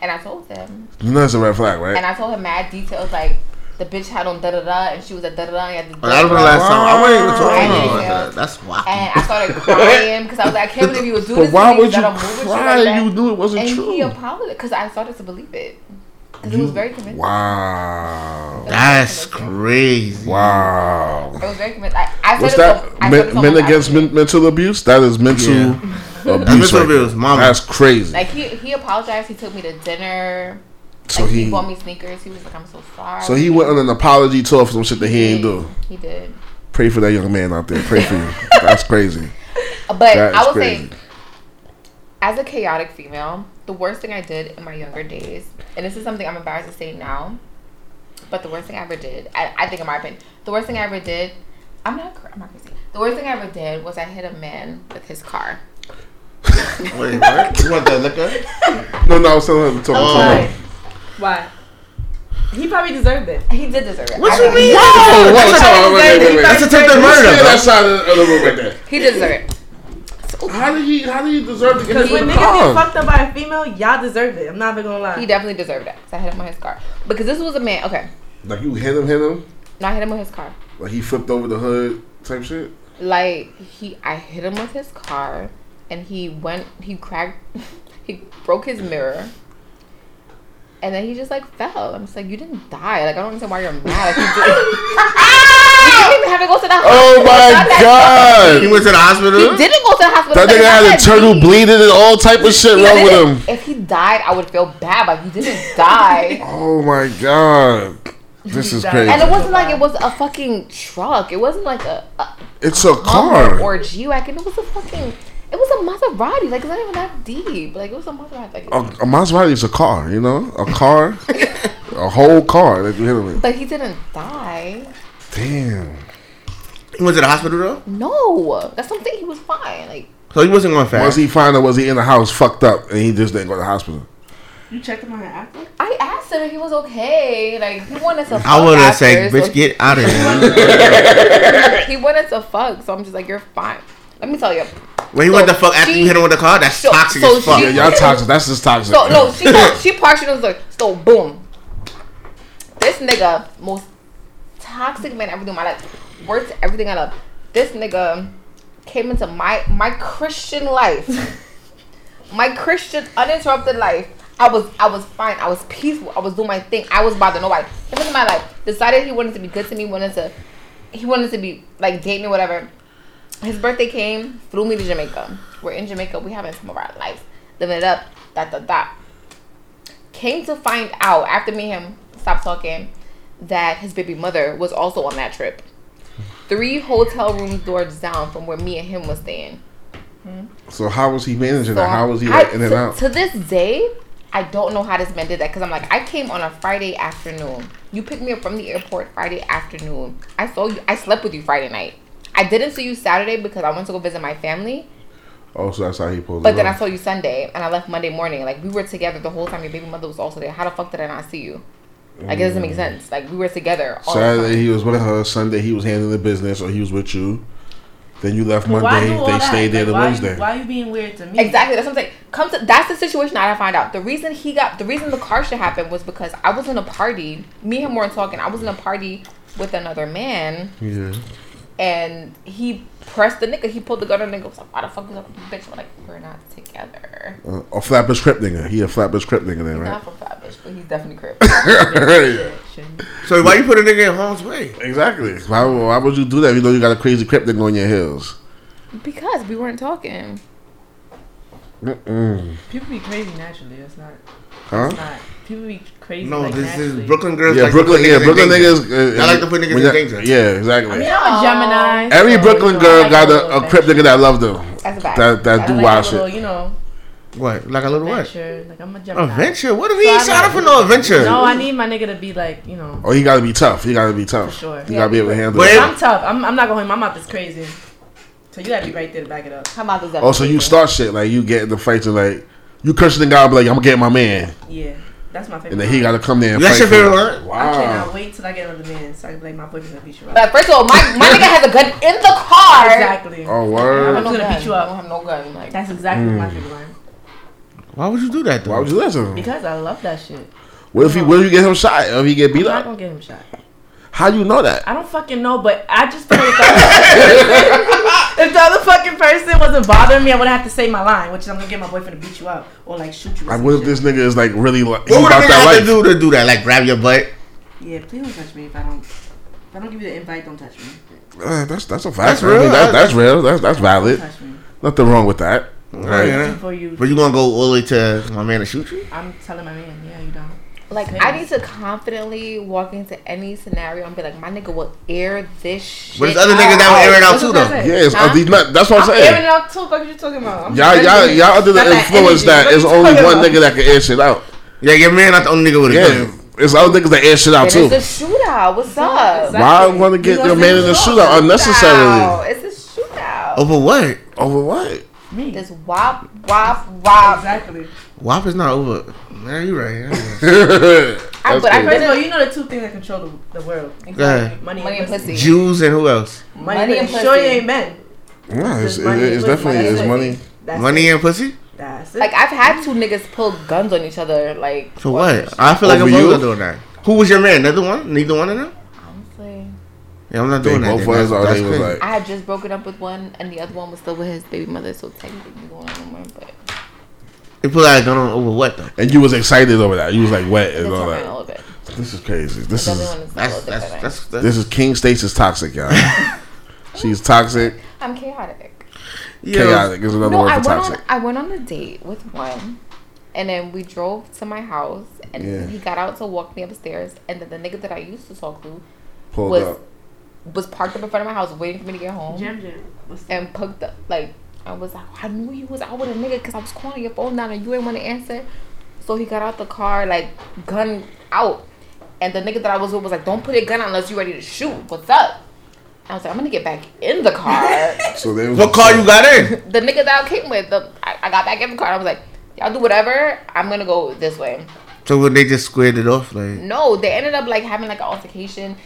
Speaker 1: And I told him,
Speaker 3: You know it's a red flag, right?
Speaker 1: and I told him mad details like the bitch had on da da da, and she was a da da da. and had the-
Speaker 2: That was the last time. I wasn't even talking
Speaker 1: Wow.
Speaker 2: about that. That's why.
Speaker 1: And I started crying because I was like, I can't believe you would do this.
Speaker 3: But why
Speaker 1: to me,
Speaker 3: would you
Speaker 1: that I'm moving shit
Speaker 3: cry?
Speaker 1: Like that.
Speaker 3: you knew it wasn't
Speaker 1: and
Speaker 3: true.
Speaker 1: he apologized because I started to believe it because it
Speaker 3: You-
Speaker 1: was very convincing.
Speaker 3: wow.
Speaker 2: That's crazy.
Speaker 3: Wow.
Speaker 1: It was very convincing. I, I said
Speaker 3: What's
Speaker 1: it
Speaker 3: that?
Speaker 1: so- I said it
Speaker 3: men
Speaker 1: so
Speaker 3: men
Speaker 1: much
Speaker 3: against
Speaker 1: after.
Speaker 3: men, mental abuse? That is mental
Speaker 2: Yeah.
Speaker 3: abuse.
Speaker 2: mental
Speaker 3: right there.
Speaker 2: abuse, mama.
Speaker 3: That's crazy.
Speaker 1: Like he he apologized. He took me to dinner.
Speaker 3: so
Speaker 1: like, he,
Speaker 3: he
Speaker 1: bought me sneakers. He was like, I'm so sorry.
Speaker 3: so he went on an apology tour for some shit that he ain't do.
Speaker 1: He did.
Speaker 3: Pray for that young man out there. Pray for you. That's crazy.
Speaker 1: But
Speaker 3: That
Speaker 1: I
Speaker 3: is
Speaker 1: would
Speaker 3: crazy.
Speaker 1: say, as a chaotic female, the worst thing I did in my younger days, and this is something I'm embarrassed to say now, but the worst thing I ever did, I, I think in my opinion, the worst thing I ever did, I'm not, cr- I'm not crazy. The worst thing I ever did was I hit a man with his car.
Speaker 2: Wait, what? You want that liquor?
Speaker 3: No, no, I was telling her to talk.
Speaker 2: Oh.
Speaker 3: I'm talking
Speaker 4: Why? He probably deserved it.
Speaker 1: He did deserve it.
Speaker 2: What
Speaker 1: I
Speaker 2: you
Speaker 1: think-
Speaker 2: mean?
Speaker 3: about-
Speaker 2: Yo,
Speaker 3: Wait, sorry, wait, wait, wait, wait.
Speaker 2: That's
Speaker 3: That's
Speaker 2: attempted Oh, murder.
Speaker 3: murder.
Speaker 2: bro.
Speaker 3: That side of the room right there.
Speaker 1: He did deserve it.
Speaker 3: How did he? How did he deserve to get
Speaker 4: Because
Speaker 3: hit
Speaker 4: when
Speaker 3: with a
Speaker 4: niggas
Speaker 3: car?
Speaker 4: get fucked up by a female, y'all deserve it. I'm not even gonna
Speaker 1: He
Speaker 4: lie.
Speaker 1: definitely deserved it. 'cause I hit him with his car. Because this was a man, okay.
Speaker 3: Like you hit him, hit him.
Speaker 1: No, I hit him with his car.
Speaker 3: Like he flipped over the hood, type shit.
Speaker 1: like he i hit him with his car and he went he cracked he broke his mirror and then he just like fell i'm just like you didn't die like i don't understand why you're mad like, you, did, you didn't even have to go to the hospital
Speaker 3: Oh
Speaker 1: Not
Speaker 3: my
Speaker 1: that-
Speaker 2: He
Speaker 3: god!
Speaker 2: went to the hospital.
Speaker 1: he didn't go to the hospital
Speaker 3: That nigga had internal bleeding and all type of shit wrong with him.
Speaker 1: if he died i would feel bad but he didn't die
Speaker 3: Oh my god! This is
Speaker 4: died.
Speaker 1: and
Speaker 3: crazy.
Speaker 1: it wasn't like it was a fucking truck it wasn't like a, a
Speaker 3: It's a
Speaker 1: Hummer
Speaker 3: car.
Speaker 1: or G-Wagon. It was a fucking. It was a Maserati. Like it's not even that deep. Like it was a Maserati. Like,
Speaker 3: A,
Speaker 2: Oh.
Speaker 3: a Maserati is a car, you know, a car, a whole car that you hit him with.
Speaker 1: but he didn't die.
Speaker 3: Damn.
Speaker 2: He went to the hospital though,
Speaker 1: No, that's something. He was fine. Like
Speaker 2: so he wasn't going fast.
Speaker 3: Was he fine or was he in the house fucked up and he just didn't go to the hospital?
Speaker 4: You checked him on her after?
Speaker 1: I asked him if he was okay. Like he wanted to. Fuck
Speaker 2: I would have
Speaker 1: after,
Speaker 2: said,
Speaker 1: so
Speaker 2: "Bitch, get out of here."
Speaker 1: He wanted to fuck. So I'm just like, you're fine. Let me tell you.
Speaker 2: When he went the fuck after
Speaker 1: she-
Speaker 2: you hit him with the car, that's
Speaker 1: so-
Speaker 2: toxic
Speaker 1: so
Speaker 2: as fuck.
Speaker 1: she-
Speaker 3: Yeah, y'all toxic. That's just toxic.
Speaker 1: So no, she parked- she parked. She was like, so boom. This nigga most toxic man ever do in my life. Worked everything I love. This nigga came into my my Christian life, my Christian uninterrupted life. I was I was fine. I was peaceful. I was doing my thing. I was bothering nobody. This is my life. Decided he wanted to be good to me. Wanted to he wanted to be like date me whatever. His birthday came, flew me to Jamaica. We're in Jamaica. We having some of our lives, living it up. Dot dot dot. Came to find out after me and him stopped talking that his baby mother was also on that trip. Three hotel rooms doors down from where me and him was staying.
Speaker 3: So how was he managing
Speaker 1: So
Speaker 3: that? How was he
Speaker 1: I-
Speaker 3: like in and
Speaker 1: to,
Speaker 3: out?
Speaker 1: To this day, I don't know how this man did that because I'm like, I came on a Friday afternoon. You picked me up from the airport Friday afternoon. I saw you. I slept with you Friday night. I didn't see you Saturday because I went to go visit my family.
Speaker 3: Oh, so that's how he pulled.
Speaker 1: But
Speaker 3: it
Speaker 1: then I
Speaker 3: off.
Speaker 1: saw you Sunday, and I left Monday morning. Like we were together the whole time. Your baby mother was also there. How the fuck did I not see you? Like it doesn't make sense. Like we were together. All
Speaker 3: Saturday
Speaker 1: The time.
Speaker 3: Mm. he was with her. Sunday he was handling the business, or he was with you. Then you left
Speaker 4: But
Speaker 3: Monday.
Speaker 4: do all
Speaker 3: They
Speaker 4: that?
Speaker 3: stayed there
Speaker 4: Like,
Speaker 3: the
Speaker 4: why
Speaker 3: Wednesday.
Speaker 4: You, why you being weird to me?
Speaker 1: Exactly. That's what I'm saying. Come to that's the situation I gotta find out. The reason he got the reason the car shit happened was because I was in a party. Me and him weren't talking. I was in a party with another man,
Speaker 3: yeah.
Speaker 1: and he pressed the nigga. He pulled the gun on the nigga. Was like, why the fuck is up, bitch? I'm like, we're not together.
Speaker 3: Uh, a flappers crip nigga. He a flappers crip nigga then, right?
Speaker 1: Not for fat bitch, but he's definitely crip.
Speaker 3: yeah.
Speaker 2: So why you put a nigga in harm's way?
Speaker 3: Exactly. Why, why would you do that? if You know you got a crazy crip nigga on your heels.
Speaker 1: because we weren't talking.
Speaker 3: Mm-mm.
Speaker 4: People be crazy naturally. That's not.
Speaker 3: Huh?
Speaker 4: It's not. People be crazy.
Speaker 2: No,
Speaker 4: like,
Speaker 2: this
Speaker 4: naturally.
Speaker 2: is Brooklyn girls.
Speaker 3: Yeah,
Speaker 2: like to put
Speaker 3: Brooklyn. Yeah,
Speaker 2: in
Speaker 3: Brooklyn
Speaker 2: danger.
Speaker 3: niggas. uh,
Speaker 2: I like to put niggas in
Speaker 3: yeah,
Speaker 2: danger.
Speaker 3: Yeah, exactly.
Speaker 4: I mean, I'm a Gemini.
Speaker 3: Every
Speaker 4: so,
Speaker 3: Brooklyn
Speaker 4: you know, I
Speaker 3: girl
Speaker 4: like
Speaker 3: got
Speaker 4: a
Speaker 3: a,
Speaker 4: little
Speaker 3: a crip
Speaker 4: adventure.
Speaker 3: nigga that loved them.
Speaker 1: That's a fact.
Speaker 3: That that
Speaker 4: I
Speaker 3: do
Speaker 4: like
Speaker 3: wild
Speaker 4: a little,
Speaker 3: shit.
Speaker 4: You know,
Speaker 2: What? Like a little what?
Speaker 4: adventure. Like I'm a Gemini.
Speaker 2: Adventure? What if
Speaker 4: So
Speaker 2: he
Speaker 4: I
Speaker 2: ain't shot
Speaker 4: like-
Speaker 2: up for no adventure?
Speaker 4: No, I need my nigga to be like you know.
Speaker 3: Oh, you gotta be tough. You gotta be tough.
Speaker 4: For sure.
Speaker 3: You gotta be able to handle
Speaker 2: But
Speaker 3: it.
Speaker 2: if-
Speaker 4: I'm tough. I'm, I'm not going. My mouth is crazy. So you gotta be right there to back it up.
Speaker 1: Her mouth is
Speaker 3: Oh, so you
Speaker 1: definitely-
Speaker 3: start shit like you get in the fights and like you cursing the guy, be like I'm gonna get my man,
Speaker 4: Yeah, that's my favorite.
Speaker 3: and then he gotta come there. And
Speaker 2: That's
Speaker 3: fight
Speaker 2: your favorite
Speaker 3: for
Speaker 2: line?
Speaker 3: it.
Speaker 4: I
Speaker 3: Wow.
Speaker 4: cannot wait till I get another man so I can be like my boyfriend's gonna beat you up.
Speaker 1: But first of all, my, my nigga has a gun in the car.
Speaker 4: Exactly.
Speaker 3: Oh Mm.
Speaker 1: I
Speaker 4: I'm
Speaker 1: have
Speaker 3: word.
Speaker 1: no
Speaker 4: gonna
Speaker 1: gun.
Speaker 4: beat you up.
Speaker 1: I don't have no gun. Like,
Speaker 4: That's exactly my favorite line.
Speaker 2: Why would you do that? Though?
Speaker 3: Why would you listen?
Speaker 4: Because I love that shit.
Speaker 3: What if he? What if you get him shot? Or if he get beat
Speaker 4: I'm not
Speaker 3: up?
Speaker 4: gonna get him shot.
Speaker 3: How you know that?
Speaker 4: I don't fucking know, but I just feel like if the, if the other fucking person wasn't bothering me, I would have to say my line, which is I'm gonna get my boyfriend to beat you up or like shoot you. or
Speaker 3: Like,
Speaker 4: some
Speaker 3: what if
Speaker 4: shit.
Speaker 3: this nigga is like really like he
Speaker 2: What would a
Speaker 3: about
Speaker 2: nigga
Speaker 3: that
Speaker 2: have to
Speaker 3: life?
Speaker 2: do to do that? Like grab your butt?
Speaker 4: Yeah, please don't touch me if I don't. If I don't give you the invite, don't touch me.
Speaker 3: Uh, that's that's a fact.
Speaker 2: That's
Speaker 3: I mean,
Speaker 2: real.
Speaker 3: that- that's real. That's that's
Speaker 4: Don't
Speaker 3: valid.
Speaker 4: touch me.
Speaker 3: Nothing wrong with that. Right.
Speaker 2: Yeah.
Speaker 4: Before you,
Speaker 2: But you gonna go all the way to my man to shoot you?
Speaker 4: I'm telling my man, yeah, you don't.
Speaker 1: Like
Speaker 4: Yeah.
Speaker 1: I need to confidently walk into any scenario and be like, my nigga will air this shit.
Speaker 2: But there's other niggas that
Speaker 1: out.
Speaker 2: will air it out
Speaker 4: That's
Speaker 2: too
Speaker 4: what I
Speaker 2: though.
Speaker 4: said.
Speaker 3: Yeah, it's,
Speaker 1: Huh?
Speaker 3: uh, these not, that's what I'm,
Speaker 4: I'm airing
Speaker 3: saying.
Speaker 4: it out too. Fuck you talking about? I'm
Speaker 3: Y'all, y'all,
Speaker 4: defending it.
Speaker 3: y'all under
Speaker 4: Not
Speaker 3: the
Speaker 4: that
Speaker 3: influence
Speaker 4: energy.
Speaker 3: that
Speaker 4: What
Speaker 3: it's
Speaker 4: you
Speaker 3: only
Speaker 4: talking
Speaker 3: one
Speaker 4: about?
Speaker 3: nigga that can air shit out.
Speaker 2: Yeah, your man not the only nigga with a
Speaker 3: Yeah,
Speaker 2: gun.
Speaker 3: it's other niggas that air shit out
Speaker 1: But
Speaker 3: too.
Speaker 1: it's a shootout. What's up?
Speaker 4: Exactly.
Speaker 3: Why I want to get
Speaker 4: You
Speaker 3: your
Speaker 4: know
Speaker 3: man in
Speaker 4: what
Speaker 3: a
Speaker 4: I'm saying?
Speaker 3: shootout unnecessarily?
Speaker 1: Wow, It's a shootout.
Speaker 2: Over what?
Speaker 3: Over what?
Speaker 4: Me. Ah,
Speaker 1: This wop wop wop.
Speaker 4: Exactly.
Speaker 2: WAP is not over. Man, you right. yeah.
Speaker 3: That's
Speaker 1: but I
Speaker 3: good.
Speaker 1: heard-
Speaker 4: First of all, you know the two things that control the, the world:
Speaker 2: Right.
Speaker 4: money,
Speaker 1: Money and pussy.
Speaker 2: Jews and who else?
Speaker 4: Money,
Speaker 1: Money
Speaker 4: and
Speaker 1: and
Speaker 4: pussy. Sure, you
Speaker 1: pussy.
Speaker 4: ain't men.
Speaker 3: Yeah, it's,
Speaker 4: It's
Speaker 3: it-
Speaker 4: money,
Speaker 3: it's
Speaker 4: it's
Speaker 3: definitely
Speaker 4: money,
Speaker 3: it's
Speaker 4: it's
Speaker 3: money.
Speaker 4: That's
Speaker 2: Money
Speaker 4: It.
Speaker 2: and pussy?
Speaker 4: That's it.
Speaker 1: Like I've had two niggas pull guns on each other. Like
Speaker 2: For what? I feel like
Speaker 3: Over
Speaker 2: I'm
Speaker 3: you?
Speaker 2: not doing that. Who was your man? Another one? Neither one of them?
Speaker 1: honestly,
Speaker 2: Yeah, I'm not
Speaker 3: They
Speaker 2: doing that.
Speaker 3: both
Speaker 2: then.
Speaker 3: was
Speaker 2: That's-
Speaker 3: already
Speaker 2: that's
Speaker 3: was
Speaker 2: crazy.
Speaker 3: like,
Speaker 1: I had just broken up with one, and the other one was still with his baby mother. So technically, we going anymore. But
Speaker 2: They put that gun on over what though?
Speaker 3: and you was excited over that. You was like wet and
Speaker 1: it's
Speaker 3: all
Speaker 1: all right,
Speaker 3: that.
Speaker 1: all of it.
Speaker 3: This is crazy. This
Speaker 1: The other
Speaker 3: is
Speaker 1: one is
Speaker 2: That's
Speaker 1: that's,
Speaker 2: that's that's, that's,
Speaker 3: this is King States is toxic, y'all. She's toxic,
Speaker 1: I'm chaotic.
Speaker 2: yeah.
Speaker 3: chaotic is another
Speaker 1: No, I
Speaker 3: word for
Speaker 1: went
Speaker 3: toxic.
Speaker 1: on. I went on a date with one, and then we drove to my house, and
Speaker 3: Yeah.
Speaker 1: he got out to walk me upstairs, and then the nigga that I used to talk to
Speaker 3: Pulled
Speaker 1: was
Speaker 3: up.
Speaker 1: was parked up in front of my house waiting for me to get home.
Speaker 4: Jam Jam. What's that?
Speaker 1: and poked up. Like I was like, I knew you was out with a nigga because I was calling your phone down and you didn't want to answer. So he got out the car, like gun out, and the nigga that I was with was like, "Don't put your gun out unless you ready to shoot. What's up?" I was like, "I'm gonna get back in the car."
Speaker 3: So they was
Speaker 2: What car you got in?
Speaker 1: the nigga that I came with, the, I, I got back in the car. I was like, "Y'all do whatever. I'm gonna go this way."
Speaker 2: So when they just squared it off, like
Speaker 1: No, they ended up like having like an altercation.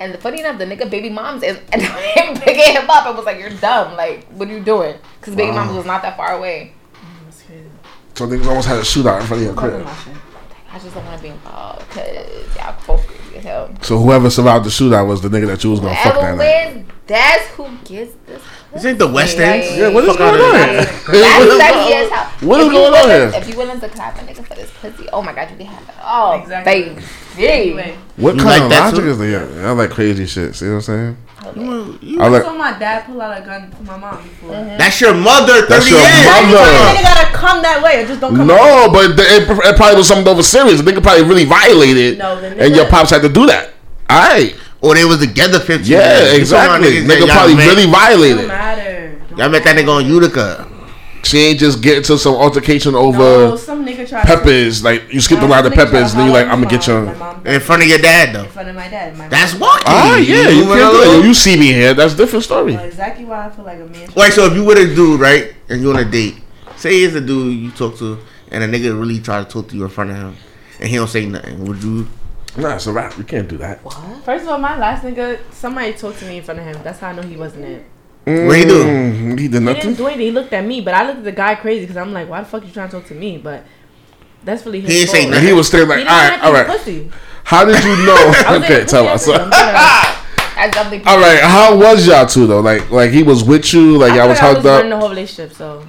Speaker 1: And funny enough, the nigga baby mom's is and I'm picking him up and was like, "You're dumb. Like, what are you doing?" Because baby
Speaker 3: Wow.
Speaker 1: mom's was not that far away.
Speaker 4: That's crazy.
Speaker 3: So niggas almost had a shootout in front of your
Speaker 4: Fucking
Speaker 3: crib.
Speaker 4: my shit.
Speaker 1: I just don't want to be involved because y'all both crazy as hell.
Speaker 3: So whoever survived the shootout was the nigga that you was gonna fuck
Speaker 1: Whoever
Speaker 3: that night.
Speaker 1: wins, that's who gets this.
Speaker 2: this ain't the West
Speaker 1: Like-
Speaker 2: End.
Speaker 3: Yeah, what is
Speaker 2: Fuck outta
Speaker 3: going on
Speaker 2: here.
Speaker 3: here?
Speaker 1: That's sexy as hell.
Speaker 3: What is
Speaker 1: If you
Speaker 3: going on
Speaker 1: willing-
Speaker 3: here?
Speaker 1: If you willing to clap a nigga for this pussy, oh my god, you can have it Oh, all.
Speaker 4: Exactly.
Speaker 1: Exactly.
Speaker 4: Anyway,
Speaker 3: What
Speaker 2: You
Speaker 3: kind
Speaker 2: like
Speaker 3: of
Speaker 2: that
Speaker 3: logic
Speaker 2: too?
Speaker 3: is there? I like crazy shit. See what I'm saying?
Speaker 2: You-
Speaker 3: I
Speaker 4: I
Speaker 3: like
Speaker 4: saw my dad pull out a gun to my mom before.
Speaker 2: That's your mother.
Speaker 3: That's
Speaker 2: Thirty
Speaker 3: your
Speaker 2: years.
Speaker 3: mother.
Speaker 4: Uh-huh. Every time nigga gotta come that way. I just don't come. that
Speaker 3: no, but the, it, it probably was something that was serious. The nigga probably really violated,
Speaker 4: No, the
Speaker 3: and your
Speaker 4: nigga-
Speaker 3: pops had to do that. All right,
Speaker 2: Or they was together fifteen.
Speaker 3: yeah,
Speaker 2: years. You talking about
Speaker 3: exactly.
Speaker 2: niggas that
Speaker 3: Nigga
Speaker 2: y'all
Speaker 3: probably
Speaker 2: met-
Speaker 3: really
Speaker 4: way.
Speaker 3: violated.
Speaker 4: Don't matter. Don't
Speaker 2: Y'all met that nigga on Utica.
Speaker 3: She ain't just get into some altercation
Speaker 4: No,
Speaker 3: over
Speaker 4: some nigga tried.
Speaker 3: peppers. Like you skipped a lot of
Speaker 4: Some nigga tried
Speaker 3: peppers,
Speaker 4: to
Speaker 3: and you
Speaker 4: holler
Speaker 3: like, I'm gonna get
Speaker 4: my
Speaker 3: your. Eh.
Speaker 4: mom. My mom
Speaker 2: In front of your dad though.
Speaker 4: in front of my dad. My
Speaker 2: That's
Speaker 4: mom.
Speaker 2: walking.
Speaker 3: Ah, yeah, you
Speaker 2: moving
Speaker 3: can't do
Speaker 2: along.
Speaker 3: that. You see me here. That's a different story.
Speaker 4: Well, exactly why I feel like a man. should-
Speaker 2: Wait, so if you with a dude, right, and you on a date, say it's a dude you talk to, and a nigga really try to talk to you in front of him, and he don't say nothing, would you?
Speaker 3: Nah, it's a wrap. You can't do that.
Speaker 4: First of all, my last nigga, somebody talked to me in front of him. That's how I know he wasn't it.
Speaker 2: What he do?
Speaker 3: Mm, He did
Speaker 4: He didn't
Speaker 3: nothing.
Speaker 4: do anything. He looked at me, but I looked at the guy crazy because I'm like, why the fuck you trying to talk to me? But that's really his
Speaker 2: He ain't
Speaker 4: fault.
Speaker 2: say
Speaker 3: And he was standing
Speaker 4: He
Speaker 3: like, all
Speaker 4: didn't
Speaker 3: right, all
Speaker 4: have
Speaker 3: right.
Speaker 4: any pussy.
Speaker 3: How did you
Speaker 4: I
Speaker 3: know?
Speaker 4: was
Speaker 3: okay,
Speaker 4: like,
Speaker 3: tell
Speaker 4: who
Speaker 3: us.
Speaker 4: has some pussy?
Speaker 1: That's something.
Speaker 2: Uh,
Speaker 3: All right, how was y'all two though? Like, like he was with you, like
Speaker 4: I
Speaker 3: y'all was
Speaker 4: feel like I
Speaker 3: hugged
Speaker 4: was running
Speaker 3: up.
Speaker 4: the whole relationship, so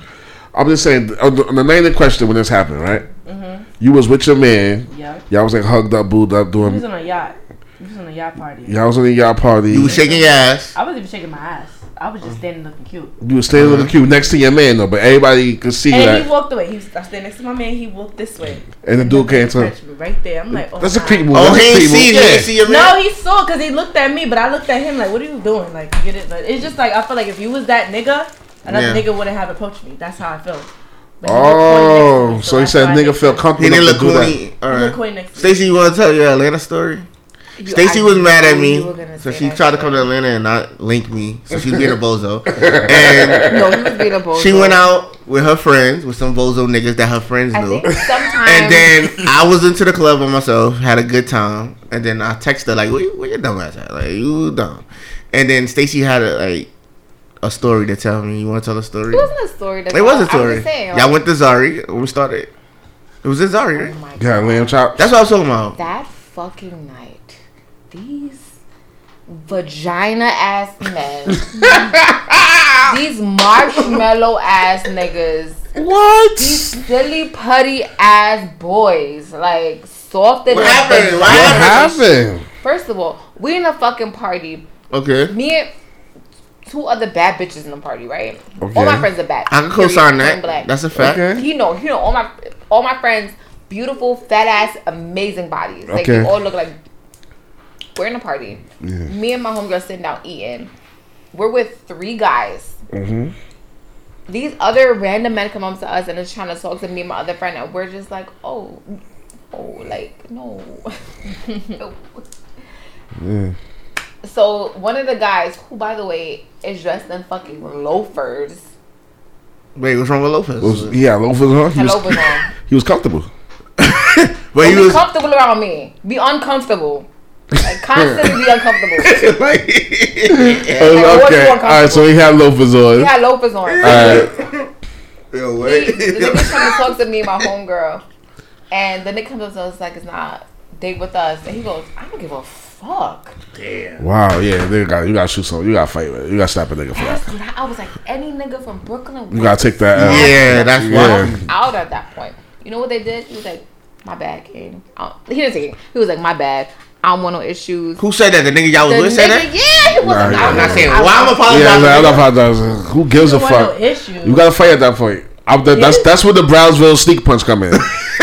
Speaker 3: I'm just saying, on the, on the night of the question when this happened, right?
Speaker 4: Mm-hmm.
Speaker 3: You was with your man.
Speaker 4: yeah.
Speaker 3: Y'all was like hugged up, booed up,
Speaker 4: He was
Speaker 3: doing.
Speaker 4: on a yacht. He was on a yacht party.
Speaker 3: Y'all was in the y'all party.
Speaker 2: You
Speaker 3: You
Speaker 2: was shaking your ass.
Speaker 4: I wasn't even shaking my ass. I was just standing looking cute.
Speaker 3: was standing in the queue next to your man though, but everybody could see
Speaker 4: And
Speaker 3: that.
Speaker 4: he walked away. He was, I was standing next to my man. He walked this way.
Speaker 3: and the dude came to.
Speaker 4: Touched me right there. I'm like, oh,
Speaker 3: That's a
Speaker 4: nah.
Speaker 3: creep move.
Speaker 2: Oh,
Speaker 3: That's
Speaker 2: he
Speaker 3: a creep
Speaker 2: ain't see,
Speaker 3: move.
Speaker 2: you, he ain't
Speaker 3: Yeah.
Speaker 2: see your man.
Speaker 4: No, he saw because he looked at me, but I looked at him like, "What are you doing?" Like, you get it? Like, it's just like I feel like if you was that nigga, another
Speaker 2: Yeah.
Speaker 4: nigga wouldn't have approached me. That's how I felt. But he looked corny
Speaker 3: Oh,
Speaker 4: next to me,
Speaker 3: so he
Speaker 4: that's
Speaker 3: said
Speaker 4: why I
Speaker 3: nigga
Speaker 4: did
Speaker 3: felt
Speaker 4: that.
Speaker 3: comfortable
Speaker 2: He didn't
Speaker 3: enough
Speaker 2: look
Speaker 3: to do that.
Speaker 2: corny. All
Speaker 4: He looked
Speaker 2: right.
Speaker 4: corny next to me.
Speaker 2: Stacy, you want to tell your Atlanta story?
Speaker 1: You-
Speaker 2: Stacy
Speaker 1: I
Speaker 2: was mad at
Speaker 1: knew
Speaker 2: me,
Speaker 1: you were gonna
Speaker 2: so
Speaker 1: say
Speaker 2: she
Speaker 1: that
Speaker 2: tried to
Speaker 1: shit.
Speaker 2: come to Atlanta and not link me. So she's being a bozo, and
Speaker 1: No, he was being a bozo.
Speaker 2: she went out with her friends, with some bozo niggas that her friends
Speaker 1: I
Speaker 2: knew.
Speaker 1: think sometimes.
Speaker 2: And then I was into the club by myself, had a good time, and then I texted her like, "Where, where your dumb ass at? Like you dumb." And then Stacy had a like a story to tell me. You want to tell a story?
Speaker 1: It wasn't a story. That
Speaker 2: It was a
Speaker 1: I
Speaker 2: story.
Speaker 1: was just saying,
Speaker 2: Y'all
Speaker 1: like,
Speaker 2: went to Zari when we started. It was in Zari,
Speaker 1: oh
Speaker 2: right?
Speaker 1: my
Speaker 3: Got lamb chop.
Speaker 2: That's what I was talking about.
Speaker 1: that fucking night, these vagina ass men, these marshmallow ass niggas,
Speaker 3: What?
Speaker 1: these silly putty ass boys, like soft and
Speaker 2: What happened? What
Speaker 3: What
Speaker 2: happened?
Speaker 3: happened?
Speaker 1: First of all, we in a fucking party.
Speaker 2: Okay.
Speaker 1: Me and two other bad bitches in the party, right? All
Speaker 3: Okay.
Speaker 1: my friends are bad.
Speaker 2: I can
Speaker 1: Period.
Speaker 2: co-sign
Speaker 1: Black and
Speaker 2: that.
Speaker 1: black.
Speaker 2: That's a fact.
Speaker 3: Okay.
Speaker 1: He know, he know all my all my friends, beautiful, fat ass, amazing bodies. Like
Speaker 3: Okay.
Speaker 1: they all look like we're in a party.
Speaker 3: Yeah.
Speaker 1: Me and my homegirl sitting down eating. We're with three guys.
Speaker 2: Mm-hmm.
Speaker 1: These other random men come up to us and is trying to talk to me and my other friend, and we're just like, oh, oh, like no. So one of the guys, who by the way is dressed in fucking loafers,
Speaker 2: Wait, what's wrong with
Speaker 3: It was-
Speaker 2: Lopez?
Speaker 3: yeah, loafers on. He
Speaker 1: and
Speaker 3: was,
Speaker 1: loafers on.
Speaker 3: he was comfortable.
Speaker 2: But
Speaker 1: Don't
Speaker 2: he
Speaker 1: be
Speaker 2: was
Speaker 1: comfortable around me. Be uncomfortable. Like constantly be uncomfortable.
Speaker 2: like,
Speaker 1: Like, what's
Speaker 3: okay.
Speaker 1: more
Speaker 3: All right. So
Speaker 1: comfortable?
Speaker 3: he had loafers on.
Speaker 1: He had loafers on.
Speaker 3: All right.
Speaker 2: yo,
Speaker 1: He-
Speaker 2: wait.
Speaker 1: the nigga trying to talk to me, and my homegirl, and the nigga comes up to us like it's not date with us, and he goes, "I don't give a fuck."
Speaker 2: Damn.
Speaker 3: Wow. Yeah. They got you. Got to shoot some. You got to fight. with it. You got to stop a nigga for that.
Speaker 1: That's what I I was like, any nigga from Brooklyn
Speaker 3: You
Speaker 1: would
Speaker 3: got to take that. Out.
Speaker 2: Yeah, that's
Speaker 3: Yeah.
Speaker 2: why.
Speaker 1: be out at that point. You know what they did? He was like, "My bad, King." I don't- He didn't say it. He was like, "My bad. I don't want no issues."
Speaker 2: Who said that? The nigga y'all
Speaker 1: The
Speaker 2: was with said
Speaker 1: nigga,
Speaker 2: that?
Speaker 1: yeah, he was. like, "I
Speaker 3: Nah, yeah,
Speaker 2: I'm
Speaker 1: don't
Speaker 2: not
Speaker 1: know."
Speaker 2: saying.
Speaker 1: I
Speaker 2: Well, I'm
Speaker 3: Yeah,
Speaker 2: apologizing.
Speaker 3: man, I'm not apologizing. Who gives a
Speaker 4: Don't want no
Speaker 3: fuck?
Speaker 4: issues.
Speaker 3: You gotta fight at that point. I'm the, that's that's where the Brownsville sneak punch come in.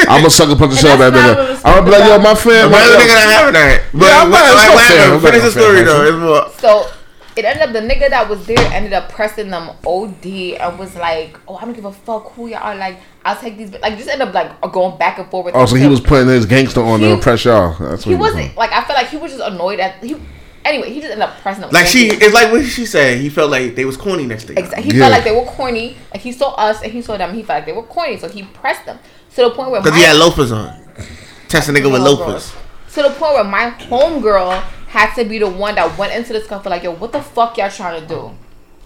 Speaker 3: I'm a sucker punch the shit out of that
Speaker 4: that's not what
Speaker 3: nigga.
Speaker 4: it's
Speaker 3: I'm like, yo, my fan.
Speaker 2: Why the nigga not having that? But
Speaker 3: Yeah,
Speaker 2: yeah,
Speaker 3: I'm
Speaker 2: what,
Speaker 3: not- it's not
Speaker 2: what
Speaker 3: fair.
Speaker 2: happened?
Speaker 3: It's not
Speaker 2: Finish the
Speaker 3: fair.
Speaker 2: story though. It's more.
Speaker 1: So it ended up the nigga that was there ended up pressing them OD and was like, "Oh, I don't give a fuck who y'all are. Like, I'll take these." Like, just end up like going back and forth. With
Speaker 3: Oh, so
Speaker 1: them.
Speaker 3: he was putting his gangster on
Speaker 1: He-
Speaker 3: to impress y'all. That's what
Speaker 1: He
Speaker 3: he was
Speaker 1: wasn't
Speaker 3: doing.
Speaker 1: like I felt like he was just annoyed at he. Anyway, he just ended up pressing them.
Speaker 2: Like
Speaker 1: OD.
Speaker 2: she, it's like what she said. He felt like they was corny next to
Speaker 1: Exa-
Speaker 2: you.
Speaker 1: He
Speaker 3: Yeah.
Speaker 1: felt like they were corny. Like he saw us and he saw them. He felt like they were corny, so he pressed them to the point where
Speaker 2: Because
Speaker 1: my,
Speaker 2: he had loafers on. Test a nigga with
Speaker 1: Homegirls.
Speaker 2: loafers.
Speaker 1: to the point where my homegirl had to be the one that went into the scuffle like, yo, what the fuck y'all trying to do?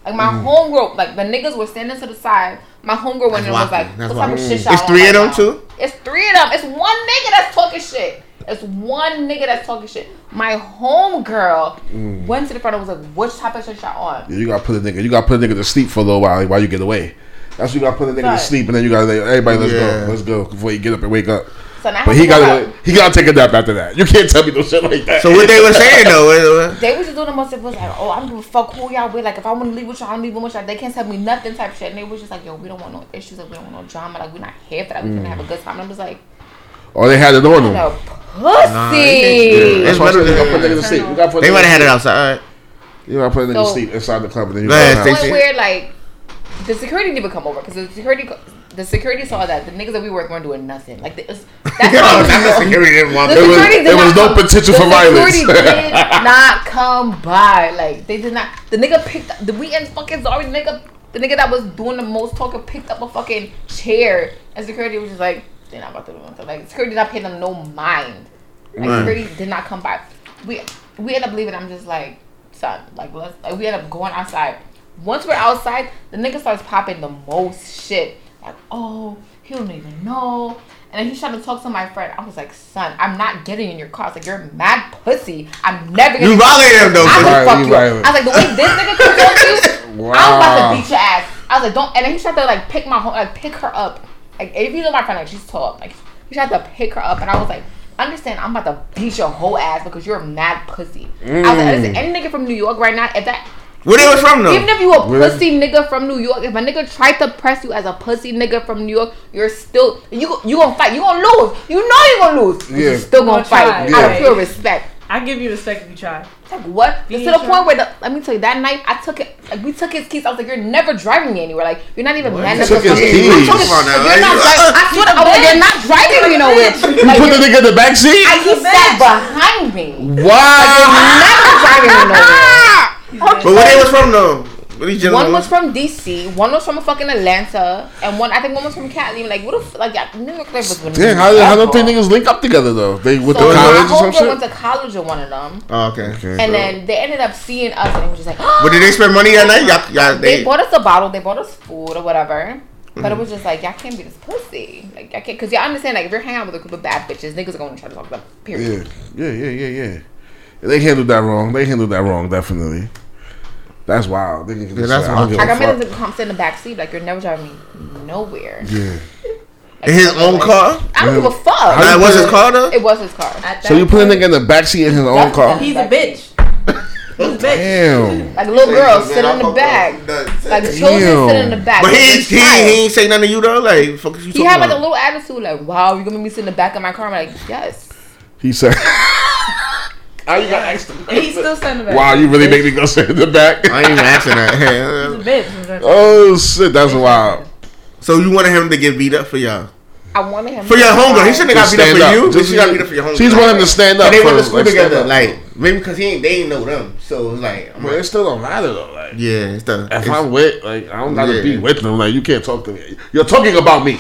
Speaker 1: Like my homegirl, like the niggas were standing to the side. My homegirl went in and was
Speaker 2: whack,
Speaker 1: like,
Speaker 2: Mm. that's
Speaker 1: what type of
Speaker 2: whack.
Speaker 1: shit
Speaker 2: Mm.
Speaker 1: y'all
Speaker 2: It's
Speaker 1: on
Speaker 2: three
Speaker 1: right
Speaker 2: of them,
Speaker 1: now?
Speaker 2: too?
Speaker 1: It's three of them. It's one nigga that's talking shit. It's one nigga that's talking shit. My homegirl
Speaker 2: Mm.
Speaker 1: went to the front and was like, which type of shit y'all on?
Speaker 3: You gotta put a nigga. You gotta put a nigga to sleep for a little while while you get away. That's what you gotta put a nigga
Speaker 1: Right.
Speaker 3: to sleep, and then you gotta like, everybody, let's
Speaker 2: Yeah.
Speaker 3: go, let's go before you get up and wake up.
Speaker 1: So now I had
Speaker 3: But he
Speaker 1: to go
Speaker 3: gotta
Speaker 1: out.
Speaker 3: he gotta take a nap after that. You can't tell me no shit like that.
Speaker 2: So what they were saying though, it was-
Speaker 1: They was just doing the most it was like, oh, I'm gonna fuck who y'all with. Like, if I want to leave with y'all, I'm leaving with y'all. They can't tell me nothing type shit. And they was just like, yo, we don't want no issues. Like, we don't want no drama. Like, we're not here for that. We're gonna
Speaker 2: Mm.
Speaker 1: have a good time. And I'm just like,
Speaker 3: or they had it on him.
Speaker 1: no
Speaker 2: Hmm. Nah, you
Speaker 1: pussy.
Speaker 2: can't-
Speaker 3: That's why I said
Speaker 2: It's
Speaker 3: you
Speaker 2: better
Speaker 3: gotta put a nigga to
Speaker 2: than-
Speaker 3: sleep. You gotta put a
Speaker 2: they
Speaker 3: nigga
Speaker 2: might
Speaker 3: to
Speaker 2: have had it
Speaker 3: sleep.
Speaker 2: outside.
Speaker 3: You gotta put a nigga to
Speaker 1: So-
Speaker 3: sleep inside the club, and then you
Speaker 2: Go
Speaker 3: gotta
Speaker 2: ahead,
Speaker 3: have-
Speaker 2: Stacey.
Speaker 1: Point where like the security didn't even come over because the security the security saw that the niggas that we were weren't doing nothing. Like, it was, that's
Speaker 2: Oh,
Speaker 1: how
Speaker 2: not the
Speaker 1: it was.
Speaker 2: security didn't want
Speaker 1: The
Speaker 2: that.
Speaker 3: It was-
Speaker 1: security did
Speaker 3: there
Speaker 1: not
Speaker 3: was no
Speaker 1: come-
Speaker 3: potential
Speaker 1: the
Speaker 3: for violence.
Speaker 1: Security did not come by. Like they did not. The nigga picked up. The weekend fucking sorry nigga. The nigga that was doing the most talking picked up a fucking chair, and security was just like, "They're not about to do nothing." Like security did not pay them no mind. Like
Speaker 2: Right.
Speaker 1: security did not come by. We we end up leaving. I'm just like, son, like let's. Like, we end up going outside. Once we're outside, the nigga starts popping the most shit. Like, oh, he don't even know. And then he's trying to talk to my friend. I was like, son, I'm not getting in your car. I was like, you're a mad pussy. I'm never gonna
Speaker 2: You violated him though.
Speaker 1: I
Speaker 2: so-
Speaker 1: would
Speaker 3: Right,
Speaker 1: fuck
Speaker 3: you
Speaker 1: you.
Speaker 3: right.
Speaker 1: I was like, the way this nigga comes on you, I'm about
Speaker 3: Wow.
Speaker 1: to beat your ass. I was like, don't. And then he tried to like pick my home, like pick her up. Like if you know my friend, like she's tall, like he tried to pick her up, and I was like, understand, I'm about to beat your whole ass because you're a mad pussy. I was like, listen, any nigga from New York right now, if that.
Speaker 2: Mm. Where they was from though?
Speaker 1: Even if you a
Speaker 3: Where-
Speaker 1: pussy nigga from New York, if a nigga tried to press you as a pussy nigga from New York, you're still you you gonna fight. You gonna lose. You know you gonna lose. but
Speaker 3: Yeah.
Speaker 1: You're still gonna
Speaker 4: Gonna try,
Speaker 1: fight out of
Speaker 4: right.
Speaker 1: pure respect.
Speaker 4: I give you respect if you try.
Speaker 1: Like what? It's to
Speaker 4: Being
Speaker 1: the
Speaker 4: sure.
Speaker 1: point where the, let me tell you that night I took it like we took his keys. I was like, you're never driving me anywhere. Like you're not even man
Speaker 3: You
Speaker 1: enough
Speaker 3: took
Speaker 1: to
Speaker 3: his
Speaker 1: fucking-
Speaker 3: keys.
Speaker 1: You're
Speaker 2: What you talking about now? Like,
Speaker 1: not driving. I swear to God, you're not driving me nowhere.
Speaker 3: You
Speaker 1: Like,
Speaker 3: put the nigga in the back seat.
Speaker 1: and he sat behind me.
Speaker 3: Wow.
Speaker 1: Never driving me nowhere.
Speaker 3: Ah!
Speaker 2: but where they was from though? Where these
Speaker 1: One was
Speaker 2: gentlemen?
Speaker 1: from DC, one was from fucking Atlanta, and one I think one was from Cali. Like what if like yeah, New York Clippers was
Speaker 3: Damn, how, how don't they niggas link up together though? They with
Speaker 1: so
Speaker 3: the
Speaker 1: my
Speaker 3: college or some
Speaker 1: homegirl went
Speaker 3: shit.
Speaker 1: to college with one of them,
Speaker 2: Oh, okay.
Speaker 1: and then they ended up seeing us, and it was just like,
Speaker 2: But did they spend money that night? Y'all, y'all
Speaker 1: they,
Speaker 2: they,
Speaker 1: bought us a bottle, they bought us food or whatever. But it was just like, y'all can't be this pussy. Like, I can't, because y'all understand, like, if you're hanging out with a group of bad bitches, niggas are going to try to talk about, period.
Speaker 3: Yeah, yeah, yeah, yeah, yeah. They handled that wrong. They handled that wrong, definitely. That's wild. They can
Speaker 2: Yeah, that's
Speaker 3: I don't
Speaker 2: wild.
Speaker 3: give a
Speaker 1: Like I remember
Speaker 3: fuck.
Speaker 1: the comps in the back seat, like you're never driving me nowhere.
Speaker 3: Yeah.
Speaker 1: Like,
Speaker 2: In his own
Speaker 1: like,
Speaker 2: car?
Speaker 1: I don't give a
Speaker 2: Nah,
Speaker 1: fuck.
Speaker 2: it was his car though?
Speaker 1: It was his car.
Speaker 4: At
Speaker 3: So you
Speaker 4: that
Speaker 3: put a
Speaker 4: point,
Speaker 3: nigga in the backseat in his own car?
Speaker 4: He's a bitch. He's a bitch.
Speaker 3: Damn.
Speaker 1: Like little girls sit in the back. Like children sit in the back.
Speaker 2: But he
Speaker 1: Like,
Speaker 2: ain't, he, ain't- he ain't say nothing to you though. Like fuck is you
Speaker 1: He
Speaker 2: talking
Speaker 1: had like a
Speaker 2: about?
Speaker 1: little attitude, like, "Wow, you're gonna make me sit in the back of my car." I'm like, "Yes."
Speaker 3: He said. How you gonna ask
Speaker 4: And he's still standing back.
Speaker 3: Wow, you really make me go sit in the back.
Speaker 2: I ain't even asking
Speaker 4: He's a
Speaker 2: that.
Speaker 4: bitch.
Speaker 3: Oh shit, that's wild.
Speaker 2: so you wanted him to get beat up for y'all?
Speaker 1: I wanted him
Speaker 2: For your homegirl, he shouldn't have got
Speaker 3: Just
Speaker 2: beat up
Speaker 3: stand
Speaker 2: for you. but
Speaker 3: Just-
Speaker 2: She got beat up for your homegirl.
Speaker 3: She's wanting to stand up.
Speaker 2: But they went
Speaker 3: for-
Speaker 2: to school
Speaker 3: like, stand
Speaker 2: together,
Speaker 3: up.
Speaker 2: like maybe because he ain't they ain't know them, so it's like, I'm
Speaker 3: But
Speaker 2: like,
Speaker 3: it still don't matter though. Like,
Speaker 2: yeah, it's the
Speaker 3: if
Speaker 2: it's,
Speaker 3: I'm with, like, I don't gotta be
Speaker 2: Yeah.
Speaker 3: with them. Like, you can't talk to me. You're talking about me.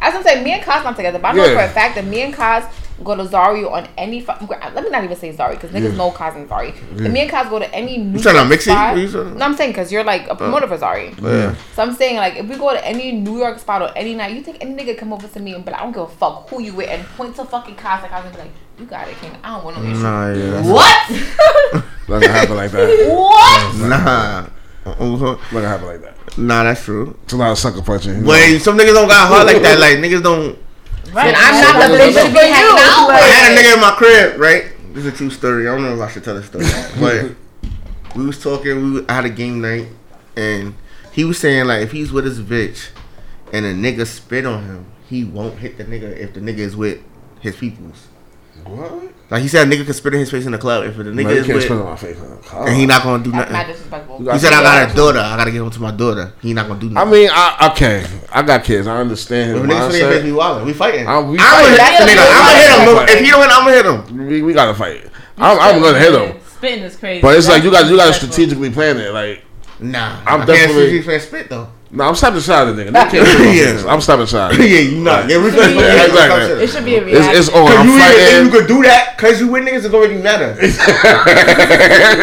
Speaker 1: I was gonna say, me and Cos not together, but I
Speaker 3: Yeah.
Speaker 1: know for a fact that me and Cos go to Zario on any. Fu- let me not even say Zario because niggas know Cos and Zario. If me and Cos go to any new.
Speaker 2: tryna mix it?
Speaker 1: spot-
Speaker 2: You tryna- Oh.
Speaker 1: No, I'm saying because you're like a promoter for Zario.
Speaker 2: yeah.
Speaker 1: So I'm saying like if we go to any New York spot or any night, you think any nigga come over to me and but I don't give a fuck who you with and point to fucking Cos like I was like, you got it, King. I don't want no issue.
Speaker 2: Nah, yeah, that's-
Speaker 1: What?
Speaker 3: Not gonna happen like that.
Speaker 1: what?
Speaker 2: nah. Uh-uh.
Speaker 3: Not gonna happen like that.
Speaker 2: Nah, that's true.
Speaker 3: It's a lot of sucker punching.
Speaker 2: But some niggas don't got hard like that. Like niggas don't.
Speaker 4: Right.
Speaker 1: And I'm not the bitch to be hanging out
Speaker 2: I had a
Speaker 1: with.
Speaker 2: nigga in my crib, right? This is a true story. I don't know if I should tell this story, but we was talking. We had a game night, and he was saying like, if he's with his bitch, and a nigga spit on him, he won't hit the nigga if the nigga is with his peoples.
Speaker 3: what?
Speaker 2: Like he said, a nigga could spit in his face in the club if the nigga
Speaker 3: No, you
Speaker 2: is
Speaker 3: can't
Speaker 2: with,
Speaker 3: spit on my face. huh?
Speaker 2: and he not gonna do
Speaker 1: That's not
Speaker 2: nothing.
Speaker 1: disrespectful.
Speaker 3: You
Speaker 2: He said, I got a
Speaker 3: Yeah.
Speaker 2: daughter. I gotta give him to my daughter. He not gonna do
Speaker 3: I
Speaker 2: nothing.
Speaker 3: mean, I okay. I got kids. I understand his
Speaker 2: If niggas spit in his face,
Speaker 3: mindset.
Speaker 2: we wildin'. We fighting.
Speaker 3: I-
Speaker 2: I'm
Speaker 3: we
Speaker 2: gonna hit
Speaker 3: fighting.
Speaker 2: the nigga. I'm gonna hit him. If he don't hit, I'm gonna hit him.
Speaker 3: We, we gotta fight. I'm, I'm gonna hit him.
Speaker 4: Spitting is crazy.
Speaker 3: But it's like you got you gotta
Speaker 4: That's
Speaker 3: strategically plan it. Like,
Speaker 2: Nah,
Speaker 3: I'm
Speaker 2: I
Speaker 3: definitely-
Speaker 2: can't see you spit though.
Speaker 3: no, I'm stopping shy of the nigga. They can't spit on my
Speaker 2: Yeah.
Speaker 3: face. I'm stopping shy.
Speaker 2: yeah, you not. Yeah, we yeah,
Speaker 4: Yeah,
Speaker 3: exactly.
Speaker 2: exactly.
Speaker 4: It should be a reaction.
Speaker 3: It's, it's on.
Speaker 2: Cause
Speaker 3: I'm
Speaker 2: you even think you
Speaker 3: fighting.
Speaker 2: could do that because you with niggas it don't really matter.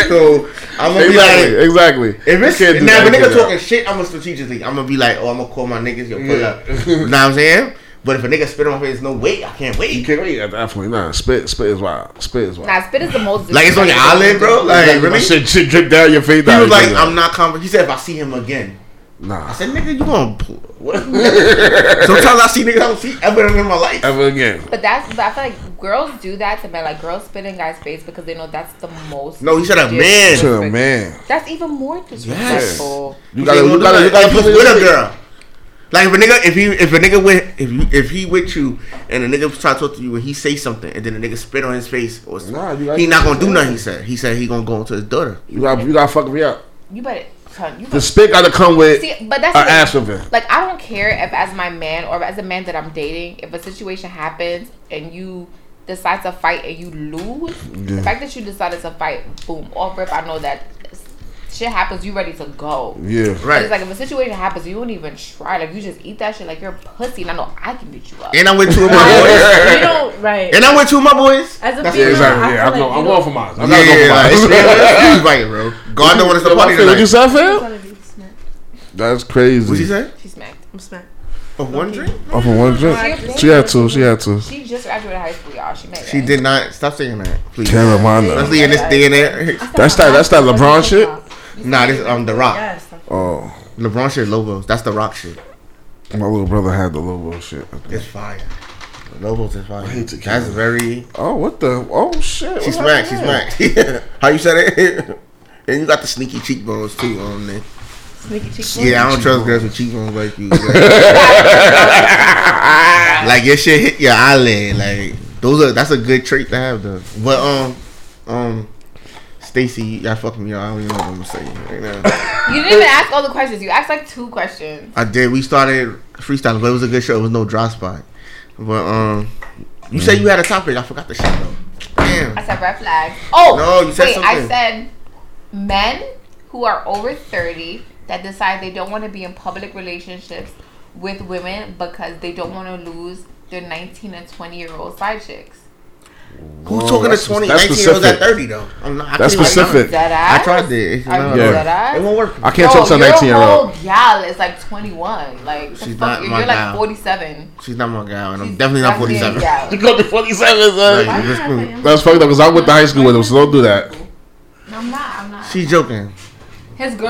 Speaker 2: so I'm gonna be
Speaker 3: Exactly.
Speaker 2: like,
Speaker 3: Exactly.
Speaker 2: if it's
Speaker 3: You can't do
Speaker 2: now if a
Speaker 3: that. You
Speaker 2: nigga
Speaker 3: can't do
Speaker 2: talking shit, I'm gonna strategically, I'm gonna be like, oh, I'm gonna call my niggas, yo, pull
Speaker 3: Yeah.
Speaker 2: up. You know what I'm saying? But if a nigga spit on my face, no wait, I can't
Speaker 3: that. You
Speaker 2: wait.
Speaker 3: can't wait. yeah, Definitely not. Spit. Spit is wild. Spit is wild.
Speaker 1: Nah, spit is the most.
Speaker 2: Like it's on your eyelid, bro. Like
Speaker 3: Exactly.
Speaker 2: really. He
Speaker 3: Shit, shit drip down your face. Nah,
Speaker 2: was
Speaker 3: you
Speaker 2: like,
Speaker 3: can't do
Speaker 2: I'm not conver He said, if I see him again,
Speaker 3: that. nah.
Speaker 2: I said, nigga, you gonna. pull- what? Sometimes I see niggas I don't see ever in my life.
Speaker 3: Ever again.
Speaker 1: But that's but I feel like girls do that to men. Like girls spit in guys' face because they know that's the most.
Speaker 2: No, he said a man.
Speaker 3: To a man.
Speaker 1: That's even more disrespectful.
Speaker 3: You
Speaker 2: You gotta,
Speaker 3: gotta. You gotta. You gotta.
Speaker 2: if
Speaker 3: put
Speaker 2: he's
Speaker 3: it in
Speaker 2: with a
Speaker 3: the-
Speaker 2: girl. Like if a nigga, if he, if a nigga with, if you, if he with you, and a nigga try to talk to you, and he say something, and then a nigga spit on his face, or something,
Speaker 3: Nah, you gotta
Speaker 2: he not
Speaker 3: keep
Speaker 2: gonna do
Speaker 3: it
Speaker 2: nothing. He said, he said he gonna go into his daughter.
Speaker 3: You gotta. You gotta fuck me up.
Speaker 1: You better, son. You
Speaker 3: The
Speaker 1: better,
Speaker 3: spit gotta come with
Speaker 1: see,
Speaker 3: an
Speaker 1: but that's the-
Speaker 3: ass of it.
Speaker 1: like I don't care if as my man or as a man that I'm dating, if a situation happens and you decide to fight and you lose,
Speaker 3: Yeah.
Speaker 1: the fact that you decided to fight, boom, off rip, I know that shit happens. You ready to go?
Speaker 3: Yeah.
Speaker 1: But It's
Speaker 2: Right.
Speaker 1: like if a situation happens, you don't even try. Like you just eat that shit like you're a pussy, and I know I can beat you up.
Speaker 2: And I'm with two of my boys.
Speaker 4: You don't right.
Speaker 2: And I'm with two of my boys.
Speaker 4: As a
Speaker 2: That's
Speaker 3: Yeah,
Speaker 4: female,
Speaker 3: exactly.
Speaker 4: I
Speaker 3: Yeah, I'm,
Speaker 4: feel like
Speaker 3: going,
Speaker 4: you
Speaker 3: I'm going
Speaker 4: don't-
Speaker 3: for mine. I'm
Speaker 2: Yeah, yeah,
Speaker 3: not
Speaker 2: like,
Speaker 3: going for
Speaker 2: you
Speaker 3: mine.
Speaker 2: right, bro. God don't want us to party
Speaker 3: What
Speaker 2: tonight.
Speaker 3: you said,
Speaker 4: I'm
Speaker 3: Phil?
Speaker 4: trying to be smacked.
Speaker 3: That's crazy.
Speaker 2: What you say?
Speaker 1: She smacked.
Speaker 4: I'm smacked.
Speaker 2: A one drink?
Speaker 3: Oh, for one drink. She had two. She had two.
Speaker 1: She just graduated high school, y'all. She made it.
Speaker 2: She did not. Stop saying that, please.
Speaker 3: Carolina.
Speaker 2: Especially in this day and era.
Speaker 3: That's that. That's that LeBron shit.
Speaker 2: Nah, this um the Rock.
Speaker 4: Yes.
Speaker 3: Oh,
Speaker 2: LeBron shit, Lobos. That's the Rock shit.
Speaker 3: my little brother had the Lobo shit.
Speaker 2: It's fire. Lobos is fire.
Speaker 3: hate to kill
Speaker 2: That's
Speaker 3: him.
Speaker 2: very.
Speaker 3: Oh, what the? Oh shit.
Speaker 2: She
Speaker 3: What
Speaker 2: smacked. She
Speaker 3: happened
Speaker 2: smacked. How you said it? and you got the sneaky cheekbones too on there.
Speaker 4: Sneaky cheekbones.
Speaker 2: Yeah, I don't trust girls with cheekbones like you. like your shit hit your eyelid. Like those are that's a good trait to have though. But um um. Stacy, y'all fucking me. up. I don't even know what I'm saying right now.
Speaker 1: You didn't even ask all the questions. You asked like two questions.
Speaker 2: I did. We started freestyling, but it was a good show. It was no dry spot. But um, you said you had a topic. I forgot the shit though. Damn.
Speaker 1: I said red flags. Oh,
Speaker 2: No, you said
Speaker 1: wait,
Speaker 2: something.
Speaker 1: I said men who are over 30 that decide they don't want to be in public relationships with women because they don't want to lose their 19 and 20 year old side chicks.
Speaker 2: Who's talking to
Speaker 3: that's-
Speaker 2: 20,
Speaker 3: that's
Speaker 2: 19 year olds at
Speaker 3: specific.
Speaker 2: 30 though? I'm not, I
Speaker 3: That's
Speaker 2: couldn't-
Speaker 3: specific.
Speaker 1: Dead
Speaker 2: I
Speaker 1: ass.
Speaker 2: tried it. It's
Speaker 1: Are you
Speaker 2: not-
Speaker 3: Yeah.
Speaker 1: dead ass?
Speaker 2: It won't work.
Speaker 3: I can't talk to a 19 year old.
Speaker 1: Yeah, it's like 21. Like, the
Speaker 2: She's
Speaker 1: fuck,
Speaker 2: not
Speaker 1: you're,
Speaker 2: my
Speaker 1: you're like
Speaker 2: gal.
Speaker 1: 47.
Speaker 2: She's not my gal, and I'm
Speaker 1: She's
Speaker 2: definitely not
Speaker 1: definitely
Speaker 2: 47.
Speaker 1: a
Speaker 2: You
Speaker 1: gal.
Speaker 2: go to 47, son.
Speaker 3: Right.
Speaker 2: That's cool.
Speaker 3: That's fucked up because I went to high school with him, so don't do that.
Speaker 1: No, I'm not. I'm not.
Speaker 2: She's joking.
Speaker 1: His girl